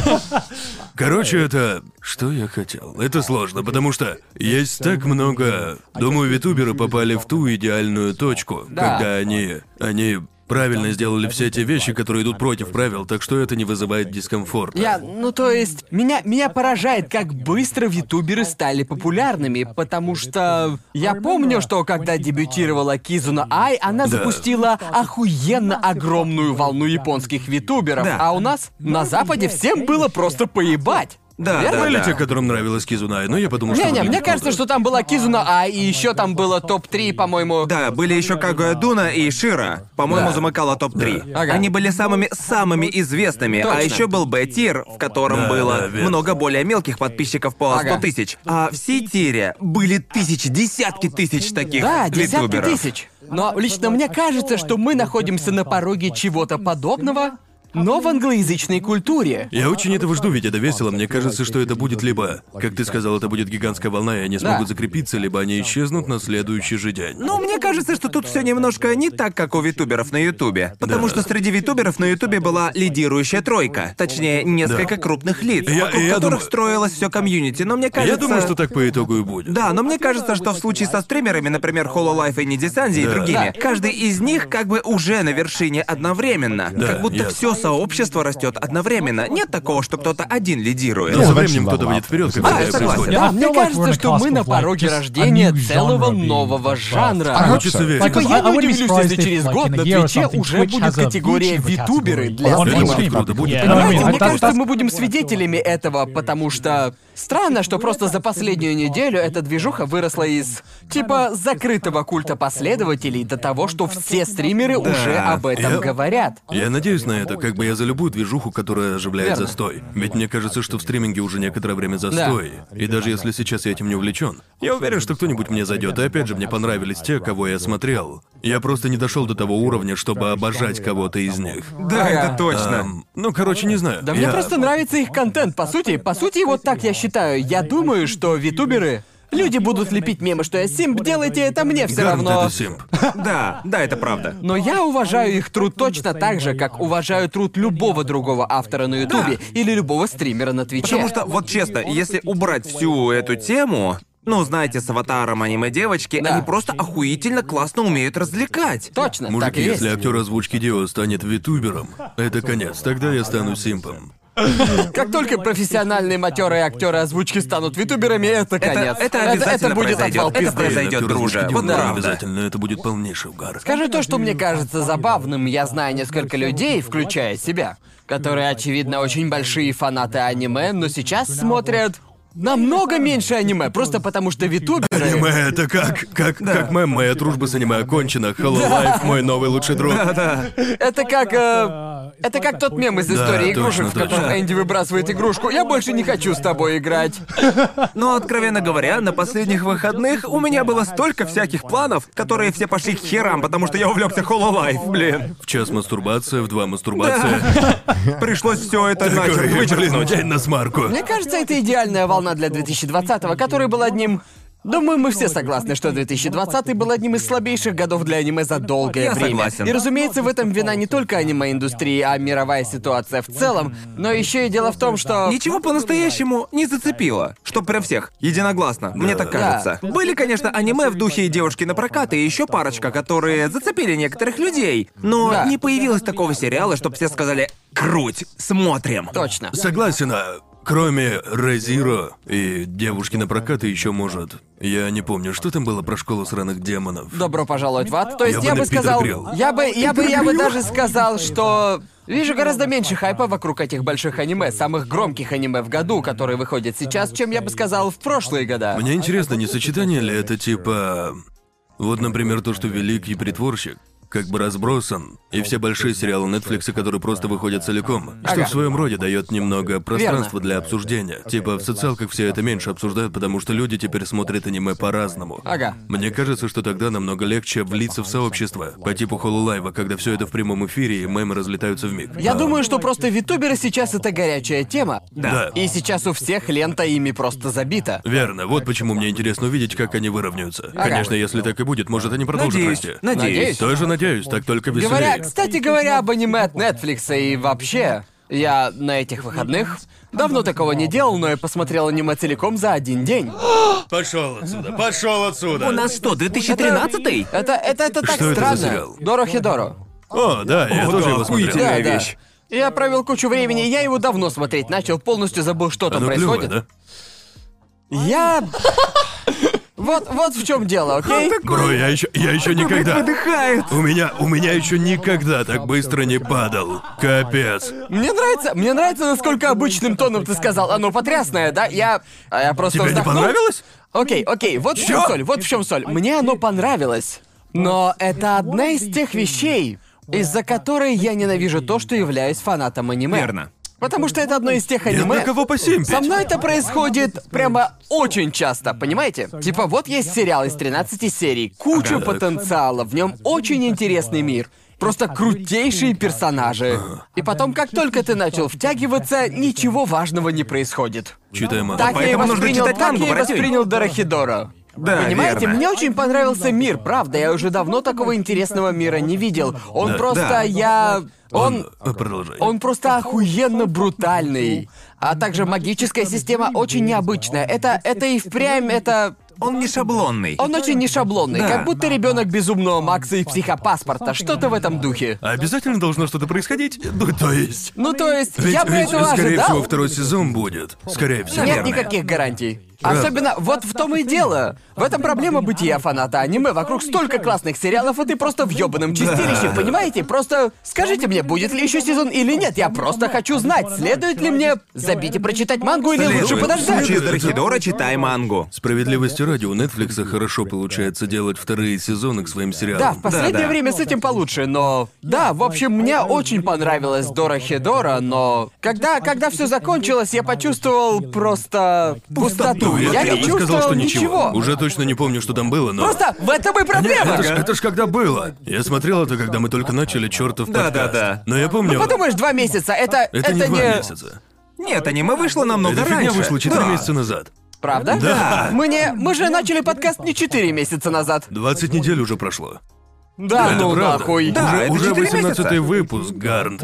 Speaker 2: Короче, это. Что я хотел? Это сложно, потому что есть так много. Думаю, витуберы попали в ту идеальную точку,
Speaker 1: Да.
Speaker 2: когда они. они правильно сделали все те вещи, которые идут против правил, так что это не вызывает дискомфорта.
Speaker 1: Я, ну то есть, меня, меня поражает, как быстро ютуберы стали популярными, потому что я помню, что когда дебютировала Кизуна Ай, она запустила охуенно огромную волну японских витуберов,
Speaker 3: Да.
Speaker 1: а у нас на Западе всем было просто поебать.
Speaker 3: Да,
Speaker 1: Верно?
Speaker 3: да,
Speaker 2: Были
Speaker 3: да.
Speaker 2: те, которым нравилась Кизунай, но я подумал, что...
Speaker 1: Не-не,
Speaker 2: выглядит
Speaker 1: мне кажется,
Speaker 2: круто.
Speaker 1: что там была Кизуна Ай, и еще там было топ-3, по-моему.
Speaker 3: Да, были еще Кагуя Дуна и Шира. По-моему, замыкала топ-3.
Speaker 1: Да. Ага.
Speaker 3: Они были самыми самыми известными.
Speaker 1: Точно.
Speaker 3: А еще был Б-тир, в котором
Speaker 2: Да,
Speaker 3: было
Speaker 2: да, верно.
Speaker 3: много более мелких подписчиков по 100
Speaker 1: Ага.
Speaker 3: тысяч. А в Си-тире были тысячи, десятки тысяч таких
Speaker 1: Да, десятки
Speaker 3: ютуберов.
Speaker 1: тысяч. Но лично мне кажется, что мы находимся на пороге чего-то подобного, но в англоязычной культуре.
Speaker 2: Я очень этого жду, ведь это весело. Мне кажется, что это будет либо, как ты сказал, это будет гигантская волна, и они
Speaker 1: Да.
Speaker 2: смогут закрепиться, либо они исчезнут на следующий же день.
Speaker 3: Ну, мне кажется, что тут все немножко не так, как у витуберов на Ютубе. Потому
Speaker 2: Да.
Speaker 3: что среди витуберов на Ютубе была лидирующая тройка. Точнее, несколько крупных лиц,
Speaker 2: Я-
Speaker 3: вокруг
Speaker 2: я
Speaker 3: которых
Speaker 2: думаю-
Speaker 3: строилось все комьюнити. Но мне кажется...
Speaker 2: Я думаю, что так по итогу и будет.
Speaker 3: Да, но мне кажется, что в случае со стримерами, например, Hololive и Нидисанзи и
Speaker 2: Да.
Speaker 3: другими,
Speaker 1: Да.
Speaker 3: каждый из них как бы уже на вершине одновременно. как будто
Speaker 2: ясно.
Speaker 3: все сообщество растет одновременно. Нет такого, что кто-то один лидирует.
Speaker 2: Но со временем кто-то выйдет вперед, когда
Speaker 3: А, я
Speaker 2: это
Speaker 3: согласен.
Speaker 2: происходит.
Speaker 1: Да,
Speaker 5: I
Speaker 1: мне
Speaker 5: feel like we're on
Speaker 1: кажется,
Speaker 5: the
Speaker 1: что мы
Speaker 5: cusp
Speaker 1: на
Speaker 5: of, like,
Speaker 1: пороге
Speaker 5: just a
Speaker 1: рождения
Speaker 5: new genre
Speaker 1: целого
Speaker 5: being
Speaker 1: нового
Speaker 5: developed.
Speaker 2: I
Speaker 1: жанра.
Speaker 2: hope Хочется верить.
Speaker 1: Типа,
Speaker 5: Because
Speaker 1: я
Speaker 5: I- I
Speaker 1: не
Speaker 5: wouldn't be
Speaker 1: удивлюсь,
Speaker 5: surprised
Speaker 1: если
Speaker 5: if,
Speaker 1: через
Speaker 5: like,
Speaker 1: год
Speaker 5: in a
Speaker 1: на
Speaker 5: year or
Speaker 1: Твиче
Speaker 5: something,
Speaker 1: уже
Speaker 5: Twitch
Speaker 1: будет
Speaker 5: has a
Speaker 1: категория
Speaker 5: VTuber
Speaker 1: витуберы
Speaker 5: category.
Speaker 1: для
Speaker 5: Well, on
Speaker 1: стримов.
Speaker 5: Twitch.
Speaker 2: круто будет.
Speaker 5: Yeah.
Speaker 2: Понимаете,
Speaker 1: Знаете,
Speaker 5: I mean,
Speaker 1: мне
Speaker 5: that-
Speaker 1: кажется,
Speaker 5: that's-
Speaker 1: ну, мы будем свидетелями этого, потому что странно, что просто за последнюю неделю эта движуха выросла из типа закрытого культа последователей до того, что все стримеры уже об этом
Speaker 2: Я-
Speaker 1: говорят.
Speaker 2: Я надеюсь на это, как бы я за любую движуху, которая оживляет
Speaker 1: Верно.
Speaker 2: застой. Ведь мне кажется, что в стриминге уже некоторое время застой. И даже если сейчас я этим не увлечен, я уверен, что кто-нибудь мне зайдет. И опять же, мне понравились те, кого я смотрел. Я просто не дошел до того уровня, чтобы обожать кого-то из них.
Speaker 3: Да, это
Speaker 1: Ага.
Speaker 3: точно.
Speaker 2: Эм, ну, короче, не знаю.
Speaker 1: Да мне
Speaker 2: Я-
Speaker 1: просто нравится их контент. По сути, по сути, вот так я считаю. Я думаю, что витуберы... Люди будут лепить мемы, что я симп, делайте это мне все
Speaker 2: Гарнт
Speaker 1: равно.
Speaker 2: это симп.
Speaker 3: Да, да, это правда.
Speaker 1: Но я уважаю их труд точно так же, как уважаю труд любого другого автора на Ютубе или любого стримера на Твиче.
Speaker 3: Потому что, вот честно, если убрать всю эту тему, ну, знаете, с аватаром аниме-девочки,
Speaker 1: Да.
Speaker 3: они просто охуительно классно умеют развлекать.
Speaker 1: Точно, так
Speaker 2: Мужики,
Speaker 1: и есть.
Speaker 2: если актер озвучки Дио станет витубером, это конец. Тогда я стану симпом.
Speaker 1: Как только профессиональные матеры и актеры озвучки станут витуберами, это
Speaker 3: Это,
Speaker 1: конец.
Speaker 3: это обязательно
Speaker 1: это будет
Speaker 3: произойдет.
Speaker 1: отвал
Speaker 3: Это
Speaker 1: пизды.
Speaker 3: произойдет,
Speaker 2: Актер озвучки
Speaker 3: друже.
Speaker 2: Дио,
Speaker 3: Вот
Speaker 2: да,
Speaker 3: правда.
Speaker 2: Обязательно, это будет полнейший угар.
Speaker 1: Скажи то, что мне кажется забавным. Я знаю несколько людей, включая себя, которые, очевидно, очень большие фанаты аниме, но сейчас смотрят намного меньше аниме, просто потому что витуберы...
Speaker 2: Аниме это как, как, как мем, моя дружба с аниме окончена, Hello Life, мой новый лучший друг.
Speaker 1: Это как... э, Это как тот мем из истории
Speaker 2: точно,
Speaker 1: игрушек, в котором
Speaker 2: точно.
Speaker 1: Энди выбрасывает игрушку. Я больше не хочу с тобой играть.
Speaker 3: Но, откровенно говоря, на последних выходных у меня было столько всяких планов, которые все пошли к херам, потому что я увлекся Hololive, блин.
Speaker 2: В час мастурбация, в два мастурбация.
Speaker 3: Пришлось все это
Speaker 2: Такой,
Speaker 3: нахер
Speaker 2: блин,
Speaker 3: вычеркнуть.
Speaker 2: день на смарку.
Speaker 1: Мне кажется, это идеальная волна для 2020-го, который был одним Думаю, мы все согласны, что 2020 был одним из слабейших годов для аниме за долгое
Speaker 3: Я
Speaker 1: время.
Speaker 3: согласен.
Speaker 1: И разумеется, в этом вина не только аниме-индустрии, а мировая ситуация в целом, но еще и дело в том, что...
Speaker 3: Ничего по-настоящему не зацепило. Что про всех, единогласно, мне так
Speaker 1: Да.
Speaker 3: кажется. Были, конечно, аниме в духе девушки на прокат и еще парочка, которые зацепили некоторых людей. Но
Speaker 1: Да.
Speaker 3: не появилось такого сериала, чтобы все сказали «Круть, смотрим».
Speaker 1: Точно.
Speaker 2: Согласен, а кроме Резиро и девушки на прокат и еще может. Я не помню, что там было про школу сраных демонов.
Speaker 1: Добро пожаловать в ад. То есть
Speaker 2: бы
Speaker 1: я, бы,
Speaker 2: на Питер
Speaker 1: сказал,
Speaker 2: Грилл.
Speaker 1: я бы, я бы, я бы даже сказал, что вижу гораздо меньше хайпа вокруг этих больших аниме, самых громких аниме в году, которые выходят сейчас, чем я бы сказал в прошлые года.
Speaker 2: Мне интересно, не сочетание ли это типа... Вот, например, то, что «Великий притворщик» как бы разбросан, и все большие сериалы Netflix, которые просто выходят целиком, что
Speaker 1: Ага.
Speaker 2: в своем роде дает немного пространства для обсуждения. Типа в социалках все это меньше обсуждают, потому что люди теперь смотрят аниме по-разному.
Speaker 1: Ага.
Speaker 2: Мне кажется, что тогда намного легче влиться в сообщество, по типу Хололайва, когда все это в прямом эфире и мемы разлетаются в миг. А,
Speaker 1: Я думаю, что просто витуберы сейчас это горячая тема.
Speaker 2: Да.
Speaker 1: И сейчас у всех лента ими просто забита.
Speaker 2: Верно, вот почему мне интересно увидеть, как они выровняются. Конечно, если так и будет, может, они продолжат
Speaker 3: Надеюсь,
Speaker 2: расти.
Speaker 1: Надеюсь.
Speaker 3: надеюсь.
Speaker 2: Тоже надеюсь, так только веселее.
Speaker 1: Говоря, кстати говоря, об аниме от Netflix и вообще, я на этих выходных давно такого не делал, но я посмотрел аниме целиком за один день.
Speaker 2: Пошел отсюда, пошел отсюда.
Speaker 3: У нас что, 2013
Speaker 1: Это это это так
Speaker 2: Что это
Speaker 1: странно.
Speaker 2: за сериал?
Speaker 1: Дорохидоро.
Speaker 2: О, да, я тоже его смотрел.
Speaker 3: охуительно. Такая вещь.
Speaker 1: Я провел кучу времени, и я его давно смотреть начал, полностью забыл, что там
Speaker 2: Оно клевое,
Speaker 1: происходит.
Speaker 2: да?
Speaker 1: Я. Вот, вот в чем дело, окей?
Speaker 2: Бро, я еще, я еще никогда.
Speaker 3: Выдыхает.
Speaker 2: У меня, у меня еще никогда так быстро не падал. Капец.
Speaker 1: Мне нравится, мне нравится, насколько обычным тоном ты сказал. Оно потрясное, да? Я. А я просто
Speaker 2: Тебе не
Speaker 1: вздохнул.
Speaker 2: понравилось?
Speaker 1: Окей, окей, вот в чем
Speaker 2: Чё?
Speaker 1: соль, вот в чем соль. Мне оно понравилось. Но это одна из тех вещей, из-за которой я ненавижу то, что являюсь фанатом аниме.
Speaker 3: Верно.
Speaker 1: Потому что это одно из тех
Speaker 2: Я
Speaker 1: аниме.
Speaker 2: на кого посимпить?
Speaker 1: Со мной это происходит прямо очень часто, понимаете? Типа вот есть сериал из 13 серий, куча
Speaker 2: Ага.
Speaker 1: потенциала, в нем очень интересный мир. Просто крутейшие персонажи. И потом, как только ты начал втягиваться, ничего важного не происходит.
Speaker 2: Читаем о-
Speaker 1: Так я и
Speaker 3: поэтому нужно
Speaker 1: воспринял,
Speaker 3: читать
Speaker 1: так
Speaker 3: мангу,
Speaker 1: я и
Speaker 3: братюнь.
Speaker 1: воспринял Дорохидора.
Speaker 3: Да,
Speaker 1: Понимаете,
Speaker 3: верно.
Speaker 1: мне очень понравился мир, правда. Я уже давно такого интересного мира не видел. Он
Speaker 2: Да.
Speaker 1: просто,
Speaker 3: Да.
Speaker 1: я... Он...
Speaker 2: Э, Продолжай.
Speaker 1: Он просто охуенно брутальный. А также магическая система очень необычная. Это, это и впрямь, это...
Speaker 3: Он не шаблонный.
Speaker 1: Он очень не шаблонный,
Speaker 3: Да.
Speaker 1: как будто ребенок безумного Макса и психопаспорта, что-то в этом духе.
Speaker 2: А Обязательно должно что-то происходить? Ну, то есть...
Speaker 1: Ну то есть,
Speaker 2: Ведь,
Speaker 1: я бы
Speaker 2: ведь,
Speaker 1: этого
Speaker 2: скорее
Speaker 1: ожидал.
Speaker 2: всего, второй сезон будет. Скорее всего.
Speaker 1: Нет
Speaker 3: Наверное.
Speaker 1: никаких гарантий. Особенно вот в том и дело. В этом проблема бытия фаната аниме. Вокруг столько классных сериалов, а ты просто в ёбаном чистилище, понимаете? Просто скажите мне, будет ли еще сезон или нет. Я просто хочу знать, следует ли мне забить и прочитать мангу или лучше
Speaker 3: Следует. В
Speaker 1: подождать.
Speaker 3: случае с Дорохидора читай мангу.
Speaker 2: Справедливости ради, у Netflix хорошо получается делать вторые сезоны к своим
Speaker 1: Да,
Speaker 2: сериалам.
Speaker 1: в последнее
Speaker 3: да.
Speaker 1: время с этим получше, но... Да, в общем, мне очень понравилось Дора Хедора, но... Когда, когда все закончилось, я почувствовал просто... Пустоту.
Speaker 2: Ну, я,
Speaker 1: Я
Speaker 2: я
Speaker 1: не
Speaker 2: бы сказал,
Speaker 1: чувствовал
Speaker 2: что
Speaker 1: ничего.
Speaker 2: Уже точно не помню, что там было, но...
Speaker 1: Просто в этом и проблема.
Speaker 2: Это ж, это ж когда было. Я смотрел это, когда мы только начали чертов
Speaker 3: Да,
Speaker 2: подкаст.
Speaker 3: да, да.
Speaker 2: Но я помню.
Speaker 1: Ну, Подумаешь, два месяца, это...
Speaker 2: это, не два месяца.
Speaker 3: Нет, аниме вышло намного
Speaker 2: Эта
Speaker 3: раньше.
Speaker 2: фигня вышла 4
Speaker 3: Ну, Да.
Speaker 2: месяца назад.
Speaker 1: Правда?
Speaker 2: Да.
Speaker 1: Мне... Мы же начали подкаст не четыре месяца назад.
Speaker 2: 20 недель уже прошло.
Speaker 1: Да,
Speaker 2: это
Speaker 1: ну
Speaker 2: правда.
Speaker 1: нахуй.
Speaker 3: Да, это
Speaker 2: уже, уже
Speaker 3: четыре
Speaker 2: 18
Speaker 3: месяца.
Speaker 2: выпуск, Гарнт.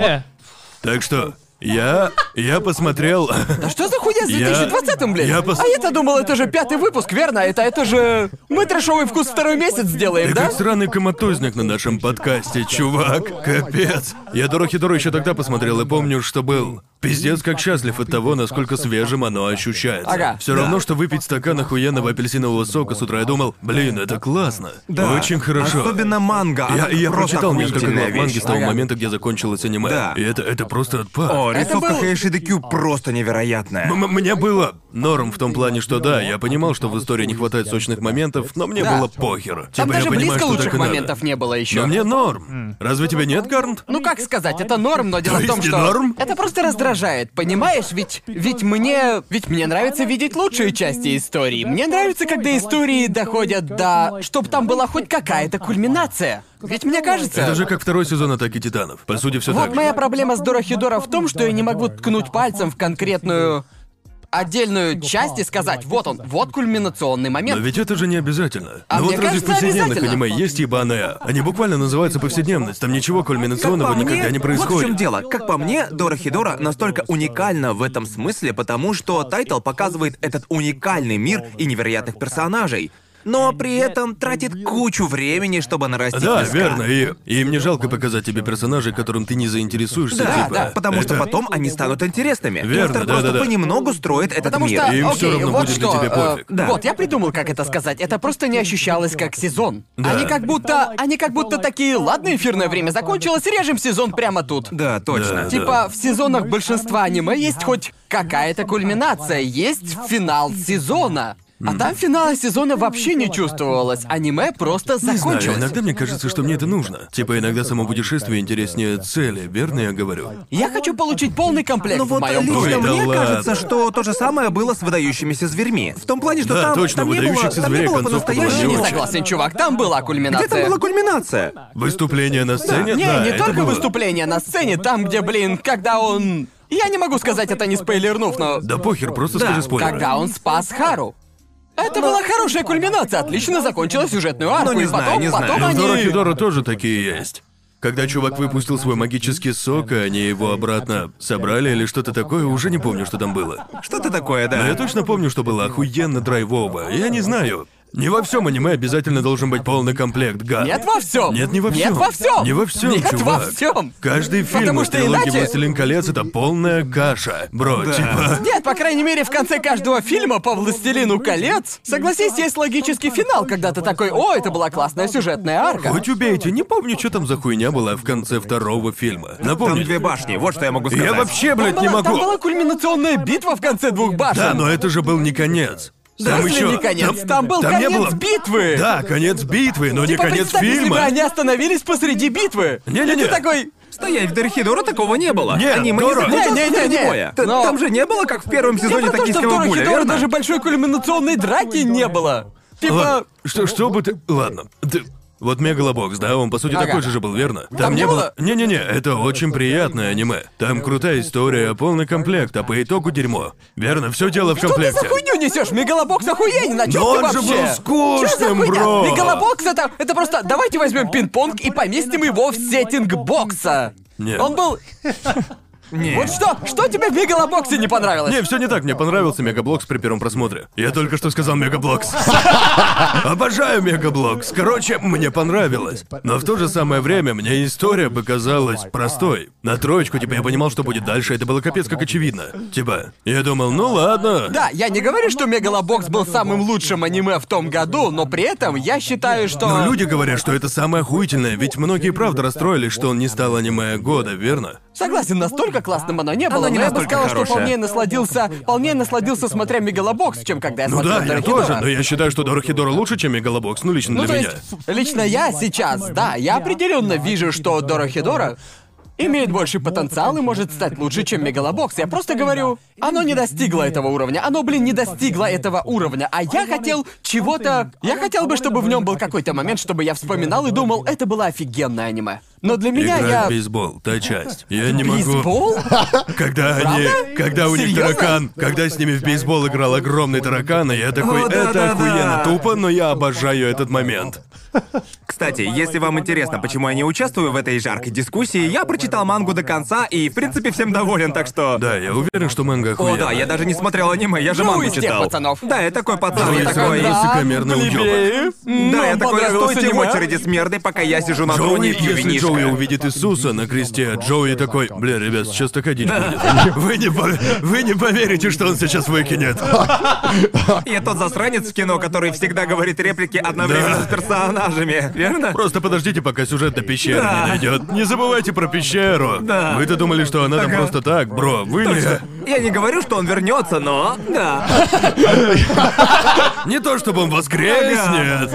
Speaker 2: Так что, я... Я посмотрел...
Speaker 1: Да что за хуйня с
Speaker 2: Я-
Speaker 1: 2020 блин?
Speaker 2: я пос-
Speaker 1: А я-то думал, это же пятый выпуск, верно? Это, это же... Мы трешовый вкус второй месяц сделаем,
Speaker 2: Ты
Speaker 1: да?
Speaker 2: как сраный коматозник на нашем подкасте, чувак. Капец. Я Дорохидоро еще тогда посмотрел и помню, что был. Пиздец, как счастлив от того, насколько свежим оно ощущается.
Speaker 1: Ага.
Speaker 2: Все равно, что выпить стакан охуенного апельсинового сока с утра, я думал, блин, это классно.
Speaker 3: Да.
Speaker 2: Очень хорошо.
Speaker 3: Особенно
Speaker 2: Я,
Speaker 3: манга. она
Speaker 2: я
Speaker 3: просто
Speaker 2: прочитал несколько
Speaker 3: охуительная
Speaker 2: глав манги
Speaker 3: вещь.
Speaker 2: с того
Speaker 1: Ага.
Speaker 2: момента, где закончилось аниме.
Speaker 3: Да.
Speaker 2: И это, это просто отпад.
Speaker 3: О,
Speaker 1: Это
Speaker 3: рисовка
Speaker 1: был-
Speaker 3: Хэйшиды Кью просто невероятная.
Speaker 2: М- Мне было норм в том плане, что да, я понимал, что в истории не хватает сочных моментов, но мне
Speaker 1: Да.
Speaker 2: было похер. Типа,
Speaker 1: Там
Speaker 2: я
Speaker 1: даже
Speaker 2: понимаю,
Speaker 1: близко
Speaker 2: что так
Speaker 1: лучших
Speaker 2: и надо. Ну,
Speaker 1: моментов не было еще.
Speaker 2: Но мне норм. Разве тебе нет, Гарнт?
Speaker 1: Ну как сказать, это норм, но дело
Speaker 2: То
Speaker 1: в том,
Speaker 2: есть не
Speaker 1: что
Speaker 2: норм?
Speaker 1: это просто раздражает, понимаешь? Ведь ведь мне ведь мне нравится видеть лучшие части истории. Мне нравится, когда истории доходят до, чтобы там была хоть какая-то кульминация. Ведь мне кажется.
Speaker 2: Это же как второй сезон Атаки Титанов. По сути, все
Speaker 1: Вот
Speaker 2: так. же.
Speaker 1: моя проблема с Дорохидора в том, что я не могу ткнуть пальцем в конкретную отдельную часть и сказать, вот он, вот кульминационный
Speaker 2: Но
Speaker 1: момент.
Speaker 2: ведь это же не обязательно.
Speaker 1: А
Speaker 2: ну
Speaker 1: мне
Speaker 2: вот разве в
Speaker 1: кажется,
Speaker 2: повседневных
Speaker 1: обязательно.
Speaker 2: аниме есть ебаная? «А». Они буквально называются повседневность, там ничего кульминационного
Speaker 3: Как по мне,
Speaker 2: никогда не
Speaker 3: Вот в чем
Speaker 2: происходит.
Speaker 3: дело. Как по мне, Дора Хидора настолько уникальна в этом смысле, потому что тайтл показывает этот уникальный мир и невероятных персонажей. Но при этом тратит кучу времени, чтобы нарастить
Speaker 2: да,
Speaker 3: песка.
Speaker 2: верно, и, и им не жалко показать тебе персонажей, которым ты не заинтересуешься,
Speaker 3: Да,
Speaker 2: типа.
Speaker 3: да, потому что
Speaker 2: это-
Speaker 3: потом они станут интересными.
Speaker 2: Верно,
Speaker 3: Автор
Speaker 2: да,
Speaker 3: просто
Speaker 2: да, да.
Speaker 3: понемногу строит этот
Speaker 1: Потому
Speaker 3: мир.
Speaker 1: что,
Speaker 2: Им
Speaker 1: окей,
Speaker 2: всё равно
Speaker 1: вот
Speaker 2: будет ли
Speaker 1: что,
Speaker 2: тебе
Speaker 1: э,
Speaker 2: пофиг.
Speaker 3: Да.
Speaker 1: Вот, я придумал, как это сказать. Это просто не ощущалось как сезон.
Speaker 2: Да.
Speaker 1: Они как будто, они как будто такие, ладно, эфирное время закончилось, режем сезон прямо тут.
Speaker 3: Да, точно.
Speaker 2: Да,
Speaker 1: Типа, в сезонах большинства аниме есть хоть какая-то кульминация, есть финал сезона. А там финала сезона вообще не чувствовалось. Аниме просто
Speaker 2: Знаю,
Speaker 1: закончилось.
Speaker 2: иногда мне кажется, что мне это нужно. Типа иногда само путешествие интереснее цели, верно я говорю?
Speaker 1: Я хочу получить полный комплект
Speaker 3: Ну
Speaker 1: в
Speaker 3: вот
Speaker 1: моем
Speaker 3: лично
Speaker 2: Ой,
Speaker 1: случае.
Speaker 2: да
Speaker 3: мне
Speaker 2: ладно.
Speaker 3: кажется, что то же самое было с выдающимися зверьми. В том плане, что
Speaker 2: Да,
Speaker 3: там,
Speaker 2: точно,
Speaker 3: там не было,
Speaker 2: «Выдающихся
Speaker 3: там не
Speaker 2: зверей»
Speaker 3: было
Speaker 2: концовка была не
Speaker 1: Я
Speaker 3: по-настоящему.
Speaker 1: не
Speaker 2: очень.
Speaker 1: согласен, чувак, там была
Speaker 3: Где там
Speaker 1: кульминация.
Speaker 3: была кульминация?
Speaker 2: Выступление на сцене?
Speaker 1: А, Не,
Speaker 2: да,
Speaker 1: не
Speaker 2: это
Speaker 1: только
Speaker 2: было.
Speaker 1: выступление на сцене, там, где, блин, когда он. Я не могу сказать это не спойлернув, но.
Speaker 2: Да похер, просто скажи спойлеры.
Speaker 1: Когда он спас Хару. Это была хорошая кульминация, отлично закончила сюжетную арку.
Speaker 3: Ну, не
Speaker 1: и
Speaker 3: знаю,
Speaker 1: потом,
Speaker 3: не знаю.
Speaker 1: потом
Speaker 2: Ну, в
Speaker 1: они.
Speaker 2: Дора Хидора тоже такие есть. Когда чувак выпустил свой магический сок, и они его обратно собрали или что-то такое, уже не помню, что там было.
Speaker 3: Что-то такое,
Speaker 2: Но я
Speaker 3: да.
Speaker 2: точно помню, что было охуенно драйвово. Я не знаю. Не во всем аниме обязательно должен быть полный комплект, гад.
Speaker 1: Нет во всем.
Speaker 2: Нет, не во всем.
Speaker 1: Нет во всем.
Speaker 2: Не во всем,
Speaker 1: Нет во
Speaker 2: чувак.
Speaker 1: всем.
Speaker 2: Каждый фильм
Speaker 1: Потому
Speaker 2: из
Speaker 1: что
Speaker 2: трилогии
Speaker 1: иначе-
Speaker 2: «Властелин колец» — это полная каша, бро, типа...
Speaker 1: Нет, по крайней мере, в конце каждого фильма по «Властелину колец», согласись, есть логический финал, когда ты такой, о, это была классная сюжетная арка.
Speaker 2: Хоть убейте, не помню, что там за хуйня была в конце второго фильма.
Speaker 3: Там
Speaker 2: Напомните.
Speaker 3: две башни, вот что я могу сказать.
Speaker 2: Я вообще, блядь,
Speaker 1: Там
Speaker 2: не
Speaker 1: была-
Speaker 2: могу.
Speaker 1: Там была кульминационная битва в конце двух башен.
Speaker 2: Да, но это же был не конец.
Speaker 1: Да,
Speaker 2: там
Speaker 1: в смысле
Speaker 2: еще...
Speaker 1: не конец? Там был конец битвы!
Speaker 2: Да, конец битвы, но
Speaker 1: Типа,
Speaker 2: не конец
Speaker 1: представь, если бы
Speaker 2: фильма.
Speaker 1: они остановились посреди битвы.
Speaker 2: Не-не-не.
Speaker 1: И ты такой,
Speaker 3: Стоять в Дорхидора такого не было.
Speaker 2: Нет,
Speaker 3: Аниме
Speaker 2: Дора.
Speaker 3: не закончилось
Speaker 1: Не-не-не-не.
Speaker 3: посреди боя. Т-
Speaker 1: Но-
Speaker 3: Там же не было, как в первом
Speaker 1: я
Speaker 3: сезоне
Speaker 1: про то, что в
Speaker 3: токийского гуля,
Speaker 1: Дорохидоре
Speaker 3: верно?
Speaker 1: даже большой кульминационной драки не было. Типа,
Speaker 2: Ладно, что, что бы ты... Ладно, ты... Вот Мегалобокс, да, он по сути
Speaker 1: Ага.
Speaker 2: такой же же был, верно? Там,
Speaker 1: не
Speaker 2: не
Speaker 1: было-
Speaker 2: было... Не-не-не, это очень приятное аниме. Там крутая история, полный комплект, а по итогу дерьмо. Верно, все дело в
Speaker 1: что ты за
Speaker 2: комплекте.
Speaker 1: хуйню несешь? Мегалобокс охуенен, на
Speaker 2: Но
Speaker 1: ты
Speaker 2: он же
Speaker 1: вообще?
Speaker 2: был скучным,
Speaker 1: Чё за хуйня?
Speaker 2: бро.
Speaker 1: Мегалобокс это, это просто... Давайте возьмем пинг-понг и поместим его в сеттинг бокса.
Speaker 2: Нет.
Speaker 1: Он был...
Speaker 3: Не.
Speaker 1: Вот что? Что тебе в Мегалобоксе не понравилось?
Speaker 2: Не, все не так, мне понравился Мегаблокс при первом просмотре. Я только что сказал Мегаблокс. Обожаю Мегаблокс. Короче, мне понравилось. Но в то же самое время мне история показалась простой. На троечку, типа, я понимал, что будет дальше, это было капец как очевидно. Типа, я думал, ну ладно.
Speaker 1: Да, я не говорю, что Мегалобокс был самым лучшим аниме в том году, но при этом я считаю, что...
Speaker 2: Но люди говорят, что это самое охуительное, ведь многие правда расстроились, что он не стал аниме года, верно?
Speaker 1: Согласен, настолько классным оно не было,
Speaker 3: не
Speaker 1: но я бы
Speaker 3: настолько
Speaker 1: сказал, что
Speaker 3: хорошее.
Speaker 1: полнее насладился, полнее насладился, смотря Мегалобокс, чем когда я
Speaker 2: Ну
Speaker 1: смотрел
Speaker 2: да, я
Speaker 1: Дорохидора.
Speaker 2: тоже, но я считаю, что Дорохидора лучше, чем Мегалобокс, ну лично
Speaker 1: Ну, то
Speaker 2: для меня.
Speaker 1: есть, лично я сейчас, да, я определенно вижу, что Дорохидора имеет больше потенциал и может стать лучше, чем Мегалобокс. Я просто говорю, оно не достигло этого уровня. Оно, блин, не достигло этого уровня. А я хотел чего-то... Я хотел бы, чтобы в нем был какой-то момент, чтобы я вспоминал и думал, это было офигенное аниме. Но для меня
Speaker 2: Играть
Speaker 1: я...
Speaker 2: в бейсбол, та часть. Я не могу.
Speaker 1: Бейсбол?
Speaker 2: Когда они. Когда у них
Speaker 1: Серьёзно?
Speaker 2: таракан. Когда с ними в бейсбол играл огромный таракан, и я такой,
Speaker 3: О, да,
Speaker 2: это
Speaker 3: да,
Speaker 2: охуенно
Speaker 3: да».
Speaker 2: тупо, но я обожаю этот момент.
Speaker 3: Кстати, если вам интересно, почему я не участвую в этой жаркой дискуссии, я прочитал мангу до конца и, в принципе, всем доволен, так что...
Speaker 2: Да, я уверен, что манга
Speaker 3: О,
Speaker 2: охуенно.
Speaker 3: да, я даже не смотрел аниме, я же
Speaker 1: Ну,
Speaker 3: мангу
Speaker 1: из тех
Speaker 3: читал.
Speaker 1: пацанов.
Speaker 3: Да, я такой пацан, Ну, я
Speaker 2: Ой,
Speaker 3: такой...
Speaker 2: да, высокомерный уёбок.
Speaker 1: ну,
Speaker 3: Да, я такой,
Speaker 1: понравилось
Speaker 3: стойте в
Speaker 1: аниме».
Speaker 3: очереди смерды, пока я сижу на
Speaker 2: Джоуи,
Speaker 3: троне и пью
Speaker 2: если
Speaker 3: винишко».
Speaker 2: Джоуи увидит Иисуса на кресте, а Джоуи такой, бля, ребят, сейчас такая дичь будет. Вы не, пов- вы не поверите, что он сейчас выкинет.
Speaker 3: Я тот засранец в кино, который всегда говорит реплики одновременно
Speaker 2: Да.
Speaker 3: с персонажами, верно?
Speaker 2: Просто подождите, пока сюжет до пещеры
Speaker 3: Да.
Speaker 2: не дойдет. Не забывайте про пещеру.
Speaker 3: Да.
Speaker 2: Вы-то думали, что она там
Speaker 3: Ага.
Speaker 2: просто так, бро. Вы не...
Speaker 3: Я не говорю, что он вернется, но да.
Speaker 2: Не то чтобы он воскреснет.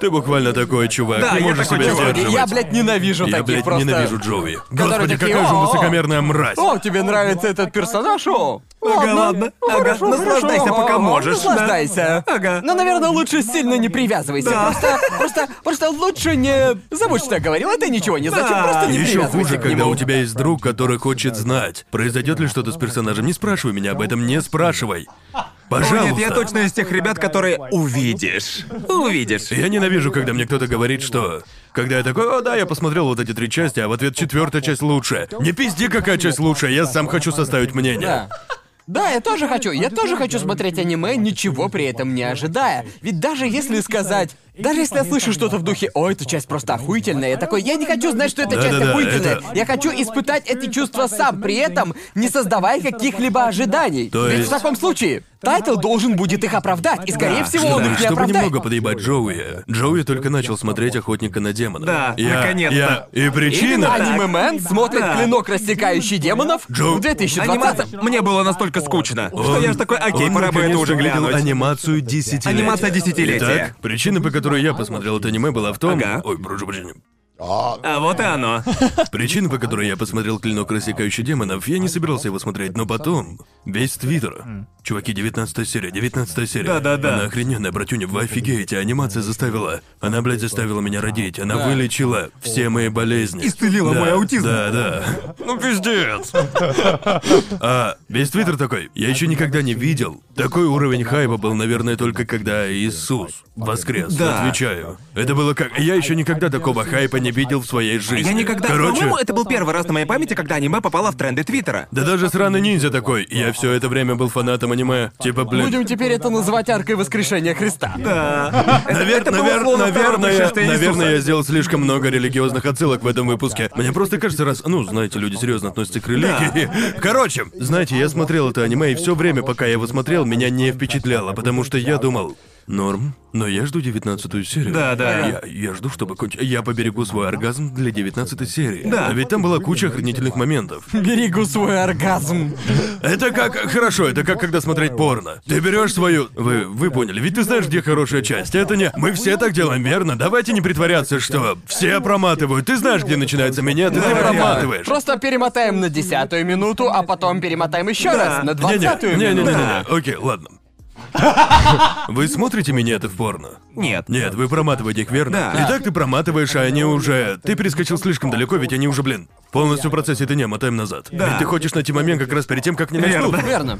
Speaker 2: Ты буквально такой чувак,
Speaker 3: Да,
Speaker 2: не
Speaker 3: я
Speaker 2: можешь
Speaker 3: такой
Speaker 2: себя
Speaker 3: чувак.
Speaker 2: сдерживать.
Speaker 1: Я, блядь, ненавижу
Speaker 2: Я,
Speaker 1: таких
Speaker 2: блядь,
Speaker 1: просто.
Speaker 2: ненавижу Джоуи.
Speaker 1: Которые
Speaker 2: Господи,
Speaker 1: такие,
Speaker 2: какая же он
Speaker 1: «О, о,
Speaker 2: высокомерная мразь.
Speaker 1: О, тебе нравится этот персонаж? О, ну,
Speaker 3: Ага, ладно. Ну, Ага, ну,
Speaker 1: Хорошо,
Speaker 3: наслаждайся,
Speaker 1: хорошо.
Speaker 3: пока
Speaker 1: О,
Speaker 3: можешь, да.
Speaker 1: Наслаждайся. Ну,
Speaker 3: Ага.
Speaker 1: Но, наверное, лучше сильно не привязывайся.
Speaker 3: Да.
Speaker 1: Просто, просто, просто лучше не... Забудь, что я говорил, это ничего не значит.
Speaker 3: Да.
Speaker 1: Просто не
Speaker 2: Еще
Speaker 1: привязывайся
Speaker 2: хуже,
Speaker 1: к
Speaker 2: когда
Speaker 1: нему.
Speaker 2: у тебя есть друг, который хочет знать, произойдет ли что-то с персонажем. Не спрашивай меня об этом, не спрашивай.
Speaker 3: О,
Speaker 2: Пожалуйста.
Speaker 3: нет, я точно из тех ребят, которые увидишь. Увидишь.
Speaker 2: Я ненавижу, когда мне кто-то говорит, что... Когда я такой, о да, я посмотрел вот эти три части, а в ответ четвертая часть лучше. Не пизди, какая часть лучше, я сам хочу составить мнение.
Speaker 1: Да. Да, я тоже хочу. Я тоже хочу смотреть аниме, ничего при этом не ожидая. Ведь даже если сказать... Даже если я слышу что-то в духе «О, эта часть просто охуительная», я такой «Я не хочу знать, что эта часть
Speaker 2: Да-да-да,
Speaker 1: охуительная».
Speaker 2: это-
Speaker 1: Я хочу испытать эти чувства сам, при этом не создавая каких-либо ожиданий.
Speaker 2: То
Speaker 1: Ведь
Speaker 2: есть-
Speaker 1: в таком случае тайтл должен будет их оправдать, и, скорее
Speaker 3: Да.
Speaker 1: всего, он
Speaker 2: Да,
Speaker 1: их не
Speaker 2: чтобы
Speaker 1: оправдает.
Speaker 2: немного подъебать Джоуи, Джоуи только начал смотреть «Охотника на демона».
Speaker 3: Да,
Speaker 2: я,
Speaker 3: наконец-то.
Speaker 2: я- И причина...
Speaker 1: Аниме Мэн смотрит
Speaker 3: Да.
Speaker 1: «Клинок, рассекающий демонов»
Speaker 2: Джо-
Speaker 1: в 2020
Speaker 3: Анимация. Мне было настолько скучно, что я же такой, окей,
Speaker 2: Он
Speaker 3: пора бы это
Speaker 2: наконец-то
Speaker 3: уже
Speaker 2: увидел
Speaker 3: глянуть.
Speaker 2: анимацию десятилетия.
Speaker 3: Анимация десятилетия.
Speaker 2: Итак, причина, по которой я посмотрел это аниме, была в том...
Speaker 3: Ага.
Speaker 2: Ой, прошу прощения.
Speaker 3: А вот и оно.
Speaker 2: Причина, по которой я посмотрел «Клинок, рассекающий демонов», я не собирался его смотреть, но потом... Весь твиттер. Чуваки, 19 серия, 19 серия.
Speaker 3: Да-да-да.
Speaker 2: Она охрененная, братюня, вы офигеете, анимация заставила... Она, блядь, заставила меня родить, она вылечила все мои болезни.
Speaker 3: Исцелила
Speaker 2: Да,
Speaker 3: мой аутизм.
Speaker 2: Да-да.
Speaker 3: Ну пиздец.
Speaker 2: А, весь твиттер такой. Я еще никогда не видел. Такой уровень хайпа был, наверное, только когда Иисус воскрес.
Speaker 3: Да.
Speaker 2: Отвечаю. Это было как... Я еще никогда такого хайпа не видел в своей жизни.
Speaker 3: Я никогда... Ну,
Speaker 2: Короче...
Speaker 3: По-моему, это был первый раз на моей памяти, когда аниме попало в тренды Твиттера.
Speaker 2: Да даже сраный ниндзя такой. Я все это время был фанатом аниме. Типа, блин...
Speaker 1: Будем теперь это называть аркой воскрешения Христа.
Speaker 2: Навер-
Speaker 3: это было
Speaker 2: навер-
Speaker 3: словно второе
Speaker 2: наверное,
Speaker 3: пришествие Иисуса.
Speaker 2: наверное, я сделал слишком много религиозных отсылок в этом выпуске. Мне просто кажется, раз, ну, знаете, люди серьезно относятся к религии. Короче, знаете, я смотрел это аниме, и все время, пока я его смотрел, меня не впечатляло, потому что я думал, норм, но я жду 19 серию.
Speaker 3: Да, да.
Speaker 2: Я, я жду, чтобы кончить. Я поберегу свой оргазм для 19 серии.
Speaker 3: Да.
Speaker 2: А Ведь там была куча охренительных моментов.
Speaker 1: Берегу свой оргазм.
Speaker 2: Это как... Хорошо, это как когда смотреть порно. Ты берешь свою... Вы, вы поняли, ведь ты знаешь, где хорошая часть. Это не... Мы все так делаем, верно? Давайте не притворяться, что все проматывают. Ты знаешь, где начинается меня, ты не проматываешь.
Speaker 1: Просто перемотаем на десятую минуту, а потом перемотаем еще раз на двадцатую
Speaker 2: Не-не,
Speaker 1: минуту.
Speaker 2: не-не-не, окей, ладно. Вы смотрите минеты в порно?
Speaker 3: Нет.
Speaker 2: Нет, вы проматываете их, верно?
Speaker 3: Да.
Speaker 2: И так ты проматываешь, а они уже... Ты перескочил слишком далеко, ведь они уже, блин, полностью в процессе, ты не, мотаем назад. Да. Ведь ты хочешь найти момент как раз перед тем, как не начнут.
Speaker 1: Верно.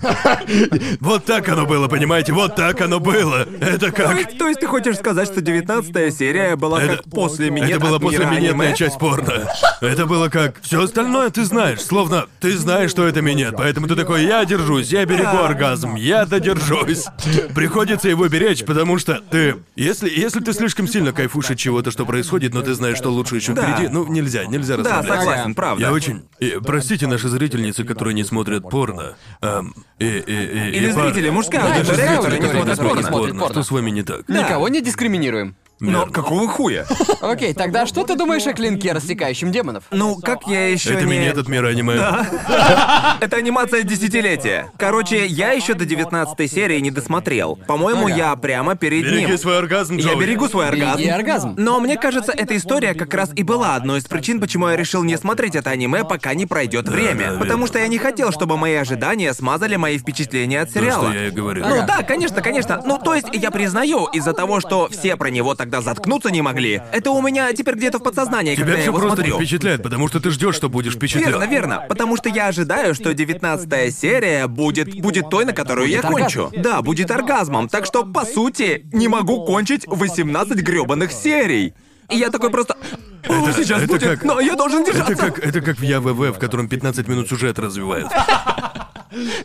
Speaker 2: Вот так оно было, понимаете? Вот так оно было. Это
Speaker 3: То
Speaker 2: как...
Speaker 3: есть, то есть ты хочешь сказать, что 19 серия была
Speaker 2: Это-
Speaker 3: как после меня?
Speaker 2: Это было после минетная часть порно. Это было как... Все остальное ты знаешь, словно ты знаешь, что это минет, поэтому ты такой, я держусь, я берегу оргазм, я додержусь. Приходится его беречь, потому что ты... Если, если ты слишком сильно кайфуешь от чего-то, что происходит, но ты знаешь, что лучше еще
Speaker 3: Да.
Speaker 2: впереди, ну нельзя, нельзя
Speaker 3: Да,
Speaker 2: расслабляться.
Speaker 3: согласен, правда.
Speaker 2: Я очень. и, простите, наши зрительницы, которые не смотрят порно. эм, и, и- и-
Speaker 3: Или
Speaker 2: и пар-
Speaker 3: зрители, мужская
Speaker 2: Да, даже
Speaker 1: аудитория,
Speaker 2: зрители,
Speaker 1: аудитория,
Speaker 2: которые не
Speaker 1: которая не
Speaker 2: смотрят
Speaker 1: смотрит
Speaker 2: порно.
Speaker 1: порно.
Speaker 2: Что с вами не так?
Speaker 1: Никого не дискриминируем.
Speaker 3: Но какого хуя?
Speaker 1: Окей, тогда что ты думаешь о клинке, рассекающем демонов?
Speaker 3: Ну, как я еще
Speaker 2: Это
Speaker 3: не...
Speaker 2: минет от мира аниме.
Speaker 3: Это анимация десятилетия. Короче, я еще до 19 серии не досмотрел. По-моему, я прямо перед
Speaker 2: Береги
Speaker 3: ним.
Speaker 2: свой оргазм,
Speaker 3: Я
Speaker 2: Джоуи.
Speaker 3: берегу свой оргазм.
Speaker 1: Береги оргазм.
Speaker 3: Но мне кажется, эта история как раз и была одной из причин, почему я решил не смотреть это аниме, пока не пройдет время.
Speaker 2: верно.
Speaker 3: Потому что я не хотел, чтобы мои ожидания смазали мои впечатления от
Speaker 2: То,
Speaker 3: сериала.
Speaker 2: что я и говорил.
Speaker 3: Ну да, конечно, конечно. Ну, то есть, я признаю, из-за того, что все про него тогда заткнуться не могли, это у меня теперь где-то в подсознании,
Speaker 2: Тебя
Speaker 3: когда я
Speaker 2: все
Speaker 3: его
Speaker 2: просто
Speaker 3: смотрю.
Speaker 2: не впечатляет, потому что ты ждешь, что будешь впечатлен.
Speaker 3: Верно, верно. Потому что я ожидаю, что 19 серия будет, будет той, на которую я кончу.
Speaker 1: оргазм.
Speaker 3: Да, будет оргазмом. Так что, по сути, не могу кончить 18 грёбаных серий. И я такой просто... «О, сейчас
Speaker 2: это
Speaker 3: будет,
Speaker 2: как-
Speaker 3: но я должен держаться.
Speaker 2: Это как, это как в ЯВВ, в котором 15 минут сюжет развивают.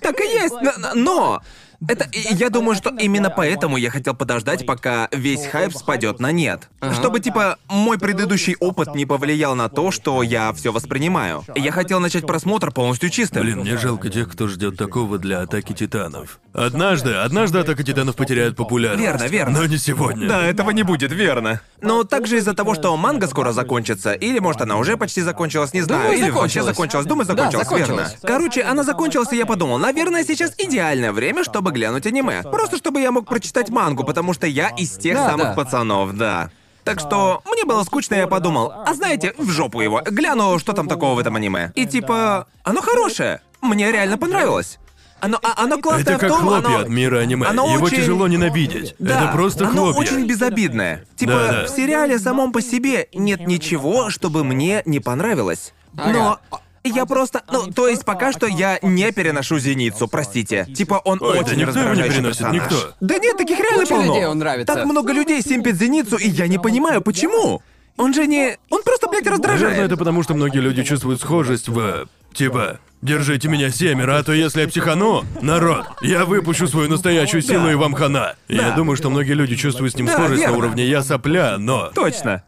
Speaker 3: Так и есть, н- н- но... Это, и- я думаю, что именно поэтому я хотел подождать, пока весь хайп спадет на нет. Чтобы, типа, мой предыдущий опыт не повлиял на то, что я все воспринимаю. Я хотел начать просмотр полностью чистым.
Speaker 2: Блин, мне жалко тех, кто ждет такого для атаки титанов. Однажды, однажды атака титанов потеряет популярность.
Speaker 3: Верно, верно.
Speaker 2: Но не сегодня.
Speaker 3: Да, этого не будет, верно. Но также из-за того, что манга скоро закончится, или может она уже почти закончилась, не знаю,
Speaker 1: Думаю,
Speaker 3: или вообще
Speaker 1: закончилась.
Speaker 3: закончилась, думаю,
Speaker 1: Да,
Speaker 3: закончилась, верно.
Speaker 1: закончилась.
Speaker 3: Короче, она закончилась, и я подумал, наверное, сейчас идеальное время, чтобы глянуть аниме. Просто чтобы я мог прочитать мангу, потому что я из тех
Speaker 1: Да,
Speaker 3: самых
Speaker 1: да.
Speaker 3: пацанов, да. Так что мне было скучно, и я подумал, а знаете, в жопу его, гляну, что там такого в этом аниме. И типа, оно хорошее, мне реально понравилось. Оно, а- оно классное
Speaker 2: Это
Speaker 3: в
Speaker 2: как
Speaker 3: том,
Speaker 2: хлопья
Speaker 3: оно-
Speaker 2: от мира аниме.
Speaker 3: оно
Speaker 2: Его
Speaker 3: очень-
Speaker 2: тяжело ненавидеть.
Speaker 3: Да,
Speaker 2: Это просто
Speaker 3: оно
Speaker 2: хлопья.
Speaker 3: очень безобидное. Типа,
Speaker 2: Да-да.
Speaker 3: в сериале самом по себе нет ничего, чтобы мне не понравилось. Но а, я просто... Ну, то есть пока что я не переношу Зеницу, простите. Типа он
Speaker 2: Ой, да никто
Speaker 3: очень
Speaker 2: его не
Speaker 3: раздражающий
Speaker 2: переносит,
Speaker 3: персонаж.
Speaker 2: никто.
Speaker 3: Да нет, таких реально
Speaker 1: Куча
Speaker 3: полно.
Speaker 1: людей он нравится.
Speaker 3: Так много людей симпит Зеницу, и я не понимаю, почему. Он же не... Он просто, блядь, раздражает.
Speaker 2: Наверное, это потому, что многие люди чувствуют схожесть в... э, Типа, держите меня семеро, а то если я психану, народ, я выпущу свою настоящую силу и вам хана. Я думаю, что многие люди чувствуют с ним
Speaker 3: Да,
Speaker 2: схожесть
Speaker 3: верно.
Speaker 2: на уровне «я сопля», но...
Speaker 3: Точно.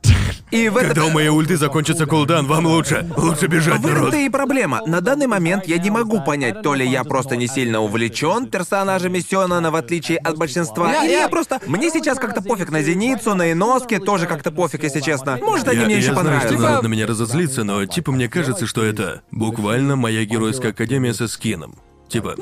Speaker 3: И в этом...
Speaker 2: Когда у моей ульты закончится кулдан, вам лучше. Лучше бежать,
Speaker 3: А В
Speaker 2: народ.
Speaker 3: этом-то и проблема. На данный момент я не могу понять, то ли я просто не сильно увлечен персонажами Сёнэна, в отличие от большинства,
Speaker 1: Я-
Speaker 3: или
Speaker 1: я-
Speaker 3: я просто... Мне сейчас как-то пофиг на Зеницу, на Иноске, тоже как-то пофиг, если честно. Может, они
Speaker 2: я,
Speaker 3: мне
Speaker 2: я
Speaker 3: еще
Speaker 2: знаю, что
Speaker 3: понравятся.
Speaker 2: народ на меня разозлится, но типа мне кажется, что это буквально моя геройская академия со скином. Типа,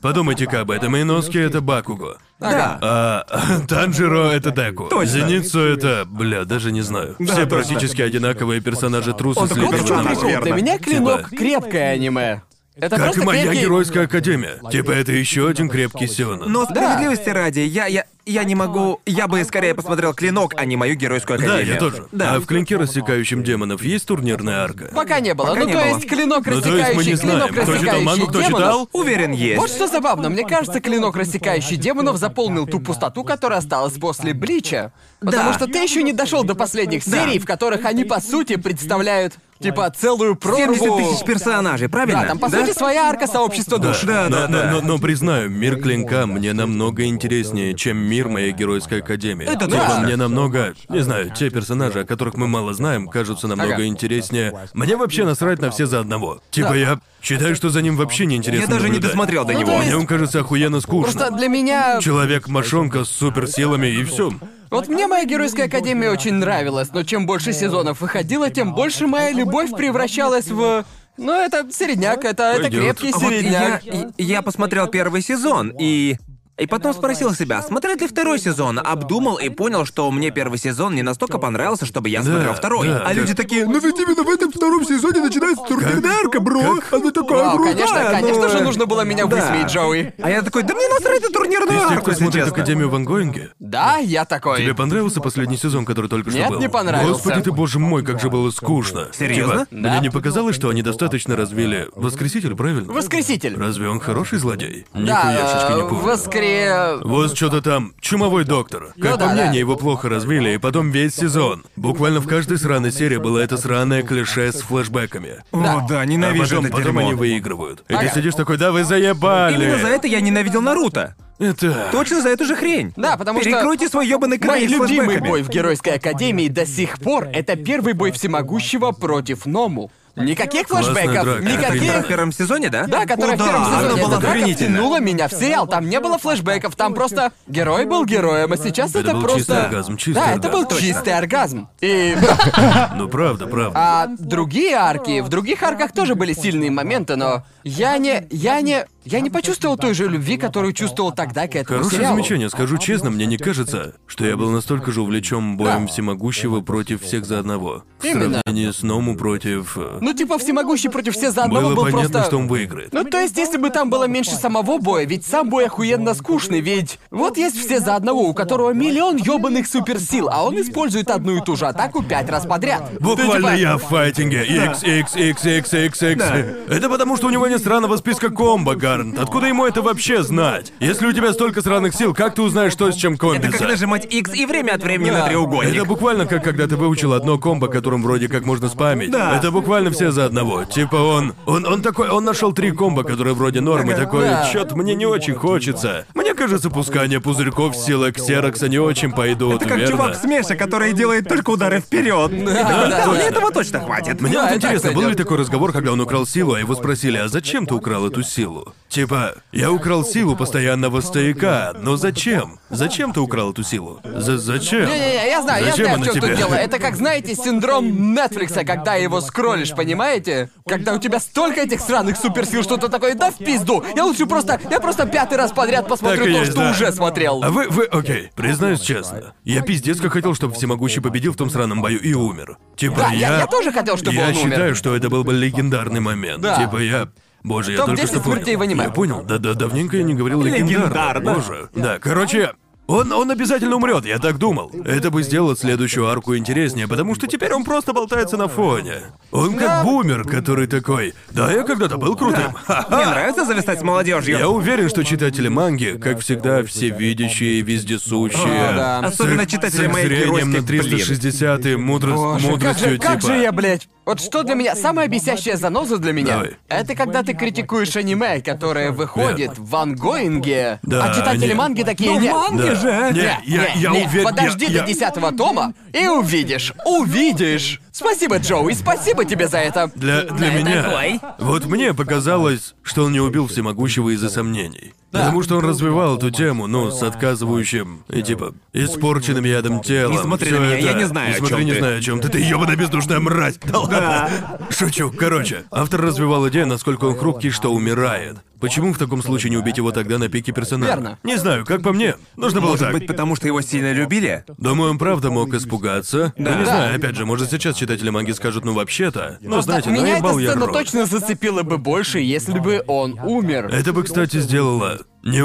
Speaker 2: подумайте-ка об этом, Иноски это Бакуго.
Speaker 3: Да.
Speaker 2: А Танжиро это Деку.
Speaker 3: Точно.
Speaker 2: Зеницу это, бля, даже не знаю. Все практически одинаковые персонажи трусы
Speaker 3: Он
Speaker 2: с
Speaker 3: такой,
Speaker 1: Вот в чем
Speaker 3: Верно.
Speaker 2: липовым
Speaker 1: прикол. Для
Speaker 3: Верно.
Speaker 1: меня клинок
Speaker 2: Типа-
Speaker 1: крепкое аниме. Это
Speaker 2: Как и
Speaker 1: просто
Speaker 2: моя
Speaker 1: крепкий-
Speaker 2: геройская академия. Типа это еще один крепкий сёнэн.
Speaker 3: Но справедливости ради, я, я, я не могу... Я бы скорее посмотрел Клинок, а не мою геройскую
Speaker 2: Да,
Speaker 3: академию.
Speaker 2: я тоже.
Speaker 3: Да.
Speaker 2: А в клинке рассекающем демонов есть турнирная арка?
Speaker 1: Пока не было.
Speaker 3: Пока
Speaker 1: ну,
Speaker 3: не
Speaker 1: то
Speaker 3: было.
Speaker 1: есть клинок
Speaker 2: Ну, то
Speaker 1: рассекающий,
Speaker 2: есть мы не знаем,
Speaker 1: клинок
Speaker 2: кто читал
Speaker 1: рассекающий
Speaker 2: мангу, кто
Speaker 1: демонов.
Speaker 2: читал.
Speaker 3: Уверен, есть.
Speaker 1: Вот что забавно, мне кажется, клинок рассекающий демонов заполнил ту пустоту, которая осталась после Блича. Потому
Speaker 3: Да.
Speaker 1: что ты еще не дошел до последних серий, в которых они, по сути, представляют, типа, целую
Speaker 3: 70
Speaker 1: прорву...
Speaker 3: тысяч персонажей, правильно?
Speaker 1: Да, там, по сути, своя арка сообщества душ.
Speaker 3: Да,
Speaker 2: но,
Speaker 3: да, да.
Speaker 2: Но, но- но признаю, мир клинка мне намного интереснее, чем мир моей геройской академии.
Speaker 3: Это
Speaker 2: Типа,
Speaker 3: точно.
Speaker 2: мне намного, не знаю, те персонажи, о которых мы мало знаем, кажутся намного
Speaker 1: Ага.
Speaker 2: интереснее. Мне вообще насрать на все за одного. Типа я считаю, что за ним вообще не интересно.
Speaker 3: Я даже не
Speaker 2: наблюдать.
Speaker 3: досмотрел до
Speaker 1: Ну,
Speaker 3: него.
Speaker 1: то
Speaker 2: Мне
Speaker 1: есть-
Speaker 2: он кажется охуенно
Speaker 1: Просто
Speaker 2: скучно.
Speaker 1: для меня...
Speaker 2: Человек мошонка с суперсилами и все.
Speaker 1: Вот мне моя геройская академия очень нравилась, но чем больше сезонов выходило, тем больше моя любовь превращалась в... Ну, это середняк, это, это
Speaker 2: Пойдёт. А
Speaker 1: крепкий
Speaker 3: А Вот
Speaker 1: середняк.
Speaker 3: я, и- я посмотрел первый сезон и... И потом спросил себя, смотреть ли второй сезон, обдумал и понял, что мне первый сезон не настолько понравился, чтобы я смотрел второй.
Speaker 2: да,
Speaker 3: а
Speaker 2: как-
Speaker 3: люди такие, ну ведь именно в этом втором сезоне начинается турнирная арка, бро, А она такая
Speaker 1: Вау, А,
Speaker 3: крутая,
Speaker 1: конечно, конечно
Speaker 3: ну,
Speaker 1: же
Speaker 3: э».
Speaker 1: нужно было меня
Speaker 3: Да.
Speaker 1: высмеять, Джоуи.
Speaker 3: А я такой, да мне насрать на турнирную
Speaker 2: Из тех,
Speaker 3: арку,
Speaker 2: кто
Speaker 3: если
Speaker 2: смотрит
Speaker 3: честно.
Speaker 2: Академию Ван Гоинга,
Speaker 1: Да, я такой.
Speaker 2: Тебе понравился последний сезон, который только
Speaker 1: Нет,
Speaker 2: что был?
Speaker 1: не понравился.
Speaker 2: Господи ты, боже мой, как же было скучно.
Speaker 3: Серьезно?
Speaker 2: Типа, Мне не показалось, что они достаточно развили Воскреситель, правильно?
Speaker 1: Воскреситель.
Speaker 2: Разве он хороший злодей?
Speaker 1: Да,
Speaker 2: Нихуяшечки не
Speaker 1: э,
Speaker 2: помню.
Speaker 1: воскре...
Speaker 2: Вот что-то там, чумовой доктор.
Speaker 1: Ну
Speaker 2: Как по
Speaker 1: да,
Speaker 2: мне,
Speaker 1: да.
Speaker 2: они его плохо развили, и потом весь сезон. Буквально в каждой сраной серии было это сраное клише с флешбэками.
Speaker 3: О, да,
Speaker 2: А
Speaker 3: ненавижу
Speaker 2: потом,
Speaker 3: это
Speaker 2: потом они
Speaker 3: дерьмо.
Speaker 2: выигрывают. И ты
Speaker 1: Ага.
Speaker 2: сидишь такой, да вы заебали.
Speaker 3: Именно за это я ненавидел Наруто.
Speaker 2: Это...
Speaker 3: Точно за эту же хрень.
Speaker 1: Да, потому что-
Speaker 3: Перекройте свой ебаный край
Speaker 1: Мой
Speaker 3: с
Speaker 1: любимый
Speaker 3: флешбэками.
Speaker 1: бой в Геройской Академии до сих пор — это первый бой Всемогущего против Ному. Никаких
Speaker 2: Классная
Speaker 1: флешбэков,
Speaker 2: драка. Это
Speaker 3: Которая
Speaker 1: никаких...
Speaker 3: в первом сезоне, да?
Speaker 1: Да, которая
Speaker 3: О,
Speaker 1: в первом
Speaker 3: да,
Speaker 1: сезоне. Ну,
Speaker 3: Она
Speaker 1: Эта
Speaker 3: была
Speaker 1: драка
Speaker 3: охренительна.
Speaker 1: втянула меня в сериал. Там не было флешбэков, там просто герой был героем, а сейчас это,
Speaker 2: Это был
Speaker 1: просто...
Speaker 2: чистый оргазм, чистый
Speaker 1: да, это был
Speaker 2: оргазм.
Speaker 1: чистый оргазм. И
Speaker 2: Ну правда, правда.
Speaker 1: а другие арки, в других арках тоже были сильные моменты, но я не, я не, я не почувствовал той же любви, которую чувствовал тогда к этому
Speaker 2: Хорошее
Speaker 1: сериалу.
Speaker 2: замечание, скажу честно, мне не кажется, что я был настолько же увлечен боем всемогущего против всех за одного. В
Speaker 1: Именно.
Speaker 2: сравнении с Ному против. э,
Speaker 1: Ну типа всемогущий против все за одного
Speaker 2: было
Speaker 1: был
Speaker 2: понятно,
Speaker 1: просто.
Speaker 2: что он выиграет.
Speaker 1: Ну, то есть, если бы там было меньше самого боя, ведь сам бой охуенно скучный, ведь вот есть все за одного, у которого миллион ёбаных суперсил, а он использует одну и ту же атаку пять раз подряд. Ты
Speaker 2: Буквально
Speaker 1: типа,
Speaker 2: я в файтинге. X, X, X, X, X, X. Это потому, что у него нет сраного списка комбо, Гарнт. Откуда ему это вообще знать? Если у тебя столько сраных сил, как ты узнаешь, что с чем
Speaker 3: Это как
Speaker 2: комбиться?
Speaker 3: нажимать X и время от времени
Speaker 1: Да.
Speaker 3: на треугольник.
Speaker 2: Это буквально как когда ты выучил одно комбо, которым вроде как можно спамить.
Speaker 3: Да.
Speaker 2: Это буквально все за одного. Типа он, он, он такой, он нашел три комбо, которые вроде нормы, такой,
Speaker 1: Да.
Speaker 2: чё-то мне не очень хочется. Мне кажется, пускание пузырьков силы ксерокса не очень пойдут,
Speaker 3: Это как
Speaker 2: верно?
Speaker 3: чувак с Меша, который делает только удары вперед.
Speaker 1: да, да.
Speaker 3: мне этого точно хватит.
Speaker 2: Мне
Speaker 1: Да,
Speaker 2: вот
Speaker 1: и так
Speaker 2: интересно, был ли
Speaker 1: сойдёт.
Speaker 2: такой разговор, когда он украл силу, а его спросили, а зачем ты украл эту силу? Типа, я украл силу постоянного стояка, но зачем? Зачем ты украл эту силу? За зачем?
Speaker 1: Не-не-не, я знаю,
Speaker 2: зачем
Speaker 1: я
Speaker 2: она
Speaker 1: знаю, в чем
Speaker 2: тебе?
Speaker 1: тут дело. Это как, знаете, синдром Нетфликса, когда его скроллишь понимаете? Когда у тебя столько этих сраных суперсил, что ты такой, да в пизду! Я лучше просто, я просто пятый раз подряд посмотрю
Speaker 2: Так и
Speaker 1: то,
Speaker 2: есть,
Speaker 1: что
Speaker 2: да.
Speaker 1: уже смотрел.
Speaker 2: А вы, вы, окей, признаюсь честно, я пиздец как хотел, чтобы Всемогущий победил в том сраном бою и умер. Типа
Speaker 1: Да,
Speaker 2: я...
Speaker 1: я, я тоже хотел, чтобы
Speaker 2: я
Speaker 1: он умер.
Speaker 2: считаю, что это был бы легендарный момент.
Speaker 1: Да.
Speaker 2: Типа я... Боже, я только
Speaker 1: Топ-10
Speaker 2: что понял.
Speaker 1: смертей в аниме.
Speaker 2: Я понял, да, да, давненько я не говорил легендарно.
Speaker 3: Легендарно.
Speaker 2: Боже, да, короче, он, он обязательно умрет, я так думал. Это бы сделало следующую арку интереснее, потому что теперь он просто болтается на фоне. Он как бумер, который такой. Да, я когда-то был крутым. Ха-ха.
Speaker 3: типа, Мне нравится зависать с молодежью.
Speaker 2: Я уверен, что читатели манги, как всегда, всевидящие, вездесущие.
Speaker 1: О, да.
Speaker 3: Особенно читатели
Speaker 2: с их
Speaker 3: моей
Speaker 2: зрением на
Speaker 3: геройской, блин.
Speaker 2: 360 и мудрость,
Speaker 1: Боже, как
Speaker 2: мудростью
Speaker 1: же, как
Speaker 2: типа.
Speaker 1: же я, блядь? Вот что для меня, самая бесящая заноза для меня,
Speaker 2: Давай.
Speaker 1: это когда ты критикуешь аниме, которое выходит в ангоинге,
Speaker 2: Да, Ну,
Speaker 1: а читатели
Speaker 2: нет.
Speaker 1: манги такие, нет,
Speaker 2: Да.
Speaker 1: а?
Speaker 2: Не, я, я
Speaker 1: не,
Speaker 2: уверен.
Speaker 1: Э, Подожди
Speaker 2: я-
Speaker 1: до
Speaker 2: я-
Speaker 1: десятого тома и увидишь, увидишь. Спасибо, Джоуи, спасибо тебе за это.
Speaker 2: Для, для
Speaker 1: Да,
Speaker 2: меня.
Speaker 1: такой.
Speaker 2: Вот мне показалось, что он не убил всемогущего из-за сомнений. Потому что он развивал эту тему, ну, с отказывающим и типа испорченным ядом телом.
Speaker 3: Не смотри
Speaker 2: Всё
Speaker 3: на меня,
Speaker 2: это.
Speaker 3: я не знаю,
Speaker 2: Не
Speaker 3: о
Speaker 2: смотри,
Speaker 3: чём
Speaker 2: не
Speaker 3: ты.
Speaker 2: знаю, о чем ты. Ты ёбаная бездушная мразь. Да ладно. Шучу. Короче, автор развивал идею, насколько он хрупкий, что умирает. Почему в таком случае не убить его тогда на пике персонажа?
Speaker 1: Верно.
Speaker 2: Не знаю, как по мне. Нужно было
Speaker 3: Может
Speaker 2: так.
Speaker 3: быть, потому что его сильно любили?
Speaker 2: Думаю, он правда мог испугаться. Да. не
Speaker 1: Да.
Speaker 2: знаю, опять же, может сейчас читатели манги скажут, ну вообще-то. Ну,
Speaker 1: Просто
Speaker 2: знаете,
Speaker 1: меня эта
Speaker 2: наебал я
Speaker 1: сцена
Speaker 2: рот.
Speaker 1: точно зацепила бы больше, если бы он умер.
Speaker 2: Это бы, кстати, сделало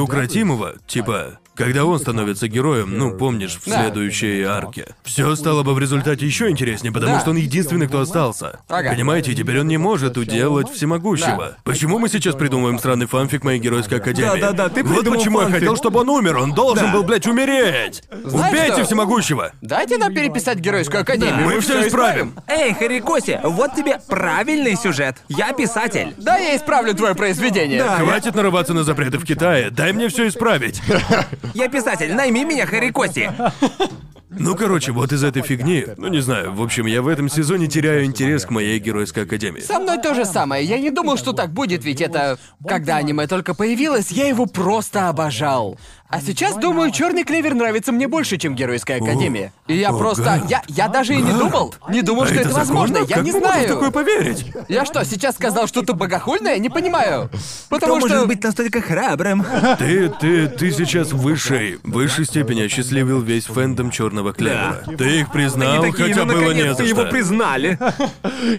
Speaker 2: неукротимого, типа, когда он становится героем, ну, помнишь, в
Speaker 1: Да.
Speaker 2: следующей арке. Все стало бы в результате еще интереснее, потому
Speaker 1: Да.
Speaker 2: что он единственный, кто остался.
Speaker 1: Ага.
Speaker 2: Понимаете, и теперь он не может уделать всемогущего.
Speaker 1: Да.
Speaker 2: Почему мы сейчас придумываем странный фанфик моей геройской академии?
Speaker 3: Да-да-да, ты
Speaker 2: Вот
Speaker 3: придумал
Speaker 2: почему я
Speaker 3: фанфик.
Speaker 2: хотел, чтобы он умер. Он должен
Speaker 3: Да.
Speaker 2: был, блядь, умереть.
Speaker 1: Знаешь
Speaker 2: Убейте
Speaker 1: что?
Speaker 2: всемогущего.
Speaker 1: Дайте нам переписать Геройскую Академию.
Speaker 2: Мы
Speaker 1: всё
Speaker 2: все исправим.
Speaker 3: Эй, Харикоси, вот тебе правильный сюжет. Я писатель.
Speaker 1: Да, я исправлю твое произведение.
Speaker 3: Да.
Speaker 2: Хватит нарываться на запреты в Китае. Дай мне все исправить.
Speaker 3: Я писатель, найми меня, Харикоси.
Speaker 2: Ну, короче, вот из этой фигни, ну не знаю, в общем, я в этом сезоне теряю интерес к моей геройской академии.
Speaker 1: Со мной то же самое. Я не думал, что так будет, ведь это... Когда аниме только появилось, я его просто обожал. А сейчас, думаю, черный клевер нравится мне больше, чем Геройская Академия. И я
Speaker 2: О,
Speaker 1: просто...
Speaker 2: Гарольд.
Speaker 1: Я, я даже и не думал. Не думал,
Speaker 2: А
Speaker 1: что это, возможно.
Speaker 2: законно?
Speaker 1: Я
Speaker 2: Как
Speaker 1: не
Speaker 2: мы можем
Speaker 1: знаю.
Speaker 2: в такое поверить?
Speaker 1: Я что, сейчас сказал что-то богохульное? Не понимаю. Потому
Speaker 3: Кто
Speaker 1: что...
Speaker 3: может быть настолько храбрым?
Speaker 2: Ты, ты, ты сейчас в высшей, в высшей степени осчастливил весь фэндом черного клевера. Ты их признал, хотя А
Speaker 3: ну,
Speaker 2: было не за что.
Speaker 3: признали.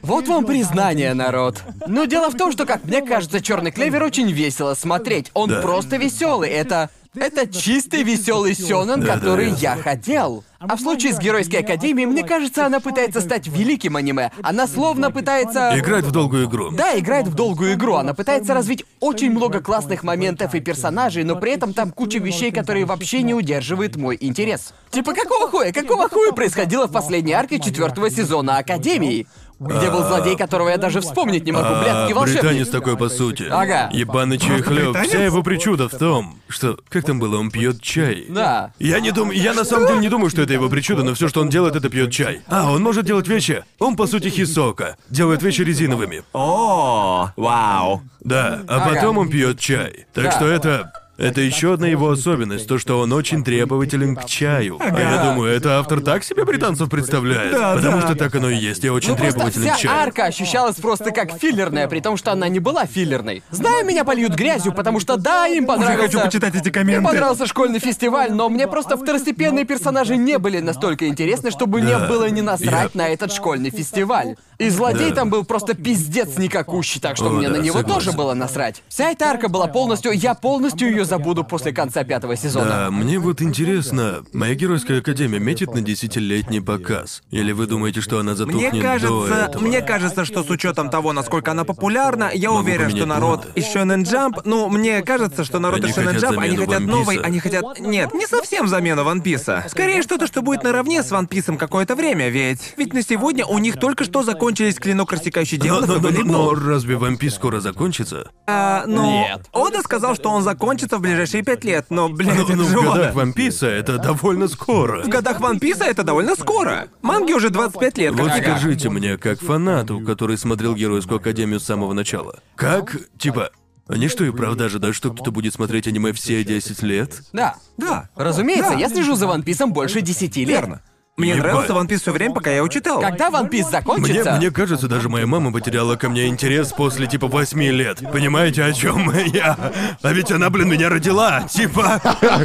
Speaker 1: Вот вам признание, народ. Но дело в том, что, как мне кажется, черный клевер очень весело смотреть. Он
Speaker 2: Да.
Speaker 1: просто веселый. Это. Это чистый веселый Сёнэн,
Speaker 2: Да, да,
Speaker 1: который
Speaker 2: да.
Speaker 1: я хотел. А в случае с Геройской Академией, мне кажется, она пытается стать великим аниме. Она словно пытается...
Speaker 2: Играть в долгую игру.
Speaker 1: Да, играет в долгую игру. Она пытается развить очень много классных моментов и персонажей, но при этом там куча вещей, которые вообще не удерживают мой интерес. Типа, какого хуя? Какого хуя происходило в последней арке четвертого сезона Академии? Где был злодей, которого я даже вспомнить не могу,
Speaker 2: А,
Speaker 1: блядский волшебник.
Speaker 2: британец такой по сути.
Speaker 1: Ага.
Speaker 2: Ебаный чаехлёб. Вся его причуда в том, что... Как там было, он пьет чай.
Speaker 1: Да.
Speaker 2: Я не думаю, я на самом деле не думаю, что это его причуда, но все, что он делает, это пьет чай. А, он может делать вещи. Он, по сути, хисока. Делает вещи резиновыми.
Speaker 3: О, вау.
Speaker 2: Да, а потом он пьет чай. Так
Speaker 1: Да.
Speaker 2: что это. Это еще одна его особенность, то, что он очень требователен к чаю. А я думаю, это автор так себе британцев представляет.
Speaker 3: Да,
Speaker 2: потому
Speaker 3: да.
Speaker 2: что так оно и есть. Я очень
Speaker 1: Ну просто
Speaker 2: требователен
Speaker 1: вся
Speaker 2: к чаю.
Speaker 1: арка ощущалась просто как филлерная, при том, что она не была филлерной. Знаю, меня польют грязью, потому что да, им понравился...
Speaker 3: эти
Speaker 1: Мне понравился школьный фестиваль, но мне просто второстепенные персонажи не были настолько интересны, чтобы мне
Speaker 2: Да.
Speaker 1: было не насрать
Speaker 2: Я-
Speaker 1: на этот школьный фестиваль. И злодей
Speaker 2: Да.
Speaker 1: там был просто пиздец никакущий, так что
Speaker 2: О,
Speaker 1: мне
Speaker 2: да,
Speaker 1: на него
Speaker 2: согласен.
Speaker 1: тоже было насрать. Вся эта арка была полностью... Я полностью ее забуду после конца пятого сезона.
Speaker 2: Да, Э, мне вот интересно, моя геройская академия метит на десятилетний показ. Или вы думаете, что она затухнет
Speaker 3: Мне
Speaker 2: до
Speaker 3: кажется,
Speaker 2: этого?
Speaker 3: мне кажется, что с учетом того, насколько она популярна, я уверен,
Speaker 2: поменять
Speaker 3: что народ
Speaker 2: планы.
Speaker 3: из Shonen Jump, ну, мне кажется, что народ
Speaker 2: Они
Speaker 3: из Shonen
Speaker 2: хотят
Speaker 3: Jump, они
Speaker 2: замену
Speaker 3: хотят
Speaker 2: One
Speaker 3: новой,
Speaker 2: Piece'а.
Speaker 3: они хотят... Нет, не совсем замену One Piece. Скорее что-то, что будет наравне с One Piece какое-то время, ведь... Ведь на сегодня у них только что закончились клинок рассекающий
Speaker 2: Но,
Speaker 3: демонов
Speaker 2: но-
Speaker 3: и
Speaker 2: но-
Speaker 3: волейбол.
Speaker 2: но разве вампис скоро закончится?
Speaker 3: А, ну,
Speaker 1: Нет.
Speaker 3: Ода сказал, что он закончится в ближайшие пять лет, но, блядь,
Speaker 2: Ну,
Speaker 3: это
Speaker 2: ну, в
Speaker 3: же Ода.
Speaker 2: годах вамписа это довольно скоро.
Speaker 3: В годах One Piece это довольно скоро. Манге уже 25 лет.
Speaker 2: Вот
Speaker 3: как-то.
Speaker 2: скажите мне, как фанату, который смотрел Геройскую Академию с самого начала, как, типа, они что и правда ожидают, что кто-то будет смотреть аниме все 10 лет?
Speaker 1: Да.
Speaker 3: Да.
Speaker 1: Разумеется,
Speaker 3: Да.
Speaker 1: я слежу за Ван Писом больше десяти лет.
Speaker 3: Верно. Мне
Speaker 2: Ебать.
Speaker 3: нравился One Piece все время, пока я его читал.
Speaker 1: Когда One Piece
Speaker 2: Мне,
Speaker 1: закончится...
Speaker 2: мне кажется, даже моя мама потеряла ко мне интерес после типа восьми лет. Понимаете, о чем я? А ведь она, блин, меня родила, типа.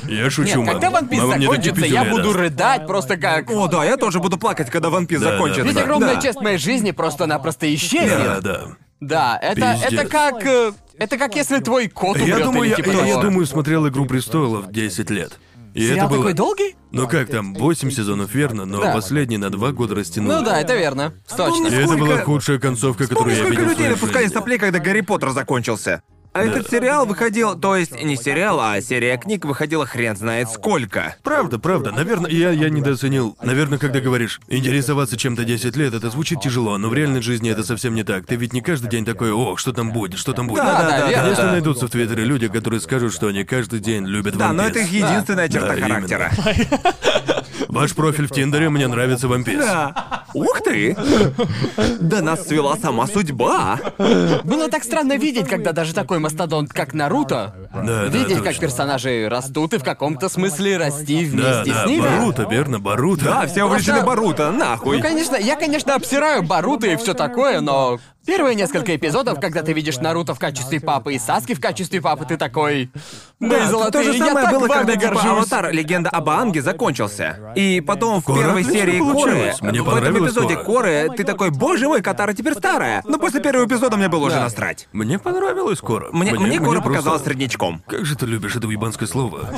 Speaker 2: Я шучу,
Speaker 1: Нет,
Speaker 2: мам.
Speaker 1: когда One Piece
Speaker 2: Мама мне такие
Speaker 1: закончится, я
Speaker 2: пиздюли
Speaker 1: буду
Speaker 2: даст.
Speaker 1: рыдать просто как...
Speaker 3: О, да, я тоже буду плакать, когда One Piece
Speaker 2: Да, да,
Speaker 3: закончится.
Speaker 2: да.
Speaker 1: Ведь огромная
Speaker 3: Да.
Speaker 1: часть моей жизни просто-напросто
Speaker 2: Да,
Speaker 1: исчезнет.
Speaker 2: да.
Speaker 1: Да, это, это
Speaker 2: Пиздец.
Speaker 1: как... э, Это как если твой кот умрет
Speaker 2: Я думаю,
Speaker 1: или
Speaker 2: я,
Speaker 1: типа
Speaker 2: я- я
Speaker 1: того.
Speaker 2: думаю, смотрел «Игру престолов» 10 лет. И
Speaker 1: Сериал
Speaker 2: это было...
Speaker 1: такой долгий?
Speaker 2: Ну как там, 8 сезонов, верно, но
Speaker 1: Да.
Speaker 2: последний на 2 года растянули.
Speaker 1: Ну да, это верно.
Speaker 2: И
Speaker 1: Точно.
Speaker 2: это
Speaker 3: Сколько-
Speaker 2: была худшая концовка, которую
Speaker 3: Помнишь,
Speaker 2: я
Speaker 3: сколько
Speaker 2: видел в
Speaker 3: людей
Speaker 2: своей
Speaker 3: напускали
Speaker 2: жизни.
Speaker 3: соплей, когда Гарри Поттер закончился? А этот сериал выходил, то есть не сериал, а серия книг выходила хрен знает сколько.
Speaker 2: Правда, правда. Наверное, я, я недооценил. Наверное, когда говоришь, интересоваться чем-то 10 лет, это звучит тяжело, но в реальной жизни это совсем не так. Ты ведь не каждый день такой, о, что там будет, что там будет.
Speaker 1: Да, да, да, верно.
Speaker 2: Конечно, найдутся в Твиттере люди, которые скажут, что они каждый день любят
Speaker 3: Да,
Speaker 2: One
Speaker 3: но это
Speaker 2: Piece.
Speaker 3: их единственная
Speaker 2: Да,
Speaker 3: черта
Speaker 2: именно.
Speaker 3: характера.
Speaker 2: Ваш профиль в Тиндере, мне нравится One Piece».
Speaker 3: Да. Ух ты! Да нас свела сама судьба.
Speaker 1: Было так странно видеть, когда даже такой мастодонт, как Наруто,
Speaker 2: Да, да,
Speaker 1: видеть, как
Speaker 2: точно.
Speaker 1: персонажи растут и в каком-то смысле расти
Speaker 2: Да,
Speaker 1: вместе
Speaker 2: да,
Speaker 1: с ними.
Speaker 2: Баруто, верно, Баруто.
Speaker 3: Да, все увлечены
Speaker 1: Просто-
Speaker 3: Баруто, нахуй.
Speaker 1: Ну, конечно, я, конечно, обсираю Баруто и все такое, но первые несколько эпизодов, когда ты видишь Наруто в качестве папы и Саски в качестве папы, ты такой. Да, и золотые,
Speaker 3: то же
Speaker 1: я
Speaker 3: самое
Speaker 1: так
Speaker 3: было,
Speaker 1: вами
Speaker 3: когда типа,
Speaker 1: горжусь.
Speaker 3: Аватар Легенда об Аанге закончился. И потом в
Speaker 2: Кора
Speaker 3: первой
Speaker 2: отлично
Speaker 3: серии Коры,
Speaker 2: получилось. Мне
Speaker 3: в этом
Speaker 2: понравилось
Speaker 3: эпизоде
Speaker 2: Кора.
Speaker 3: Коры, ты такой, боже мой, Катара теперь старая. Но после первого эпизода мне было уже
Speaker 1: Да.
Speaker 3: насрать.
Speaker 2: Мне понравилось Кора.
Speaker 3: Мне, мне, Кора
Speaker 2: просто-
Speaker 3: показалась среднячком.
Speaker 2: Как же ты любишь это уебанское слово?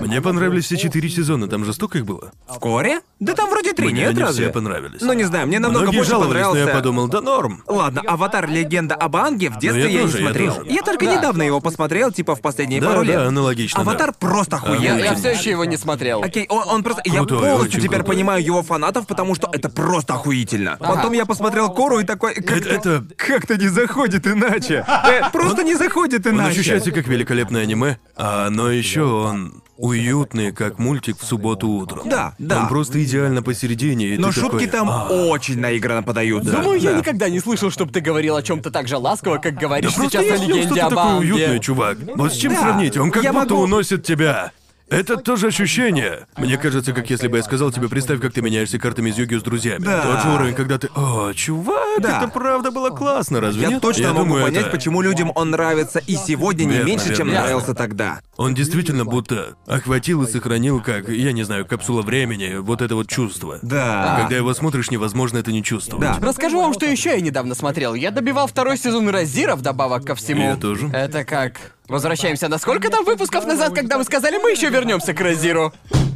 Speaker 2: Мне понравились все четыре сезона, там же столько их было.
Speaker 3: В Коре? Да там вроде три,
Speaker 2: Мне
Speaker 3: нет,
Speaker 2: они
Speaker 3: разве?
Speaker 2: все понравились.
Speaker 3: Ну не знаю, мне намного
Speaker 2: Многие
Speaker 3: больше
Speaker 2: жаловались, но
Speaker 3: понравился...
Speaker 2: я подумал, да норм.
Speaker 3: Ладно, «Аватар. Легенда об Анге» в детстве
Speaker 2: я
Speaker 3: я,
Speaker 2: тоже,
Speaker 3: не
Speaker 2: я
Speaker 3: смотрел.
Speaker 2: тоже.
Speaker 3: только
Speaker 1: Да.
Speaker 3: недавно его посмотрел, типа в последние
Speaker 2: Да,
Speaker 3: пару
Speaker 2: да,
Speaker 3: лет.
Speaker 2: аналогично, да. А, ну,
Speaker 3: «Аватар» просто
Speaker 1: Я,
Speaker 3: охуенный.
Speaker 1: я все еще его не смотрел.
Speaker 3: Окей, он, он просто...
Speaker 2: Крутой,
Speaker 3: я полностью
Speaker 2: очень
Speaker 3: теперь
Speaker 2: крутой.
Speaker 3: понимаю его фанатов, потому что это просто охуительно. Потом я посмотрел Кору и такой... Как-то,
Speaker 2: это-
Speaker 3: как-то не заходит иначе. Э, Просто не заходит
Speaker 2: Он
Speaker 3: иначе.
Speaker 2: ощущается как великолепное аниме, а но еще он уютный, как мультик в субботу утром.
Speaker 3: Да, да.
Speaker 2: Он просто идеально посередине. И
Speaker 3: Но
Speaker 2: ты такой,
Speaker 3: шутки там
Speaker 2: «А,
Speaker 3: очень наигранно подаются.
Speaker 1: Думаю, я
Speaker 3: Да.
Speaker 1: никогда не слышал, чтобы ты говорил о чем-то так же ласково, как говоришь
Speaker 2: Просто
Speaker 1: сейчас о
Speaker 2: есть в нем
Speaker 1: легенде
Speaker 2: что-то
Speaker 1: об
Speaker 2: такое
Speaker 1: Аанге.
Speaker 2: уютное, чувак. Вот с чем
Speaker 3: Да.
Speaker 2: сравнить? Он как
Speaker 3: Я
Speaker 2: будто
Speaker 3: могу-
Speaker 2: уносит тебя. Это тоже ощущение. Мне кажется, как если бы я сказал тебе, представь, как ты меняешься картами из юги с друзьями.
Speaker 3: Да.
Speaker 2: Тот же уровень, когда ты... О, чувак,
Speaker 3: Да.
Speaker 2: это правда было классно, разве
Speaker 3: Я
Speaker 2: нет?
Speaker 3: точно могу
Speaker 2: думаю,
Speaker 3: понять,
Speaker 2: это-
Speaker 3: почему людям он нравится и сегодня не
Speaker 2: Верно,
Speaker 3: меньше, чем
Speaker 2: верно.
Speaker 3: нравился тогда.
Speaker 2: Он действительно будто охватил и сохранил, как, я не знаю, капсула времени, вот это вот чувство.
Speaker 3: Да.
Speaker 2: Когда его смотришь, невозможно это не чувствовать.
Speaker 3: Да.
Speaker 1: Расскажу вам, что еще я недавно смотрел. Я добивал второй сезон Розира вдобавок ко всему.
Speaker 2: Я тоже.
Speaker 1: Это как. Возвращаемся на сколько там выпусков назад, когда вы сказали, мы еще вернемся к Розиру.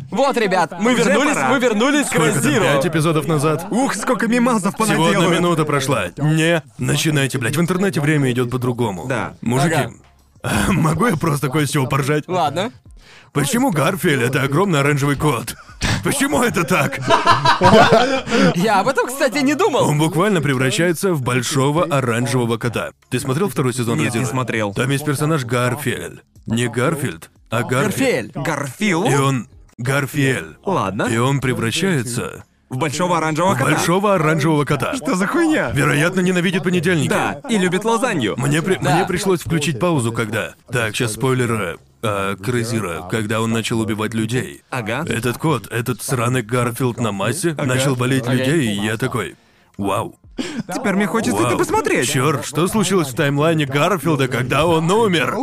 Speaker 1: Вот, ребят, мы
Speaker 3: Уже
Speaker 1: вернулись,
Speaker 3: пора.
Speaker 1: мы вернулись к
Speaker 2: Сколько там,
Speaker 1: Розиру.
Speaker 2: пять эпизодов назад?
Speaker 3: Ух, сколько мимазов
Speaker 2: Всего одна
Speaker 3: понаделаю.
Speaker 2: минута прошла. Не, начинайте, блядь. В интернете время идет по-другому.
Speaker 3: Да.
Speaker 2: Мужики,
Speaker 1: Ага.
Speaker 2: могу я просто кое с чего поржать?
Speaker 1: Ладно.
Speaker 2: Почему Гарфилд это огромный оранжевый кот? Почему это так?
Speaker 1: Я об этом, кстати, не думал.
Speaker 2: Он буквально превращается в большого оранжевого кота. Ты смотрел второй сезон
Speaker 3: Нет,
Speaker 2: «Розиры»?
Speaker 3: не смотрел.
Speaker 2: Там есть персонаж Гарфилд. Не Гарфилд, а Гарфилд.
Speaker 1: Перфель.
Speaker 3: Гарфилд?
Speaker 2: И он Гарфиэль.
Speaker 3: Ладно.
Speaker 2: И он превращается
Speaker 3: В большого оранжевого
Speaker 2: в
Speaker 3: кота.
Speaker 2: большого оранжевого кота.
Speaker 3: Что за хуйня?
Speaker 2: Вероятно, ненавидит понедельники.
Speaker 3: Да, и любит лазанью.
Speaker 2: Мне, при-
Speaker 1: Да.
Speaker 2: мне пришлось включить паузу, когда... Так, сейчас спойлеры. А, Крызира, когда он начал убивать людей.
Speaker 3: Ага.
Speaker 2: Этот кот, этот сраный Гарфилд на массе, начал болеть
Speaker 1: Окей.
Speaker 2: людей, и я такой... Вау.
Speaker 3: Теперь мне хочется
Speaker 2: Вау.
Speaker 3: это посмотреть.
Speaker 2: Черт, что случилось в таймлайне Гарфилда, когда он умер?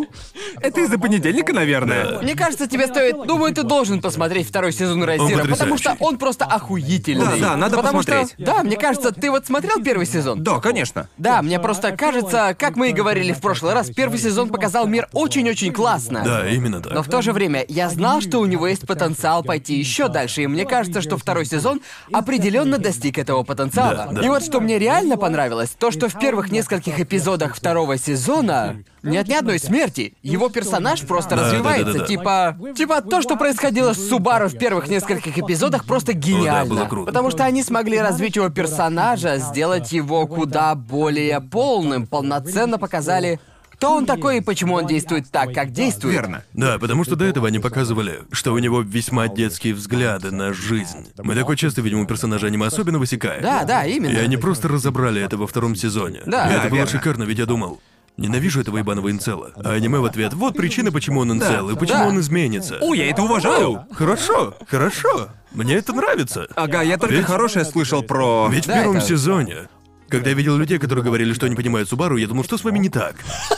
Speaker 3: Это из-за понедельника, наверное.
Speaker 1: Мне кажется, тебе стоит... Думаю, ты должен посмотреть второй сезон Розира, потому
Speaker 2: потрясающий.
Speaker 1: что он просто охуительный.
Speaker 3: Да, да, надо
Speaker 1: потому Что...
Speaker 3: посмотреть.
Speaker 1: Да, мне кажется, ты вот смотрел первый сезон?
Speaker 3: Да, конечно.
Speaker 1: Да, мне просто кажется, как мы и говорили в прошлый раз, первый сезон показал мир очень-очень классно.
Speaker 2: Да, именно
Speaker 1: Но в
Speaker 2: так.
Speaker 1: то же время я знал, что у него есть потенциал пойти еще дальше, и мне кажется, что второй сезон определенно достиг этого потенциала.
Speaker 2: Да, да.
Speaker 1: И вот что мне реально понравилось, то что в первых нескольких эпизодах второго сезона нет ни одной смерти. Его персонаж просто
Speaker 2: да, да,
Speaker 1: развивается,
Speaker 2: да.
Speaker 1: типа, типа то, что происходило с Субару в первых нескольких эпизодах, просто гениально,
Speaker 2: было круто.
Speaker 1: потому что они смогли развить его персонажа, сделать его куда более полным, полноценно показали. Кто он такой и почему он действует так, как действует?
Speaker 3: Верно.
Speaker 2: Да, потому что до этого они показывали, что у него весьма детские взгляды на жизнь. Мы такое часто видим у персонажа аниме, особенно в Исекае.
Speaker 1: Да, да,
Speaker 2: И
Speaker 1: именно.
Speaker 2: они просто разобрали это во втором сезоне.
Speaker 1: Да.
Speaker 2: И
Speaker 1: Да,
Speaker 2: это было
Speaker 3: верно.
Speaker 2: шикарно, ведь я думал. Ненавижу этого ебаного инцела. А аниме в ответ. Вот причина, почему он инцел, и почему
Speaker 1: Да.
Speaker 2: он изменится.
Speaker 3: О, я это уважаю!
Speaker 2: Хорошо, хорошо. Мне это нравится.
Speaker 1: А,
Speaker 3: Ага, я только
Speaker 2: Ведь-
Speaker 3: хорошее слышал про...
Speaker 2: Ведь в
Speaker 1: Да,
Speaker 2: первом
Speaker 1: это-
Speaker 2: сезоне, когда я видел людей, которые говорили, что не понимают Субару, я думал, что с вами не так.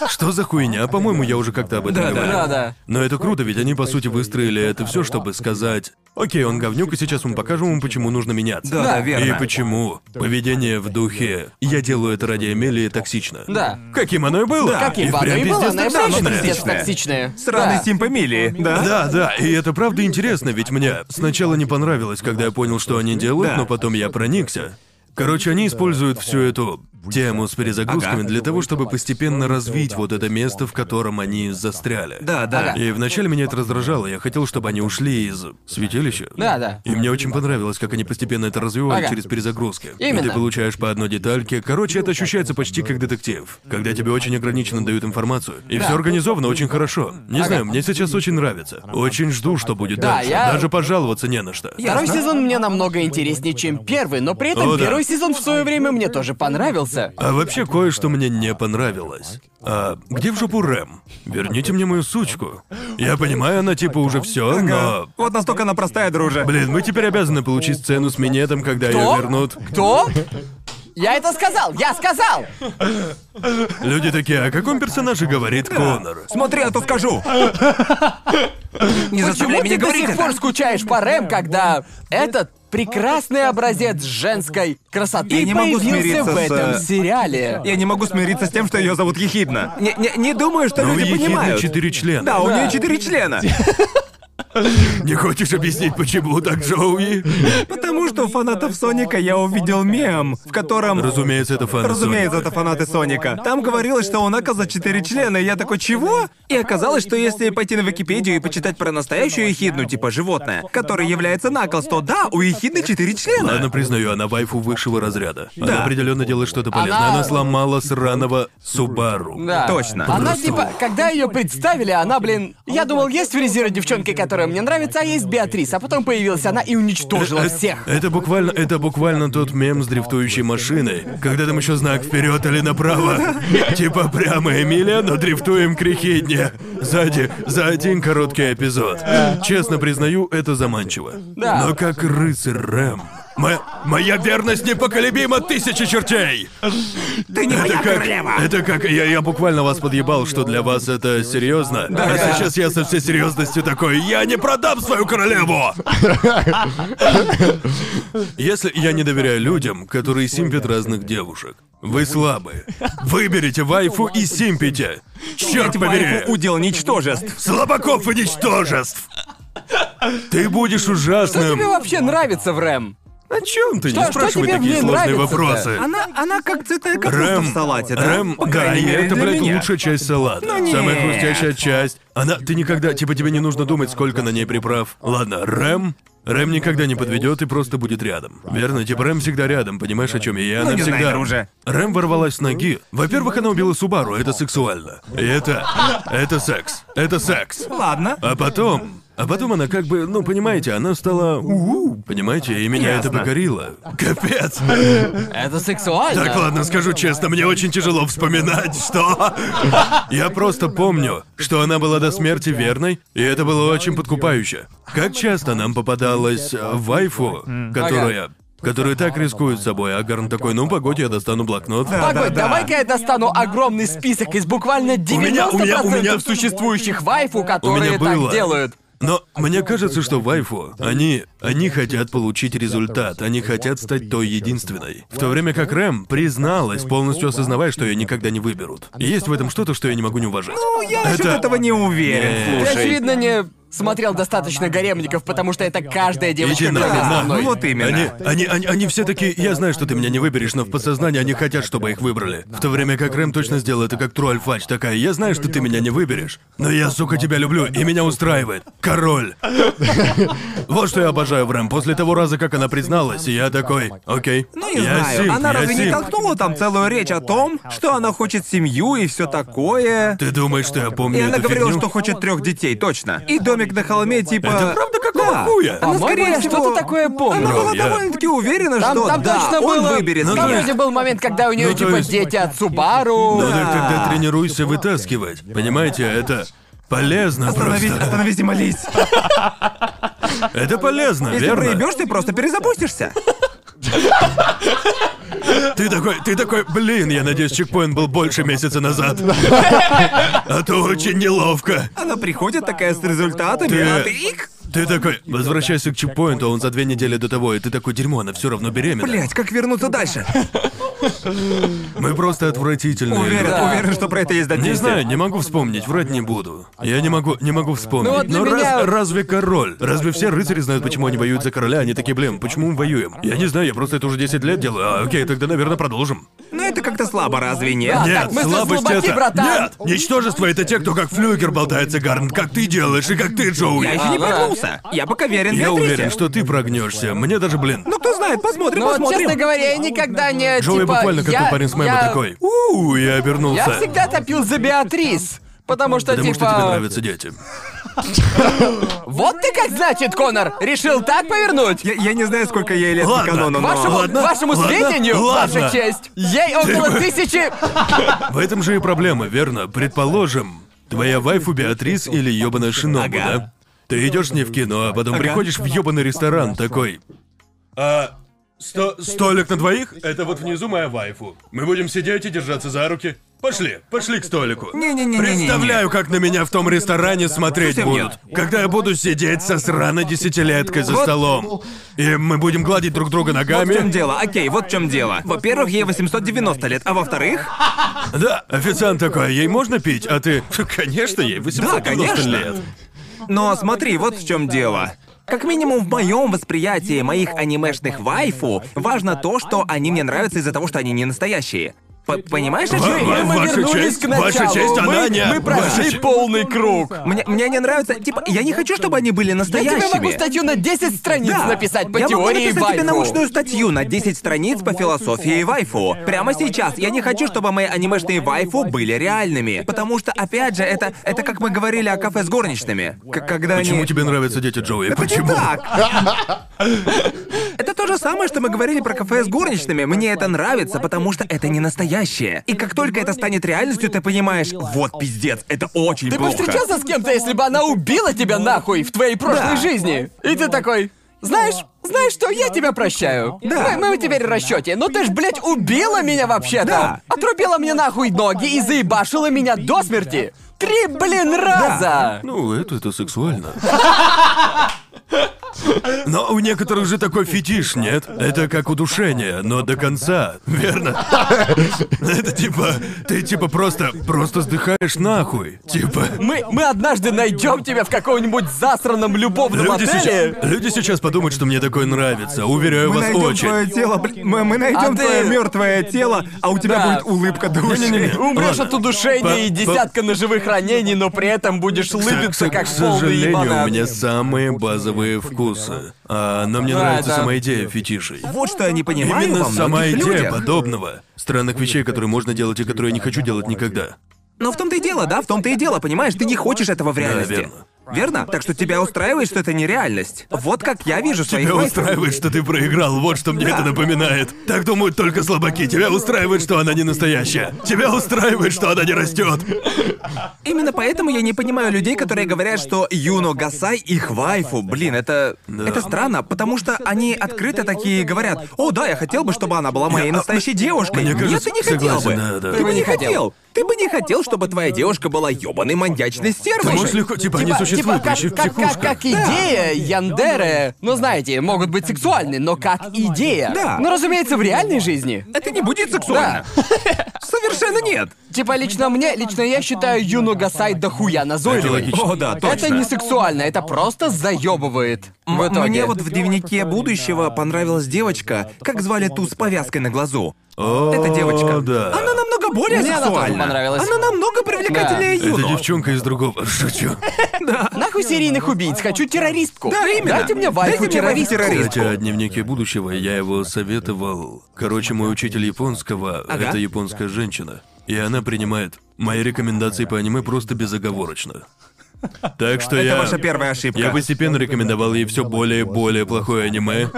Speaker 2: Что за хуйня? А, По-моему, я уже как-то об этом
Speaker 3: Да, да,
Speaker 2: говорил.
Speaker 1: Да, да.
Speaker 2: Но это круто, ведь они, по сути, выстроили это все, чтобы сказать, окей, он говнюк, и сейчас мы покажем ему, почему нужно меняться.
Speaker 3: Да, да, верно.
Speaker 2: И почему поведение в духе «я делаю это ради Эмилии» токсично.
Speaker 1: Да.
Speaker 2: Каким оно и было.
Speaker 1: Каким
Speaker 2: и
Speaker 1: бы оно
Speaker 2: прям
Speaker 1: и а было,
Speaker 2: пиздец
Speaker 1: оно и правда
Speaker 2: токсичное.
Speaker 1: пиздец
Speaker 3: Токсичное.
Speaker 1: токсичное.
Speaker 3: Сраный
Speaker 1: Да.
Speaker 3: симп Эмилии, да?
Speaker 2: Да, да, и это правда интересно, ведь мне сначала не понравилось, когда я понял, что они делают,
Speaker 3: Да.
Speaker 2: но потом я проникся. Короче, они используют всю эту тему с перезагрузками
Speaker 3: Ага.
Speaker 2: для того, чтобы постепенно развить вот это место, в котором они застряли.
Speaker 3: Да, да.
Speaker 2: И вначале меня это раздражало, я хотел, чтобы они ушли из святилища.
Speaker 1: Да, да.
Speaker 2: И мне очень понравилось, как они постепенно это развивали
Speaker 1: Ага.
Speaker 2: через перезагрузки.
Speaker 1: Именно.
Speaker 2: И ты получаешь по одной детальке. Короче, это ощущается почти как детектив. Когда тебе очень ограниченно дают информацию. И все организовано очень хорошо. Не знаю, мне сейчас очень нравится. Очень жду, что будет
Speaker 1: Да,
Speaker 2: дальше.
Speaker 1: я-
Speaker 2: Даже пожаловаться не на что.
Speaker 1: Второй сезон мне намного интереснее, чем первый, но при этом
Speaker 3: Ну
Speaker 2: О, да.
Speaker 1: первый сезон в свое время мне тоже понравился.
Speaker 2: А вообще кое-что мне не понравилось. А где в жопу Рэм? Верните мне мою сучку. Я понимаю, она типа уже все, но.
Speaker 3: Вот настолько она простая, друже.
Speaker 2: Блин, мы теперь обязаны получить сцену с минетом, когда
Speaker 1: Кто?
Speaker 2: ее вернут.
Speaker 1: Кто? Я это сказал! Я сказал!
Speaker 2: Люди такие, «А о каком персонаже говорит Конор?
Speaker 3: Смотри, а то скажу. Не заставляй
Speaker 1: Почему
Speaker 3: меня
Speaker 1: ты до
Speaker 3: говорить
Speaker 1: сих
Speaker 3: это.
Speaker 1: пор скучаешь по Рэм, когда этот прекрасный образец женской красоты
Speaker 3: Я не могу
Speaker 1: появился
Speaker 3: смириться
Speaker 1: в
Speaker 3: с,
Speaker 1: этом
Speaker 3: э,
Speaker 1: сериале?
Speaker 3: Я не могу смириться с тем, что ее зовут Ехидна. Не, не, не думаю, что
Speaker 2: Ну,
Speaker 3: люди
Speaker 2: ехидно
Speaker 3: понимают.
Speaker 2: четыре члена.
Speaker 3: Да, у
Speaker 1: Да.
Speaker 3: нее четыре члена.
Speaker 2: Не хочешь объяснить, почему так, Джоуи?
Speaker 3: Потому что у фанатов Соника я увидел мем, в котором...
Speaker 2: Разумеется, это фан
Speaker 3: Разумеется,
Speaker 2: Соника.
Speaker 3: это фанаты Соника. Там говорилось, что у Наказа четыре члена, и я такой, чего? И оказалось, что если пойти на Википедию и почитать про настоящую Ехидну, типа животное, которое является Наклз, то да, у Ехидны четыре члена.
Speaker 2: Ладно, признаю, она вайфу высшего разряда. Она
Speaker 3: Да.
Speaker 2: определенно делает что-то полезное. Она сломала сраного Субару.
Speaker 1: Да.
Speaker 3: Точно.
Speaker 1: Она
Speaker 2: Просто-
Speaker 1: типа, когда ее представили, она, блин, я думал, есть фрезера девчонки, которая мне нравится, а есть Беатрис, а потом появилась она и уничтожила всех.
Speaker 2: Э, Это буквально, это буквально тот мем с дрифтующей машиной, когда там еще знак вперед или направо. Типа прямо Эмилия, но дрифтуем к рехидне. Сзади, за один короткий эпизод. Честно признаю, это заманчиво.
Speaker 1: Да.
Speaker 2: Но как рыцарь Рэм. Мо- моя верность непоколебима тысячи чертей!
Speaker 3: Ты не моя
Speaker 2: Это как,
Speaker 3: королева!
Speaker 2: это как, я, я буквально вас подъебал, что для вас это серьезно. а сейчас я со всей серьезностью такой, я не продам свою королеву! Если я не доверяю людям, которые симпят разных девушек, вы слабы. Выберите вайфу и симпите. Черт побери!
Speaker 3: Вайфу удел ничтожеств.
Speaker 2: Слабаков и ничтожеств! Ты будешь ужасным.
Speaker 1: Тебе вообще нравится в Рэм?
Speaker 2: О чем А ты? не
Speaker 1: что
Speaker 2: спрашивай
Speaker 1: тебе в
Speaker 2: такие
Speaker 1: ней
Speaker 2: сложные
Speaker 1: нравится-то?
Speaker 2: вопросы.
Speaker 3: Она, она как цветная капуста
Speaker 2: Рэм,
Speaker 3: в салате, да?
Speaker 2: Рэм,
Speaker 3: По
Speaker 2: да,
Speaker 3: крайней
Speaker 2: и
Speaker 3: мере,
Speaker 2: это,
Speaker 3: для
Speaker 2: блядь,
Speaker 3: меня. Ну,
Speaker 2: лучшая часть салата. Самая
Speaker 3: нет.
Speaker 2: хрустящая часть. Она, ты никогда, типа, тебе не нужно думать, сколько на ней приправ. Ладно, Рэм. Рэм никогда не подведет и просто будет рядом. Верно, типа Рэм всегда рядом, понимаешь, о чем я? И она
Speaker 3: Ну, не знаю,
Speaker 2: всегда.
Speaker 3: друже.
Speaker 2: Рэм ворвалась с ноги. Во-первых, она убила Субару, это сексуально. И это. Это секс. Это секс.
Speaker 3: Ладно.
Speaker 2: А потом... А потом она как бы, ну, понимаете, она стала... «У-у», Понимаете, и меня это
Speaker 3: Ясно.
Speaker 2: покорило. Капец.
Speaker 1: Это сексуально.
Speaker 2: Так, ладно, скажу честно, мне очень тяжело вспоминать, что... Я просто помню, что она была до смерти верной, и это было очень подкупающе. Как часто нам попадалась э, вайфу, которая... Которые так рискуют собой, а Гарн такой, ну, погодь, я достану блокнот.
Speaker 1: Погодь,
Speaker 3: да, да.
Speaker 1: давай-ка я достану огромный список из буквально 90%
Speaker 2: меня- у меня- у меня-
Speaker 1: существующих вайфу,
Speaker 2: У меня
Speaker 1: которые
Speaker 2: было.
Speaker 1: так делают.
Speaker 2: Но мне кажется, что вайфу, они, они хотят получить результат, они хотят стать той единственной. В то время как Рэм призналась, полностью осознавая, что ее никогда не выберут. И есть в этом что-то, что я не могу не уважать.
Speaker 3: Ну, я насчет
Speaker 2: Это-
Speaker 3: этого не уверен,
Speaker 1: Ты,
Speaker 3: слушай.
Speaker 1: очевидно, не смотрел достаточно «Гаремников», потому что это каждая девочка
Speaker 2: Иди
Speaker 1: в доме
Speaker 2: нахуй,
Speaker 1: со
Speaker 2: нахуй.
Speaker 1: мной.
Speaker 3: Вот именно.
Speaker 2: Они, они, они, они все такие, я знаю, что ты меня не выберешь, но в подсознании они хотят, чтобы их выбрали. В то время как Рэм точно сделал это как Тру Альфач такая, я знаю, что ты меня не выберешь, но я, сука, тебя люблю, и меня устраивает. Король. Вот что я обожаю в Рэм. После того раза, как она призналась, я такой, окей,
Speaker 3: Ну, не
Speaker 2: я
Speaker 3: знаю.
Speaker 2: симп,
Speaker 3: она
Speaker 2: я
Speaker 3: разве не
Speaker 2: симп».
Speaker 3: толкнула там целую речь о том, что она хочет семью и все такое?
Speaker 2: Ты думаешь, что я помню
Speaker 3: И она
Speaker 2: эту
Speaker 3: говорила,
Speaker 2: фигню?
Speaker 3: что хочет трех детей, точно. И домик на холме, типа.
Speaker 2: Это правда какого Какого
Speaker 3: Да.
Speaker 2: хуя?
Speaker 3: Она,
Speaker 1: По-моему,
Speaker 3: скорее
Speaker 1: я
Speaker 3: всего-
Speaker 1: что-то такое помню.
Speaker 3: Она
Speaker 2: Бро,
Speaker 3: была
Speaker 2: я-
Speaker 3: довольно-таки уверена,
Speaker 1: Там,
Speaker 3: что
Speaker 1: там
Speaker 3: да,
Speaker 1: точно
Speaker 3: он
Speaker 1: было...
Speaker 3: выберет
Speaker 1: Там
Speaker 3: меня.
Speaker 2: есть-
Speaker 1: вроде был момент, когда у нее
Speaker 2: Ну, то
Speaker 1: типа
Speaker 2: есть-
Speaker 1: дети от Субару.
Speaker 2: Ну так
Speaker 3: Да.
Speaker 2: тогда тренируйся вытаскивать. Понимаете, это полезно
Speaker 3: Остановись,
Speaker 2: просто.
Speaker 3: остановись и молись.
Speaker 2: Это полезно,
Speaker 3: Если
Speaker 2: верно?
Speaker 3: проебешь, ты просто перезапустишься.
Speaker 2: Ты такой, ты такой, блин, я надеюсь, чекпоинт был больше месяца назад. А то очень неловко.
Speaker 3: Она приходит такая с результатами,
Speaker 2: Ты-
Speaker 3: а ты ик.
Speaker 2: Ты такой, возвращайся к чекпоинту, а он за две недели до того, и ты такой, дерьмо, она все равно беременна.
Speaker 3: Блять, как вернуться дальше?
Speaker 2: Мы просто отвратительные
Speaker 3: Уверен,
Speaker 2: люди.
Speaker 3: уверен, что про это есть
Speaker 2: Не
Speaker 3: дадите.
Speaker 2: знаю, не могу вспомнить, врать не буду. Я не могу, не могу вспомнить.
Speaker 1: Ну вот для
Speaker 2: Но раз-
Speaker 1: меня-
Speaker 2: разве король? Разве все рыцари знают, почему они воюют за короля? Они такие, блин, почему мы воюем? Я не знаю, я просто это уже 10 лет делаю. А, окей, тогда, наверное, продолжим.
Speaker 3: Но это как-то слабо, разве нет?
Speaker 1: Да. А
Speaker 2: Нет,
Speaker 1: так мы
Speaker 2: слабость
Speaker 1: слабаки,
Speaker 2: это...
Speaker 1: братан!
Speaker 2: Нет! Ничтожество это те, кто как флюгер болтается, Гарн, как ты делаешь и как ты, Джоуи.
Speaker 3: Я еще не
Speaker 1: А, ну да.
Speaker 3: прогнулся. Я пока верен
Speaker 2: Я
Speaker 3: Беатрисе.
Speaker 2: уверен, что ты прогнешься. Мне даже, блин.
Speaker 3: Ну кто знает, посмотрим,
Speaker 1: Но,
Speaker 3: посмотрим.
Speaker 1: честно говоря, я никогда не...
Speaker 2: Джоуи
Speaker 1: типа,
Speaker 2: буквально как
Speaker 1: я-
Speaker 2: тот парень с мема
Speaker 1: я-
Speaker 2: такой. У, я обернулся.
Speaker 1: Я всегда топил за Беатрис. Потому что,
Speaker 2: Потому
Speaker 1: типа...
Speaker 2: что тебе нравятся дети.
Speaker 1: Вот ты как значит, Конор! Решил так повернуть?
Speaker 3: Я, я не знаю, сколько ей лет по
Speaker 2: Ладно,
Speaker 3: канону, но...
Speaker 1: Вашему,
Speaker 2: ладно,
Speaker 1: вашему
Speaker 2: ладно,
Speaker 1: сведению,
Speaker 2: ладно. Типа-
Speaker 1: ваша честь, ей около тысячи...
Speaker 2: В этом же и проблема, верно? Предположим, твоя вайфу Беатрис или ёбаная Шинобу,
Speaker 3: Ага.
Speaker 2: да? Ты идешь не в кино, а потом приходишь в ёбаный ресторан такой. А сто- столик на двоих? Это вот внизу моя вайфу. Мы будем сидеть и держаться за руки. Пошли, пошли к столику.
Speaker 3: Не-не-не-не-не.
Speaker 2: Представляю, как на меня в том ресторане смотреть
Speaker 3: Совсем
Speaker 2: будут. Когда я буду сидеть со сраной десятилеткой за
Speaker 3: Вот.
Speaker 2: столом. И мы будем гладить друг друга
Speaker 3: Вот в чем
Speaker 2: ногами.
Speaker 3: дело, окей, вот в чем дело. Во-первых, ей 890 лет, а во-вторых,
Speaker 2: Да, официант такой, ей можно пить? А ты, конечно, ей 890
Speaker 3: конечно.
Speaker 2: лет.
Speaker 3: Но смотри, вот в чем дело. Как минимум в моем восприятии моих анимешных вайфу важно то, что они мне нравятся из-за того, что они не настоящие. П- Понимаешь, о
Speaker 2: Ва-
Speaker 3: чем
Speaker 2: ва-
Speaker 3: я?
Speaker 1: Мы
Speaker 2: Ваша
Speaker 1: вернулись
Speaker 2: честь,
Speaker 1: к началу.
Speaker 2: ваша честь,
Speaker 1: мы,
Speaker 2: она не-
Speaker 1: мы прошли
Speaker 2: ваша честь.
Speaker 1: полный круг.
Speaker 3: Мне, мне не нравится, типа, я не хочу, чтобы они были
Speaker 1: Я
Speaker 3: настоящими.
Speaker 1: тебе могу статью на 10 страниц
Speaker 3: Да.
Speaker 1: написать по
Speaker 3: я могу
Speaker 1: теории
Speaker 3: написать тебе
Speaker 1: вайфу.
Speaker 3: научную статью на 10 страниц по философии вайфу. Прямо сейчас. Я не хочу, чтобы мои анимешные вайфу были реальными. Потому что, опять же, это, это как мы говорили о кафе с горничными. К- когда они-
Speaker 2: Почему тебе нравятся дети Джоуи?
Speaker 3: Это не
Speaker 2: Почему?
Speaker 3: так. Это то же самое, что мы говорили про кафе с горничными. Мне это нравится, потому что это не настоящее. И как только это станет реальностью, ты понимаешь, вот пиздец, это очень
Speaker 1: Ты бы
Speaker 3: плохо.
Speaker 1: встречался с кем-то, если бы она убила тебя нахуй в твоей прошлой
Speaker 3: Да.
Speaker 1: жизни. И ты такой, знаешь, знаешь что, я тебя прощаю.
Speaker 3: Да.
Speaker 1: Мы, мы теперь в расчете. Но ты ж, блядь, убила меня вообще-то.
Speaker 3: Да.
Speaker 1: Отрубила мне нахуй ноги и заебашила меня до смерти. Три, блин, раза!
Speaker 2: Ну, это это сексуально. Но у некоторых же такой фетиш, нет? Это как удушение, но до конца, верно? Это типа, ты типа просто, просто сдыхаешь нахуй. Типа,
Speaker 1: Мы, мы однажды найдем тебя в каком-нибудь засранном любовном
Speaker 2: люди
Speaker 1: отеле.
Speaker 2: сейчас, люди сейчас подумают, что мне такое нравится, уверяю
Speaker 3: Мы
Speaker 2: вас
Speaker 3: найдем твое
Speaker 2: очень.
Speaker 3: тело, блин, мы, мы найдем
Speaker 1: А ты-
Speaker 3: твое мертвое тело, а у тебя
Speaker 1: Да.
Speaker 3: будет улыбка души.
Speaker 2: Не-не-не.
Speaker 1: Умрешь
Speaker 2: Ладно.
Speaker 1: от удушения
Speaker 2: По-
Speaker 1: и
Speaker 2: по-
Speaker 1: десятка ножевых ранений, но при этом будешь лыбиться,
Speaker 2: К- к-
Speaker 1: как
Speaker 2: к
Speaker 1: полный
Speaker 2: сожалению, у
Speaker 1: ебанат.
Speaker 2: меня самые базовые вкусы. А, но мне
Speaker 1: Да,
Speaker 2: нравится
Speaker 1: это-
Speaker 2: сама идея фетишей.
Speaker 3: Вот что я не понимаю
Speaker 2: Именно
Speaker 3: во
Speaker 2: сама
Speaker 3: многих
Speaker 2: идея
Speaker 3: людях.
Speaker 2: подобного. Странных вещей, которые можно делать и которые я не хочу делать никогда.
Speaker 3: Но в том-то и дело, да, в том-то и дело, понимаешь, ты не хочешь этого в реальности.
Speaker 2: верно.
Speaker 3: Верно? Так что тебя устраивает, что это нереальность. Вот как я вижу своих
Speaker 2: Тебя
Speaker 3: вайфу.
Speaker 2: устраивает, что ты проиграл, вот что мне
Speaker 3: Да.
Speaker 2: это напоминает. Так думают только слабаки. Тебя устраивает, что она не настоящая. Тебя устраивает, что она не растет.
Speaker 3: Именно поэтому я не понимаю людей, которые говорят, что Юно Гасай их вайфу. Блин, это... э, Это странно, потому что они открыто такие говорят, «О, да, я хотел бы, чтобы она была моей настоящей девушкой».
Speaker 2: мне
Speaker 3: Нет,
Speaker 2: кажется,
Speaker 3: ты не хотел
Speaker 2: согласен,
Speaker 3: бы.
Speaker 2: да, да.
Speaker 3: Ты бы не хотел. Ты бы не хотел, чтобы твоя девушка была ёбаной маньячной
Speaker 2: Ты
Speaker 3: стервой.
Speaker 2: можешь легко, типа, они
Speaker 1: Типа-
Speaker 2: существуют,
Speaker 1: типа,
Speaker 2: вообще в
Speaker 1: как, как,
Speaker 2: психушках.
Speaker 1: как, как идея Яндеры, ну знаете, могут быть сексуальны, но как идея.
Speaker 3: Да.
Speaker 1: Но, разумеется, в реальной жизни.
Speaker 3: Это не будет сексуально. Совершенно нет.
Speaker 1: Типа лично мне, лично я считаю Юну Гасай дохуя назойливой.
Speaker 2: логично.
Speaker 3: О, да, точно.
Speaker 1: Это не сексуально, это просто заебывает. В итоге.
Speaker 3: Мне вот в дневнике будущего понравилась девочка, как звали ту с повязкой на глазу.
Speaker 2: О,
Speaker 3: Эта девочка.
Speaker 2: да.
Speaker 3: Э. Она намного более
Speaker 1: Мне она тоже
Speaker 3: сексуальна.
Speaker 1: понравилась.
Speaker 3: Она намного привлекательнее
Speaker 2: Это
Speaker 3: Юно.
Speaker 2: девчонка из другого. Шучу.
Speaker 1: Нахуй серийных убийц, хочу террористку.
Speaker 3: Да, именно.
Speaker 1: Дайте мне вайфу
Speaker 3: Дайте мне вайфу
Speaker 1: террористку.
Speaker 3: террорист.
Speaker 2: Кстати, о дневнике будущего я его советовал. Короче, мой учитель японского
Speaker 3: Ага.
Speaker 2: это японская женщина. И она принимает мои рекомендации по аниме просто безоговорочно. Так что
Speaker 3: Это
Speaker 2: я...
Speaker 3: ваша первая ошибка.
Speaker 2: Я постепенно рекомендовал ей все более и более плохое аниме.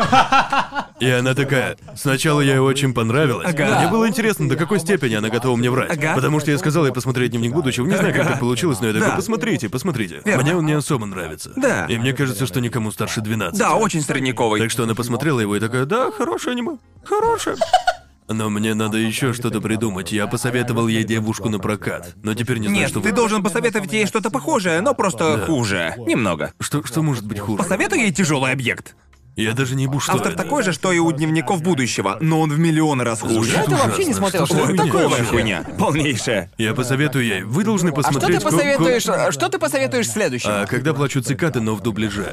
Speaker 2: И она такая, сначала я ей очень понравилась.
Speaker 3: Ага.
Speaker 2: Мне было интересно, до какой степени она готова мне врать.
Speaker 3: Ага.
Speaker 2: Потому что я сказал ей посмотреть дневник будущего. Не знаю, как так получилось, но я такой,
Speaker 3: Да.
Speaker 2: посмотрите, посмотрите.
Speaker 3: Верно.
Speaker 2: Мне он не особо нравится.
Speaker 3: Да.
Speaker 2: И мне кажется, что никому старше 12.
Speaker 3: Да, очень средняковый.
Speaker 2: Так что она посмотрела его и такая, да, хорошее аниме. Хорошее. Но мне надо еще что-то придумать. Я посоветовал ей девушку на прокат. Но теперь не знаю,
Speaker 3: Нет,
Speaker 2: что
Speaker 3: ты
Speaker 2: вы-
Speaker 3: должен посоветовать ей что-то похожее, но просто хуже. Немного.
Speaker 2: Что, что может быть хуже?
Speaker 3: Посоветуй ей тяжелый объект.
Speaker 2: Я даже не ебу, что
Speaker 3: Автор
Speaker 2: это.
Speaker 3: такой же, что и у дневников будущего, но он в миллион раз
Speaker 2: Звучит
Speaker 3: хуже.
Speaker 1: это вообще не
Speaker 2: ужасно.
Speaker 1: смотрел,
Speaker 2: Что
Speaker 1: что
Speaker 2: за
Speaker 1: это
Speaker 2: хуйня?
Speaker 1: такое
Speaker 3: Полная
Speaker 1: вообще? А
Speaker 3: хуйня. Полнейшая.
Speaker 2: Я посоветую ей. Вы должны
Speaker 1: Что ты
Speaker 2: посмотреть... ко- ко-
Speaker 1: посоветуешь? а Что ты посоветуешь следующим?
Speaker 2: А когда плачут цикады, но в дубляже.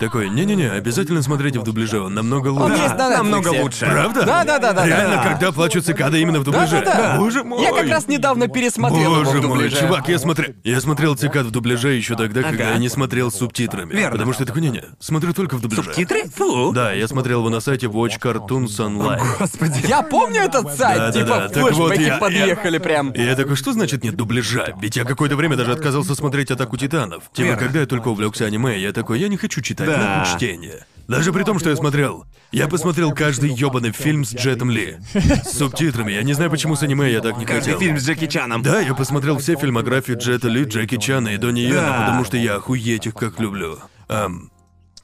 Speaker 2: Такой, не-не-не, обязательно смотрите в дубляже, он намного лучше.
Speaker 1: Он есть на Netflix'е.
Speaker 3: Намного лучше.
Speaker 2: Правда?
Speaker 1: Да, да, да, да, да.
Speaker 2: А, Реально, когда плачут цикады именно в дубляже.
Speaker 1: Да-да-да.
Speaker 2: Боже мой.
Speaker 1: Я как раз недавно пересмотрел его в
Speaker 2: Боже мой,
Speaker 1: дубляже.
Speaker 2: чувак, я смотрел. Я смотрел цикад в дубляже еще тогда, когда
Speaker 3: Ага.
Speaker 2: я не смотрел с субтитрами.
Speaker 3: Верно.
Speaker 2: Потому что я такой, не-не, смотрю только в дубляже.
Speaker 3: Титры? Фу.
Speaker 2: Да, я смотрел его на сайте Watch Cartoons Online.
Speaker 3: Господи.
Speaker 1: Я помню этот сайт,
Speaker 2: Да-да-да,
Speaker 1: типа
Speaker 2: так вот
Speaker 1: флешбеки
Speaker 2: я-
Speaker 1: подъехали прям.
Speaker 2: И я такой, что значит нет дубляжа? Ведь я какое-то время даже отказался смотреть атаку титанов. Типа,
Speaker 3: Верно.
Speaker 2: когда я только увлекся аниме, я такой, я не хочу читать,
Speaker 3: Да.
Speaker 2: нахуй чтение. Даже при том, что я смотрел. Я посмотрел каждый ёбаный фильм с Джетом Ли. С субтитрами. Я не знаю, почему с аниме я так не
Speaker 3: Каждый
Speaker 2: хотел.
Speaker 3: фильм с Джеки Чаном.
Speaker 2: Да, я посмотрел все фильмографии Джета Ли, Джеки Чана и Донни Йена,
Speaker 3: Да.
Speaker 2: потому что я охуеть их как люблю. Ам,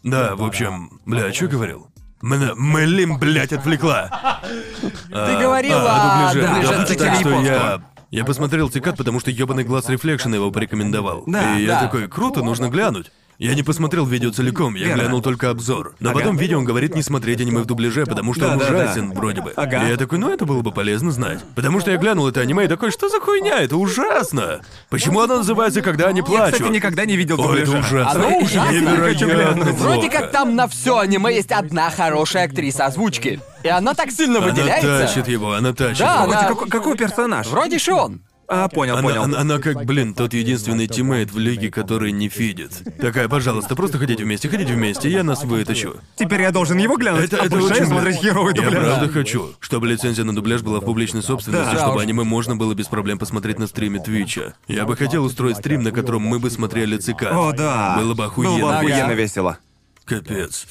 Speaker 2: да, в общем, бля, что говорил? Меня Мэлим, блядь, отвлекла.
Speaker 1: Ты говорила
Speaker 2: а,
Speaker 1: о
Speaker 2: о дубляже.
Speaker 1: дубляже
Speaker 2: Да,
Speaker 1: цикада
Speaker 2: так что
Speaker 1: японского.
Speaker 2: я... Я посмотрел «Цикад», потому что ёбаный глаз рефлекшн его порекомендовал.
Speaker 3: Да,
Speaker 2: и я
Speaker 1: да.
Speaker 2: такой, круто, нужно глянуть. Я не посмотрел видео целиком, я
Speaker 3: Верно.
Speaker 2: глянул только обзор. Но потом в видео он говорит не смотреть аниме в дубляже, потому что
Speaker 3: Да,
Speaker 2: он
Speaker 3: да, да.
Speaker 2: ужасен, вроде бы.
Speaker 3: Ага.
Speaker 2: И я такой, ну это было бы полезно знать. Потому что я глянул это аниме и такой, что за хуйня, это ужасно. Почему оно называется «Когда они
Speaker 3: Я,
Speaker 2: плачут»?
Speaker 3: кстати, никогда не видел
Speaker 2: Ой, это
Speaker 3: дубляжа.
Speaker 2: ужасно.
Speaker 1: Оно ужасно.
Speaker 2: Невероятно
Speaker 1: Вроде
Speaker 2: Ну, плохо.
Speaker 1: как там на все аниме есть одна хорошая актриса озвучки. И она так сильно
Speaker 2: Она
Speaker 1: выделяется.
Speaker 2: тащит его, она тащит
Speaker 1: Да,
Speaker 2: его.
Speaker 1: она-
Speaker 3: Господи, какой, какой персонаж?
Speaker 1: Вроде Шион.
Speaker 3: А, понял,
Speaker 2: Она,
Speaker 3: понял.
Speaker 2: она- она как, блин, тот единственный тиммейт в лиге, который не фидит. Такая, пожалуйста, просто ходите вместе, ходите вместе, я нас вытащу.
Speaker 3: Теперь я должен его глянуть,
Speaker 2: Это,
Speaker 3: а
Speaker 2: это
Speaker 3: больше
Speaker 2: очень...
Speaker 3: я смотреть херовый
Speaker 2: Я
Speaker 3: дубляж.
Speaker 2: правда хочу, чтобы лицензия на дубляж была в публичной собственности,
Speaker 1: Да. Да
Speaker 2: чтобы
Speaker 1: уж.
Speaker 2: аниме можно было без проблем посмотреть на стриме Твича. Я бы хотел устроить стрим, на котором мы бы смотрели ЦК.
Speaker 3: О, да.
Speaker 2: Было бы
Speaker 3: Было
Speaker 2: охуенно.
Speaker 3: бы охуенно
Speaker 1: Ага.
Speaker 3: весело.
Speaker 2: Капец.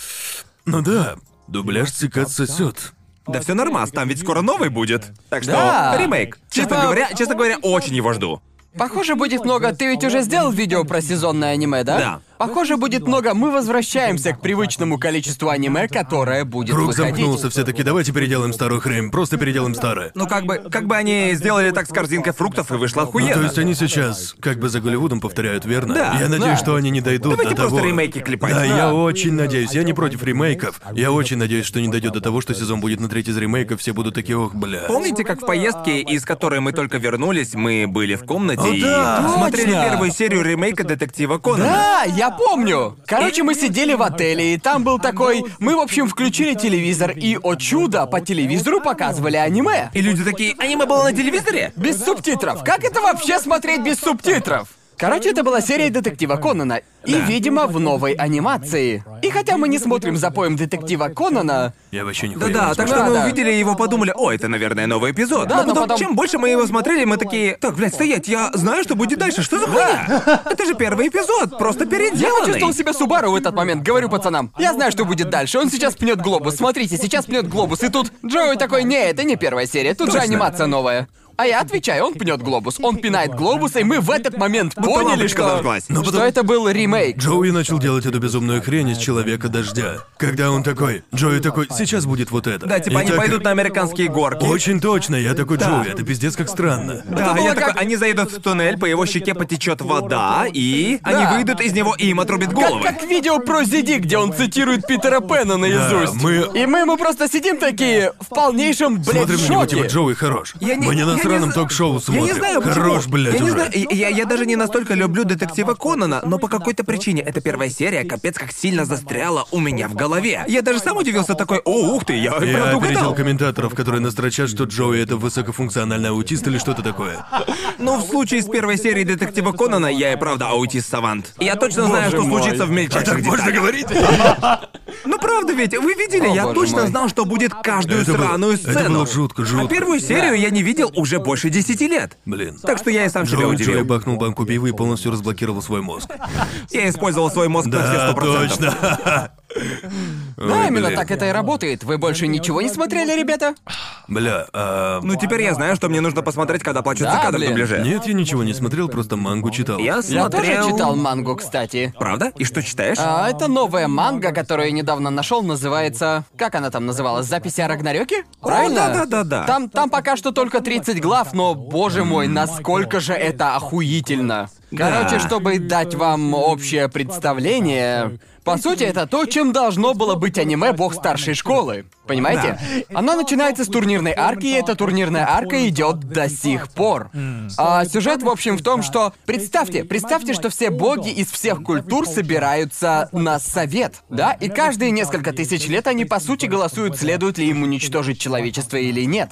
Speaker 2: Ну да, дубляж ЦК сосет.
Speaker 3: Да все нормас, там ведь скоро новый будет. Так что
Speaker 1: Да.
Speaker 3: ремейк. Честно
Speaker 1: Типа-
Speaker 3: говоря, честно говоря, очень его жду.
Speaker 1: Похоже, будет много. Ты ведь уже сделал видео про сезонное аниме, да?
Speaker 3: Да.
Speaker 1: Похоже, будет много. Мы возвращаемся к привычному количеству аниме, которое будет
Speaker 2: Круг
Speaker 1: выходить.
Speaker 2: замкнулся все-таки, давайте переделаем старую хрень, просто переделаем старое.
Speaker 3: Ну как бы, как бы они сделали так с корзинкой фруктов и вышло
Speaker 2: Ну,
Speaker 3: охуенно.
Speaker 2: то есть они сейчас как бы за Голливудом повторяют, верно?
Speaker 3: Да,
Speaker 2: Я
Speaker 1: да.
Speaker 2: надеюсь, что они не дойдут
Speaker 3: Давайте
Speaker 2: до того.
Speaker 3: просто ремейки клепать.
Speaker 2: Да,
Speaker 3: Да.
Speaker 2: я очень надеюсь. Я не против ремейков. Я очень надеюсь, что не дойдет до того, что сезон будет на треть из ремейков, все будут такие, ох, бля.
Speaker 3: Помните, как в поездке, из которой мы только вернулись, мы были в комнате и
Speaker 2: да,
Speaker 3: смотрели
Speaker 1: точно.
Speaker 3: первую серию ремейка детектива Конана.
Speaker 1: Да, я помню. Короче, мы сидели в отеле, и там был такой... Мы, в общем, включили телевизор, и, о чудо, по телевизору показывали аниме.
Speaker 3: И люди такие, аниме было на телевизоре?
Speaker 1: Без субтитров. Как это вообще смотреть без субтитров? Короче, это была серия детектива Конана. И, видимо, в новой анимации. И хотя мы не смотрим за поем детектива Конана,
Speaker 2: Я вообще не
Speaker 3: Да-да, так что
Speaker 1: Да,
Speaker 3: мы
Speaker 1: да.
Speaker 3: увидели его, подумали, о, это, наверное, новый эпизод.
Speaker 1: Да,
Speaker 3: но
Speaker 1: но
Speaker 3: потом,
Speaker 1: потом-
Speaker 3: чем больше мы его смотрели, мы такие, так, блядь, стоять, я знаю, что будет дальше, что за хуйня? Это же первый эпизод, просто
Speaker 1: я
Speaker 3: переделанный.
Speaker 1: почувствовал себя Субару в этот момент. Говорю пацанам, я знаю, что будет дальше. Он сейчас пнет глобус. Смотрите, сейчас пнет глобус. И тут Джоуи такой, не, это не первая серия, тут же
Speaker 3: Точно.
Speaker 1: анимация новая. А я отвечаю, он пнет глобус. Он пинает глобус, и мы в этот момент поняли,
Speaker 3: лампочка
Speaker 1: что...
Speaker 3: зажглась.
Speaker 2: Но
Speaker 1: Что
Speaker 2: потом-
Speaker 1: это был ремейк.
Speaker 2: Джоуи начал делать эту безумную хрень из человека дождя. Когда он такой, Джоуи такой, сейчас будет вот это.
Speaker 3: Да, типа
Speaker 2: И
Speaker 3: они
Speaker 2: так-
Speaker 3: пойдут на американские горки.
Speaker 2: Очень точно, я такой Джоуи, это пиздец как странно.
Speaker 3: Да,
Speaker 1: было
Speaker 3: я
Speaker 1: как-
Speaker 3: такой, они зайдут в туннель, по его щеке потечет вода, и
Speaker 1: Да.
Speaker 3: они выйдут из него и им отрубят
Speaker 1: Как,
Speaker 3: головы.
Speaker 1: как видео про Зиди, где он цитирует Питера Пэна наизусть.
Speaker 2: Да, мы-
Speaker 1: И мы ему просто сидим такие в полнейшем, блядь,
Speaker 2: Смотрим на него,
Speaker 1: шоке.
Speaker 2: типа, Джоуи хорош.
Speaker 3: Я не-
Speaker 2: Мы не
Speaker 3: я
Speaker 2: на
Speaker 3: не
Speaker 2: сраном
Speaker 3: зна-
Speaker 2: ток-шоу смотрим.
Speaker 3: Я не знаю, почему.
Speaker 2: Хорош, блядь,
Speaker 3: я не
Speaker 2: уже.
Speaker 3: знаю, я, я- я даже не настолько люблю детектива Конана, но по какой-то причине эта первая серия капец как сильно застряла у меня в голове. Я даже сам удивился такой, о, ух ты, я правда
Speaker 2: Я опередил
Speaker 3: угадал.
Speaker 2: комментаторов, которые настрочат, что Джоуи это высокофункциональный аутист или что-то такое.
Speaker 3: Но в случае с первой серии детектива Конана я и правда аутист савант. Я точно знаю, что случится в мельчайших деталях.
Speaker 2: говорить?
Speaker 3: Ну правда ведь, вы видели,
Speaker 1: О,
Speaker 3: я
Speaker 1: боже
Speaker 3: точно
Speaker 1: мой.
Speaker 3: знал, что будет каждую
Speaker 2: Это было-
Speaker 3: сраную
Speaker 2: это
Speaker 3: сцену.
Speaker 2: было жутко, жутко.
Speaker 3: А первую серию я не видел уже больше десяти лет.
Speaker 2: Блин.
Speaker 3: Так что я и сам себя
Speaker 2: Джоуи Джоуи
Speaker 3: удивил.
Speaker 2: бахнул банку пива и полностью разблокировал свой мозг.
Speaker 3: Я использовал свой мозг на все
Speaker 2: Да,
Speaker 3: сто
Speaker 2: точно.
Speaker 1: Да,
Speaker 2: Ой,
Speaker 1: именно
Speaker 2: блин.
Speaker 1: так это и работает. Вы больше ничего не смотрели, ребята?
Speaker 2: Бля, а...
Speaker 3: Ну теперь я знаю, что мне нужно посмотреть, когда плачут
Speaker 1: Да,
Speaker 3: цикады в
Speaker 1: блин.
Speaker 3: дубляже.
Speaker 2: Нет, я ничего не смотрел, просто мангу читал.
Speaker 3: Я
Speaker 1: Я
Speaker 3: смотрел...
Speaker 1: тоже читал мангу, кстати.
Speaker 3: Правда? И что читаешь?
Speaker 1: А это новая манга, которую я недавно нашел, называется... Как она там называлась? «Записи о Рагнарёке»? Правильно?
Speaker 3: да-да-да-да.
Speaker 1: Там, там пока что только 30 глав, но, боже мой, насколько же это охуительно.
Speaker 3: Да.
Speaker 1: Короче, чтобы дать вам общее представление, по сути, это то, чем должно было быть аниме «Бог старшей школы». Понимаете? Она начинается с турнирной арки, и эта турнирная арка идет до сих пор. А сюжет, в общем, в том, что... Представьте, представьте, что все боги из всех культур собираются на совет, да? И каждые несколько тысяч лет они, по сути, голосуют, следует ли им уничтожить человечество или нет.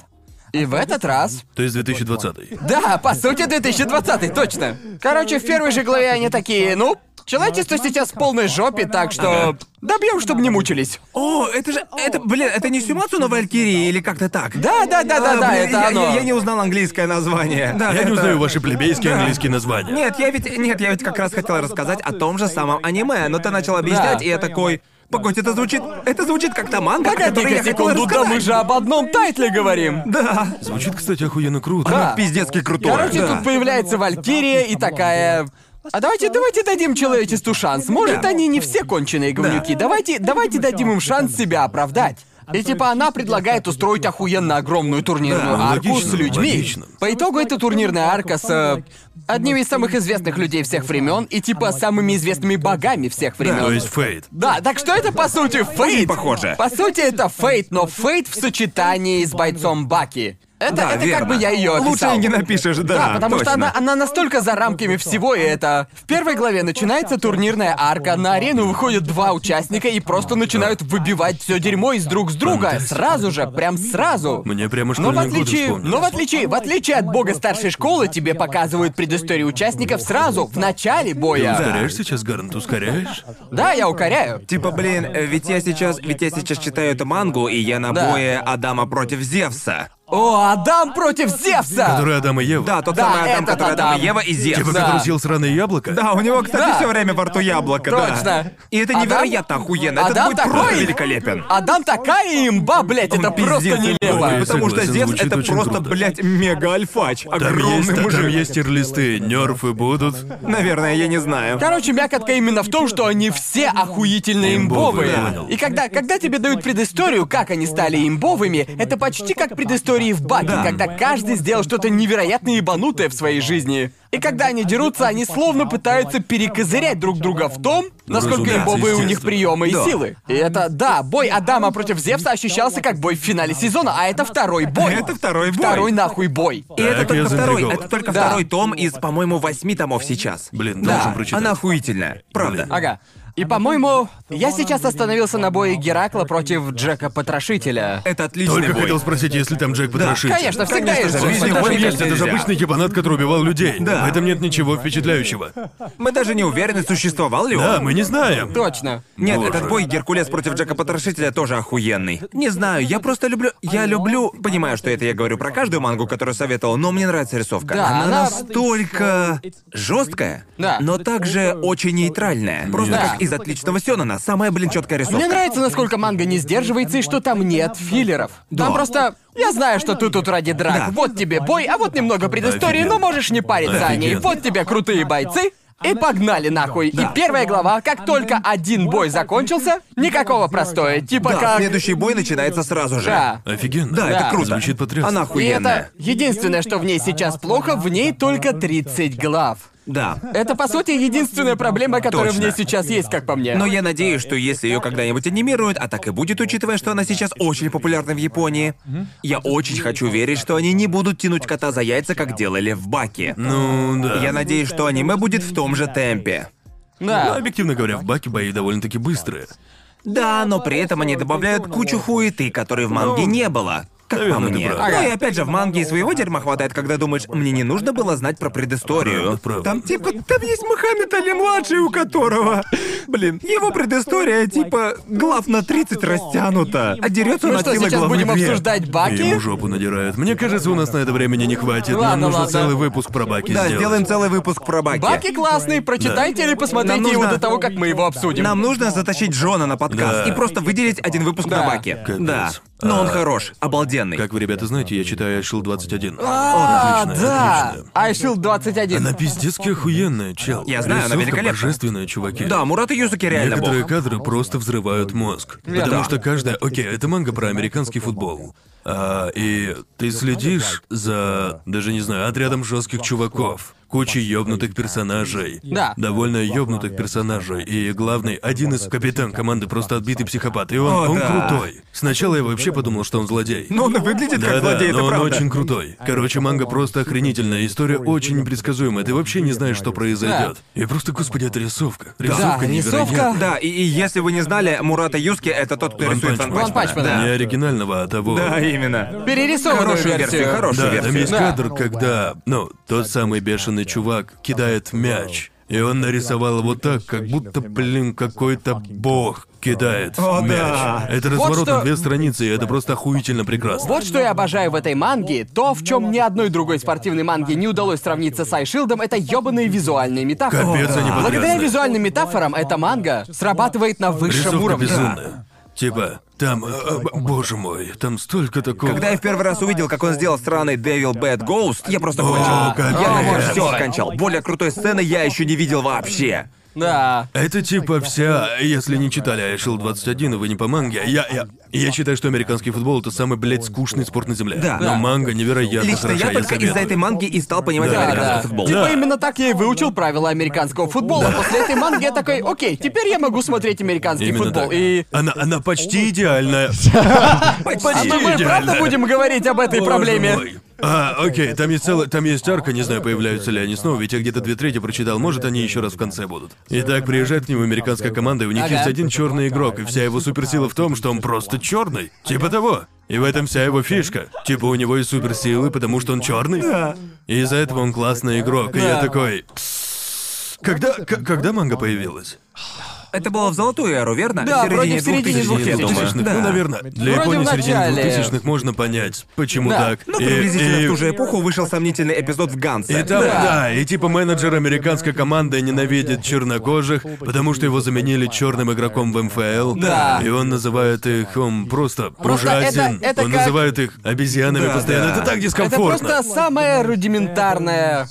Speaker 1: И в этот раз
Speaker 2: То есть 2020.
Speaker 1: да, по сути, 2020, точно. Короче, в первой же главе они такие, ну, человечество сейчас в полной жопе, так что добьем, чтобы не мучились.
Speaker 3: О, это же... Это, блин, это не Сюмацу на Валькирии или как-то так?
Speaker 1: Да, да, да, да,
Speaker 3: А,
Speaker 1: да,
Speaker 3: блин,
Speaker 1: это
Speaker 3: я,
Speaker 1: оно.
Speaker 3: я- я не узнал английское название. Да,
Speaker 2: Я не
Speaker 3: это-
Speaker 2: узнаю ваши плебейские английские названия.
Speaker 3: Нет, я ведь... Нет, я ведь как раз хотел рассказать о том же самом аниме, но ты начал объяснять,
Speaker 1: Да.
Speaker 3: и я такой... Погодь, это звучит... Это звучит как та манга, о которой я
Speaker 1: Погоди-ка
Speaker 3: хотел
Speaker 1: секунду, да
Speaker 3: рассказать.
Speaker 1: мы же об одном тайтле говорим.
Speaker 3: Да.
Speaker 2: Звучит, кстати, охуенно круто.
Speaker 1: Да.
Speaker 3: Пиздец, как круто.
Speaker 1: Короче,
Speaker 3: Да.
Speaker 1: тут появляется Валькирия и такая... А давайте, давайте дадим человечеству шанс. Может, они не все конченые говнюки. Давайте, давайте дадим им шанс себя оправдать. И типа она предлагает устроить охуенно огромную турнирную
Speaker 2: Да,
Speaker 1: арку
Speaker 2: логично,
Speaker 1: с людьми.
Speaker 2: логично.
Speaker 1: По итогу эта турнирная арка с э, одними из самых известных людей всех времен и типа самыми известными богами всех времен.
Speaker 2: То есть фейт.
Speaker 1: Да, так что это по сути фейт.
Speaker 3: похоже.
Speaker 1: По сути это фейт, но фейт в сочетании с бойцом Баки. Это,
Speaker 3: Да,
Speaker 1: это
Speaker 3: верно.
Speaker 1: как бы я ее описал.
Speaker 3: Лучше и не напишешь, да.
Speaker 1: Да, потому что
Speaker 3: точно.
Speaker 1: она, она настолько за рамками всего, и это... В первой главе начинается турнирная арка, на арену выходят два участника и просто начинают выбивать все дерьмо из друг с друга. Сразу же, прям сразу.
Speaker 2: Мне прямо
Speaker 1: Но Ну, в
Speaker 2: школьные годы
Speaker 1: отличие,
Speaker 2: вспомнились.
Speaker 1: но в отличие, в отличие от бога старшей школы, тебе показывают предысторию участников сразу, в начале
Speaker 2: Ты
Speaker 1: боя.
Speaker 2: ускоряешь сейчас, Гарнт, ускоряешь?
Speaker 1: Да, я укоряю.
Speaker 3: Типа, блин, э, ведь я сейчас, ведь я сейчас читаю эту мангу, и я на
Speaker 1: Да.
Speaker 3: бое Адама против Зевса.
Speaker 1: О, Адам против Зевса!
Speaker 2: Который Адам и Ева.
Speaker 3: Да, тот
Speaker 1: Да,
Speaker 3: самый Адам,
Speaker 1: этот
Speaker 3: который Адам и
Speaker 1: Адам.
Speaker 3: Ева и Зевс.
Speaker 2: Типа,
Speaker 1: Да.
Speaker 2: который съел сраное яблоко?
Speaker 3: Да, у него, кстати,
Speaker 1: Да.
Speaker 3: все время во рту яблоко, да.
Speaker 1: Точно.
Speaker 3: И это
Speaker 1: Адам-
Speaker 3: невероятно охуенно. Этот
Speaker 1: Адам
Speaker 3: будет просто
Speaker 1: такой.
Speaker 3: великолепен.
Speaker 1: Адам такая имба, блядь, это
Speaker 3: Он пиздец,
Speaker 1: просто
Speaker 3: он
Speaker 1: нелепо.
Speaker 3: такой,
Speaker 2: Я
Speaker 3: Потому что
Speaker 2: согласен,
Speaker 3: Зевс
Speaker 2: звучит
Speaker 3: это
Speaker 2: очень
Speaker 3: просто,
Speaker 2: круто.
Speaker 3: блядь, мега-альфач.
Speaker 2: Там
Speaker 3: Огромный
Speaker 2: есть,
Speaker 3: мужик.
Speaker 2: там есть тирлисты, нерфы будут.
Speaker 3: Наверное, я не знаю.
Speaker 1: Короче, мякотка именно в том, что они все охуительно имбовые.
Speaker 2: Имбовые, я понял.
Speaker 1: И когда, когда тебе дают предысторию, как они стали имбовыми, это почти как предыстории в баке, когда каждый сделал что-то невероятно ебанутое в своей жизни. И когда они дерутся, они словно пытаются перекозырять друг друга в том, насколько
Speaker 2: разумеется,
Speaker 1: имбовые у них
Speaker 2: естественно.
Speaker 1: приемы и
Speaker 3: Да.
Speaker 1: силы. И это, да, бой Адама против Зевса ощущался как бой в финале сезона, а это второй бой.
Speaker 3: Это второй бой.
Speaker 1: Второй нахуй бой.
Speaker 3: И
Speaker 2: Так
Speaker 3: это
Speaker 2: я
Speaker 3: только второй,
Speaker 2: заинтригован.
Speaker 3: это только
Speaker 1: Да.
Speaker 3: второй том из, по-моему, восьми томов сейчас.
Speaker 2: Блин,
Speaker 1: Да,
Speaker 2: должен прочитать.
Speaker 3: Она охуительная, правда.
Speaker 1: Ага. И, по-моему, я сейчас остановился на бое Геракла против Джека Потрошителя.
Speaker 3: Это отличный
Speaker 2: Только
Speaker 3: бой.
Speaker 2: хотел спросить, если там Джек потрошитель.
Speaker 1: Конечно, всегда
Speaker 3: Конечно,
Speaker 1: есть
Speaker 3: в
Speaker 1: Джек
Speaker 3: жизни
Speaker 2: Если его
Speaker 1: Потрошитель.
Speaker 3: Потрошитель
Speaker 2: есть, это же
Speaker 3: нельзя.
Speaker 2: обычный ебанат, который убивал людей.
Speaker 3: Да.
Speaker 2: В этом нет ничего впечатляющего.
Speaker 3: Мы даже не уверены, существовал ли он.
Speaker 2: Да, мы не знаем.
Speaker 1: Точно.
Speaker 3: Нет,
Speaker 2: Боже.
Speaker 3: этот бой Геркулес против Джека Потрошителя тоже охуенный. Не знаю, я просто люблю... Я люблю... Понимаю, что это я говорю про каждую мангу, которую советовал, но мне нравится рисовка.
Speaker 1: Да,
Speaker 3: она,
Speaker 1: она-
Speaker 3: настолько жесткая,
Speaker 1: Да.
Speaker 3: но также очень нейтральная. Просто
Speaker 1: Да.
Speaker 3: как из «Отличного Сёнона». Самая, блин, четкая рисовка.
Speaker 1: Мне нравится, насколько манга не сдерживается и что там нет филлеров.
Speaker 3: Да.
Speaker 1: Там просто... Я знаю, что ты тут ради драк.
Speaker 3: Да.
Speaker 1: Вот тебе бой, а вот немного предыстории,
Speaker 2: Офигенно.
Speaker 1: но можешь не париться о ней.
Speaker 2: Офигенно.
Speaker 1: Вот тебе крутые бойцы. И погнали нахуй. И первая глава, как только один бой закончился, никакого простоя. Типа
Speaker 3: Да,
Speaker 1: как...
Speaker 3: следующий бой начинается сразу же.
Speaker 1: Да.
Speaker 2: Офигенно.
Speaker 3: Да, это
Speaker 1: Да.
Speaker 3: круто.
Speaker 2: Звучит потрясно.
Speaker 3: Она
Speaker 1: И это
Speaker 3: охуенная.
Speaker 1: единственное, что в ней сейчас плохо, в ней только 30 глав.
Speaker 3: Да.
Speaker 1: Это, по сути, единственная проблема, которая
Speaker 3: Точно.
Speaker 1: в ней сейчас есть, как по мне.
Speaker 3: Но я надеюсь, что если ее когда-нибудь анимируют, а так и будет, учитывая, что она сейчас очень популярна в Японии, я очень хочу верить, что они не будут тянуть кота за яйца, как делали в Баке.
Speaker 2: Ну да.
Speaker 3: Я надеюсь, что аниме будет в том же темпе.
Speaker 2: Ну,
Speaker 1: Да.
Speaker 2: объективно говоря, в баке бои довольно-таки быстрые.
Speaker 3: Да, но при этом они добавляют кучу хуеты, которой в манге не было. Как
Speaker 2: Ну, Наверное,
Speaker 3: по
Speaker 2: ты
Speaker 3: мне.
Speaker 2: прав.
Speaker 3: Ну и опять же, в манге и своего дерьма хватает, когда думаешь, мне не нужно было знать про предысторию.
Speaker 2: Правда, правда.
Speaker 3: Там типа, там есть Мухаммед Али-младший, у которого... Блин, его предыстория типа глав на 30 растянута, а дерется
Speaker 1: Ну
Speaker 3: он от
Speaker 1: что,
Speaker 3: силы
Speaker 1: сейчас
Speaker 3: главы
Speaker 1: будем
Speaker 3: две.
Speaker 1: обсуждать
Speaker 2: И Ему
Speaker 1: баки?
Speaker 2: жопу надирают. Мне кажется, у нас на это времени не хватит. Нам
Speaker 1: Ладно,
Speaker 2: нужно
Speaker 1: ладно.
Speaker 2: целый выпуск про баки
Speaker 3: Да,
Speaker 2: сделать.
Speaker 3: сделаем целый выпуск про Баки.
Speaker 1: Баки классный, прочитайте или посмотрите
Speaker 3: Нам
Speaker 1: его
Speaker 3: нужно-
Speaker 1: до того, как мы его обсудим.
Speaker 3: Нам нужно затащить Джона на
Speaker 2: Да.
Speaker 3: подкаст и просто выделить один выпуск
Speaker 1: Да.
Speaker 3: на Баке.
Speaker 2: Капец.
Speaker 3: Да. Но он
Speaker 2: А.
Speaker 3: хорош, обалденный.
Speaker 2: Как вы, ребята, знаете, я читаю Айшил 21.
Speaker 1: А,
Speaker 2: отлично,
Speaker 1: да.
Speaker 2: отлично.
Speaker 1: Айшил 21.
Speaker 2: Она пиздецки охуенная, чел.
Speaker 3: Я знаю, она
Speaker 2: Рисовка
Speaker 3: великолепна.
Speaker 2: божественная, чуваки.
Speaker 3: Да, Мурата Юзуки реально бог.
Speaker 2: Некоторые кадры просто взрывают мозг. Потому что каждая... Окей, это манга про американский футбол. А, и ты следишь за, даже не знаю, отрядом жестких чуваков. Кучей ёбнутых персонажей.
Speaker 1: Да.
Speaker 2: Довольно ёбнутых персонажей. И главный, один из капитан команды просто отбитый психопат. И он,
Speaker 3: О,
Speaker 2: он
Speaker 3: да.
Speaker 2: крутой. Сначала я вообще подумал, что он злодей.
Speaker 3: Но Ну, он и выглядит
Speaker 2: Да,
Speaker 3: как
Speaker 2: да,
Speaker 3: злодей,
Speaker 2: но
Speaker 3: это
Speaker 2: он
Speaker 3: правда.
Speaker 2: очень крутой. Короче, манга просто охренительная. История очень непредсказуемая. Ты вообще не знаешь, что произойдет. И просто, господи, это рисовка. Рисовка
Speaker 1: Да,
Speaker 2: невероятная.
Speaker 1: рисовка.
Speaker 3: Да, и, и если вы не знали, Мурата Юски это тот, кто
Speaker 2: Ван
Speaker 3: рисует
Speaker 2: Панчмена.
Speaker 1: Ван Панчмена.
Speaker 3: Да.
Speaker 2: Не оригинального, а того.
Speaker 3: Да, именно.
Speaker 1: Перерисованную
Speaker 3: Хорошую версию,
Speaker 1: версию.
Speaker 3: хорошую
Speaker 2: Да, там
Speaker 3: версию.
Speaker 2: есть
Speaker 1: Да.
Speaker 2: кадр, когда, ну, тот самый бешеный чувак кидает мяч. И он нарисовал его так, как будто, блин, какой-то бог кидает
Speaker 3: О, да.
Speaker 2: мяч. Это разворот
Speaker 1: что-
Speaker 2: на две страницы, и это просто охуительно прекрасно.
Speaker 1: Вот что я обожаю в этой манге, то, в чем ни одной другой спортивной манге не удалось сравниться с Айшилдом, это ёбаные визуальные метафоры.
Speaker 2: Капец, они потрясны.
Speaker 1: Благодаря визуальным метафорам эта манга срабатывает на высшем
Speaker 2: Рисовка
Speaker 1: уровне.
Speaker 2: безумная. Типа, там, э, э, б- боже мой, там столько такого.
Speaker 3: Когда я в первый раз увидел, как он сделал сраный Devil Bad Ghost, я просто
Speaker 2: О,
Speaker 3: кончил.
Speaker 2: капец.
Speaker 3: Я вот все кончал. Более крутой сцены я еще не видел вообще.
Speaker 1: Да.
Speaker 2: Это типа вся, если не читали Айшил 21, и вы не по манге. а Я, я, я считаю, что американский футбол это самый, блядь, скучный спорт на земле.
Speaker 3: Да.
Speaker 2: Но
Speaker 3: Да.
Speaker 2: манга невероятно
Speaker 3: Лично
Speaker 2: хороша,
Speaker 3: я только из-за
Speaker 2: советую.
Speaker 3: этой манги и стал понимать
Speaker 2: Да,
Speaker 3: американский
Speaker 1: Да, да.
Speaker 3: футбол.
Speaker 1: Типа именно так я и выучил правила американского футбола. После этой манги я такой, окей, теперь я могу смотреть американский
Speaker 2: Именно
Speaker 1: футбол.
Speaker 2: так.
Speaker 1: И
Speaker 2: Она, она почти идеальная.
Speaker 1: а мы, мы
Speaker 2: идеально.
Speaker 1: правда будем говорить об этой проблеме?
Speaker 2: Ой. А, окей, там есть целая, там есть арка, не знаю, появляются ли они снова, ведь я где-то две трети прочитал, может, они еще раз в конце будут. Итак, приезжает к ним американская команда, и у них
Speaker 1: Ага.
Speaker 2: есть один черный игрок, и вся его суперсила в том, что он просто черный. Типа того. И в этом вся его фишка. Типа у него есть суперсилы, потому что он черный. И из-за этого он классный игрок. И я
Speaker 1: Да.
Speaker 2: такой. Когда, к- когда манга появилась?
Speaker 3: Это было в золотую эру, верно?
Speaker 1: Да, вроде в середине
Speaker 3: двухтысячных, я думаю.
Speaker 1: 2000-х.
Speaker 2: Ну,
Speaker 3: Да.
Speaker 2: наверное.
Speaker 1: Вроде
Speaker 2: Для
Speaker 1: в
Speaker 2: Японии середины
Speaker 1: начале.
Speaker 2: 2000-х можно понять, почему
Speaker 1: Да.
Speaker 2: так.
Speaker 3: Ну,
Speaker 2: И-
Speaker 3: приблизительно
Speaker 2: и-
Speaker 3: в ту же эпоху вышел сомнительный эпизод в Гансе.
Speaker 2: И там, да. и типа менеджер американской команды ненавидит чернокожих, потому что его заменили черным игроком в МФЛ.
Speaker 1: Да.
Speaker 2: И он называет их, он просто, ужасен.
Speaker 1: это- это
Speaker 2: он
Speaker 1: как-
Speaker 2: называет их обезьянами
Speaker 3: Да,
Speaker 2: постоянно.
Speaker 3: да.
Speaker 2: Это так
Speaker 1: Это
Speaker 2: дискомфортно.
Speaker 1: просто самое рудиментарное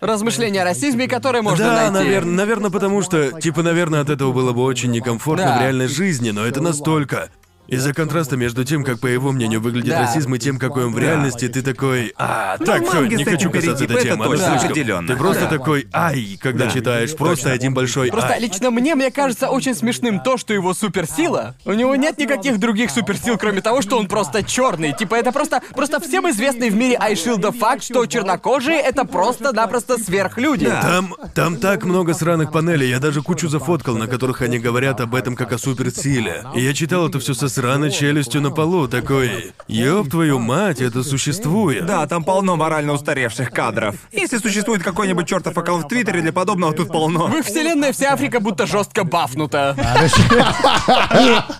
Speaker 1: размышление о расизме, которое можно
Speaker 2: Да,
Speaker 1: найти.
Speaker 2: наверное, наверное, потому что, типа, наверное, от этого было бы очень некомфортно
Speaker 1: Да.
Speaker 2: в реальной жизни, но это настолько. Из-за контраста между тем, как, по его мнению, выглядит
Speaker 1: Да.
Speaker 2: расизм, и тем, какой он в реальности, ты такой, а, так,
Speaker 3: в
Speaker 2: всё,
Speaker 3: манге
Speaker 2: не
Speaker 3: с этим
Speaker 2: хочу касаться
Speaker 3: перейти,
Speaker 2: этой
Speaker 3: это
Speaker 2: темы, она
Speaker 3: точно,
Speaker 2: слишком».
Speaker 3: определённо.
Speaker 2: Ты просто
Speaker 1: Да.
Speaker 2: такой, ай, когда читаешь, просто один большой
Speaker 1: Просто
Speaker 2: «ай».
Speaker 1: лично мне, мне кажется очень смешным то, что его суперсила. У него нет никаких других суперсил, кроме того, что он просто черный. Типа это просто, просто всем известный в мире Айшилда факт, что чернокожие это просто-напросто сверхлюди.
Speaker 2: Там, там так много сраных панелей, я даже кучу зафоткал, на которых они говорят об этом как о суперсиле. И я читал это все со сраной челюстью на полу, такой, ёб твою мать, это существует.
Speaker 3: Да, там полно морально устаревших кадров. Если существует какой-нибудь чертов аккаунт в Твиттере для подобного, тут полно.
Speaker 1: В их вселенной вся Африка будто жестко бафнута.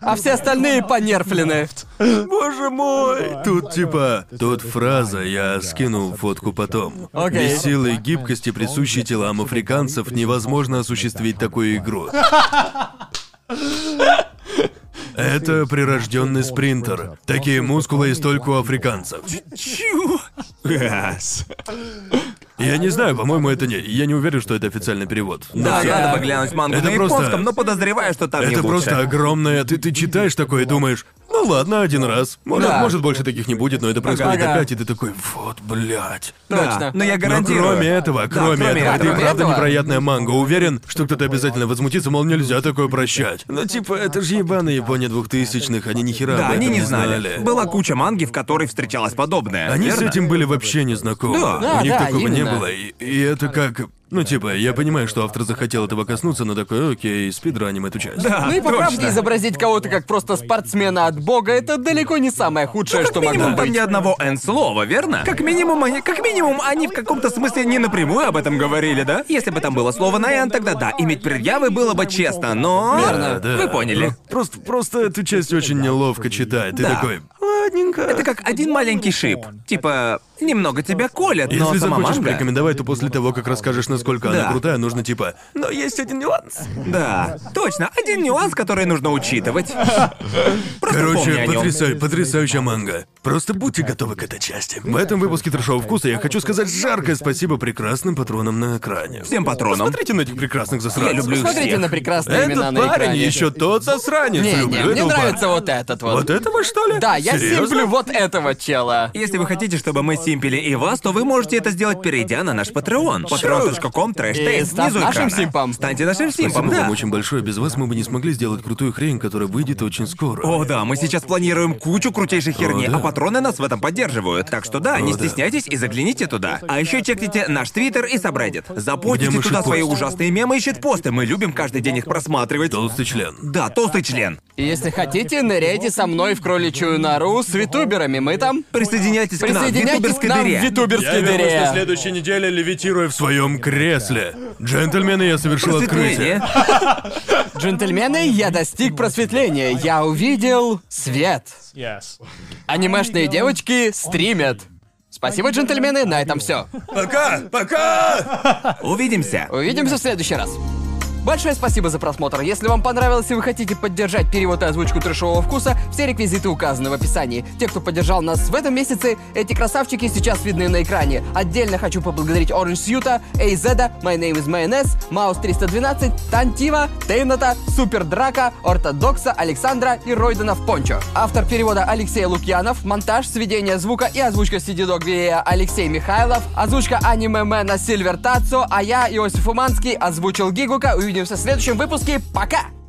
Speaker 1: А все остальные понерфлены.
Speaker 2: Боже мой! Тут типа... Тут фраза, я скину фотку потом.
Speaker 1: Окей.
Speaker 2: Без силы и гибкости, присущей телам африканцев, невозможно осуществить такую игру. Это прирожденный спринтер. Такие мускулы есть только у африканцев.
Speaker 3: Чу!
Speaker 2: Я не знаю, по-моему, это не... Я не уверен, что это официальный перевод. Но
Speaker 3: Да,
Speaker 2: всё.
Speaker 1: да.
Speaker 3: надо поглянуть мангу
Speaker 2: Это
Speaker 3: на
Speaker 2: просто-
Speaker 3: японском, но подозреваю, что там не
Speaker 2: Это
Speaker 3: лучше.
Speaker 2: просто огромное. Ты, ты читаешь такое и думаешь, ну ладно, один раз. Может,
Speaker 1: Да.
Speaker 2: может, больше таких не будет, но это происходит
Speaker 1: Ага.
Speaker 2: опять, и ты такой, вот, блядь.
Speaker 3: Да,
Speaker 1: Точно.
Speaker 3: Но я
Speaker 2: Но
Speaker 3: гарантирую.
Speaker 2: кроме этого, кроме,
Speaker 3: Ну, кроме
Speaker 2: этого, это и
Speaker 3: этого.
Speaker 2: правда
Speaker 1: Этого?
Speaker 2: невероятная манга. Уверен, что кто-то обязательно возмутится, мол, нельзя такое прощать. Ну, типа, это же ебаная Япония двухтысячных, они нихера
Speaker 3: Да,
Speaker 2: об
Speaker 3: они
Speaker 2: этом
Speaker 3: не
Speaker 2: знали.
Speaker 3: знали. Была куча манги, в которой встречалось подобное.
Speaker 2: Они
Speaker 3: верно?
Speaker 2: с этим были вообще не знакомы.
Speaker 3: Да.
Speaker 1: Да,
Speaker 2: У них
Speaker 1: да,
Speaker 2: такого не
Speaker 1: именно.
Speaker 2: было. И, и это как. Ну, типа, я понимаю, что автор захотел этого коснуться, но такой, окей, спидраним эту часть.
Speaker 3: Да,
Speaker 1: Ну и по
Speaker 3: точно.
Speaker 1: правде изобразить кого-то как просто спортсмена от бога это далеко не самое худшее,
Speaker 3: Как
Speaker 1: что могло
Speaker 3: минимум, там
Speaker 1: быть.
Speaker 3: ни одного N-слова, верно? Как минимум, они, как минимум, они в каком-то смысле не напрямую об этом говорили, да? Если бы там было слово на N, тогда да, иметь предъявы было бы честно, но...
Speaker 2: Да, да.
Speaker 3: Вы поняли.
Speaker 2: Просто, просто эту часть очень неловко читать. Ты
Speaker 3: Да.
Speaker 2: такой, ладненько.
Speaker 3: Это как один маленький шип. Типа, немного тебя колят, но
Speaker 2: Если
Speaker 3: сама
Speaker 2: захочешь
Speaker 3: манга-
Speaker 2: порекомендовать, то после того, как расскажешь, насколько
Speaker 3: Да.
Speaker 2: она крутая, нужно типа. Но есть один нюанс.
Speaker 3: Да, точно, один нюанс, который нужно учитывать. Просто помни
Speaker 2: Короче,
Speaker 3: о нем.
Speaker 2: потрясай, потрясающая манга. Просто будьте готовы к этой части. В этом выпуске трешового вкуса я хочу сказать жаркое спасибо прекрасным патронам на экране.
Speaker 3: Всем патронам.
Speaker 2: Смотрите на этих прекрасных засранцев.
Speaker 3: Я люблю их
Speaker 1: Смотрите
Speaker 3: всех.
Speaker 1: на прекрасные имена
Speaker 2: Этот
Speaker 1: на
Speaker 2: парень
Speaker 1: экране.
Speaker 2: еще тот засранец.
Speaker 1: Не,
Speaker 2: люблю
Speaker 1: не, мне
Speaker 2: этого
Speaker 1: нравится
Speaker 2: парня.
Speaker 1: вот этот вот.
Speaker 2: Вот этого что ли?
Speaker 1: Да, я
Speaker 2: Серьезно?
Speaker 1: симплю вот этого чела.
Speaker 3: Если вы хотите, чтобы мы симпели и вас, то вы можете это сделать, перейдя на наш Patreon. Patreon.com
Speaker 1: И
Speaker 3: трэштейс
Speaker 1: Э, став
Speaker 3: внизу
Speaker 1: нашим
Speaker 3: экрана.
Speaker 1: симпом.
Speaker 3: Станьте нашим симпом,
Speaker 2: Спасибо
Speaker 3: да.
Speaker 2: вам очень большое. Без вас мы бы не смогли сделать крутую хрень, которая выйдет очень скоро.
Speaker 3: О, да, мы сейчас планируем кучу крутейшей херни,
Speaker 2: да.
Speaker 3: а патроны нас в этом поддерживают. Так что да, не
Speaker 2: да.
Speaker 3: стесняйтесь и загляните туда. А еще чекните наш твиттер и сабреддит. Запостите
Speaker 2: Где мы
Speaker 3: туда свои
Speaker 2: шипосты?
Speaker 3: ужасные мемы и щитпосты. Мы любим каждый день их просматривать.
Speaker 2: Толстый член.
Speaker 3: Да, толстый член.
Speaker 1: Если хотите, ныряйте со мной в кроличью нору с витуберами. Мы там...
Speaker 3: Присоединяйтесь, к нам в
Speaker 1: Присоединяйтесь к
Speaker 3: ютуберской
Speaker 1: нам в
Speaker 3: дыре.
Speaker 1: витуберской
Speaker 2: Я вернусь
Speaker 1: дыре.
Speaker 2: на следующей неделе, левитируя в своем кресле. Джентльмены, я совершил
Speaker 3: Просветление.
Speaker 2: открытие.
Speaker 1: Джентльмены, я достиг просветления. Я увидел свет.
Speaker 5: Yes.
Speaker 1: Анимешные девочки стримят. Спасибо, джентльмены, на этом все.
Speaker 2: Пока, пока!
Speaker 3: Увидимся.
Speaker 1: Увидимся в следующий раз. Большое спасибо за просмотр. Если вам понравилось и вы хотите поддержать перевод и озвучку трешового вкуса, все реквизиты указаны в описании. Те, кто поддержал нас в этом месяце, эти красавчики сейчас видны на экране. Отдельно хочу поблагодарить Orange Сьюта, Эйзеда, My Name is Mayonnaise, Маус 312, Тантива, Тейната, Супер Драка, Ортодокса, Александра и Ройдена в Пончо. Автор перевода Алексей Лукьянов, монтаж, сведение звука и озвучка Сиди Дог Вея Алексей Михайлов, озвучка аниме Мэна Сильвер Тацо, а я, Иосиф Уманский, озвучил Гигука. Увидимся в следующем выпуске. Пока!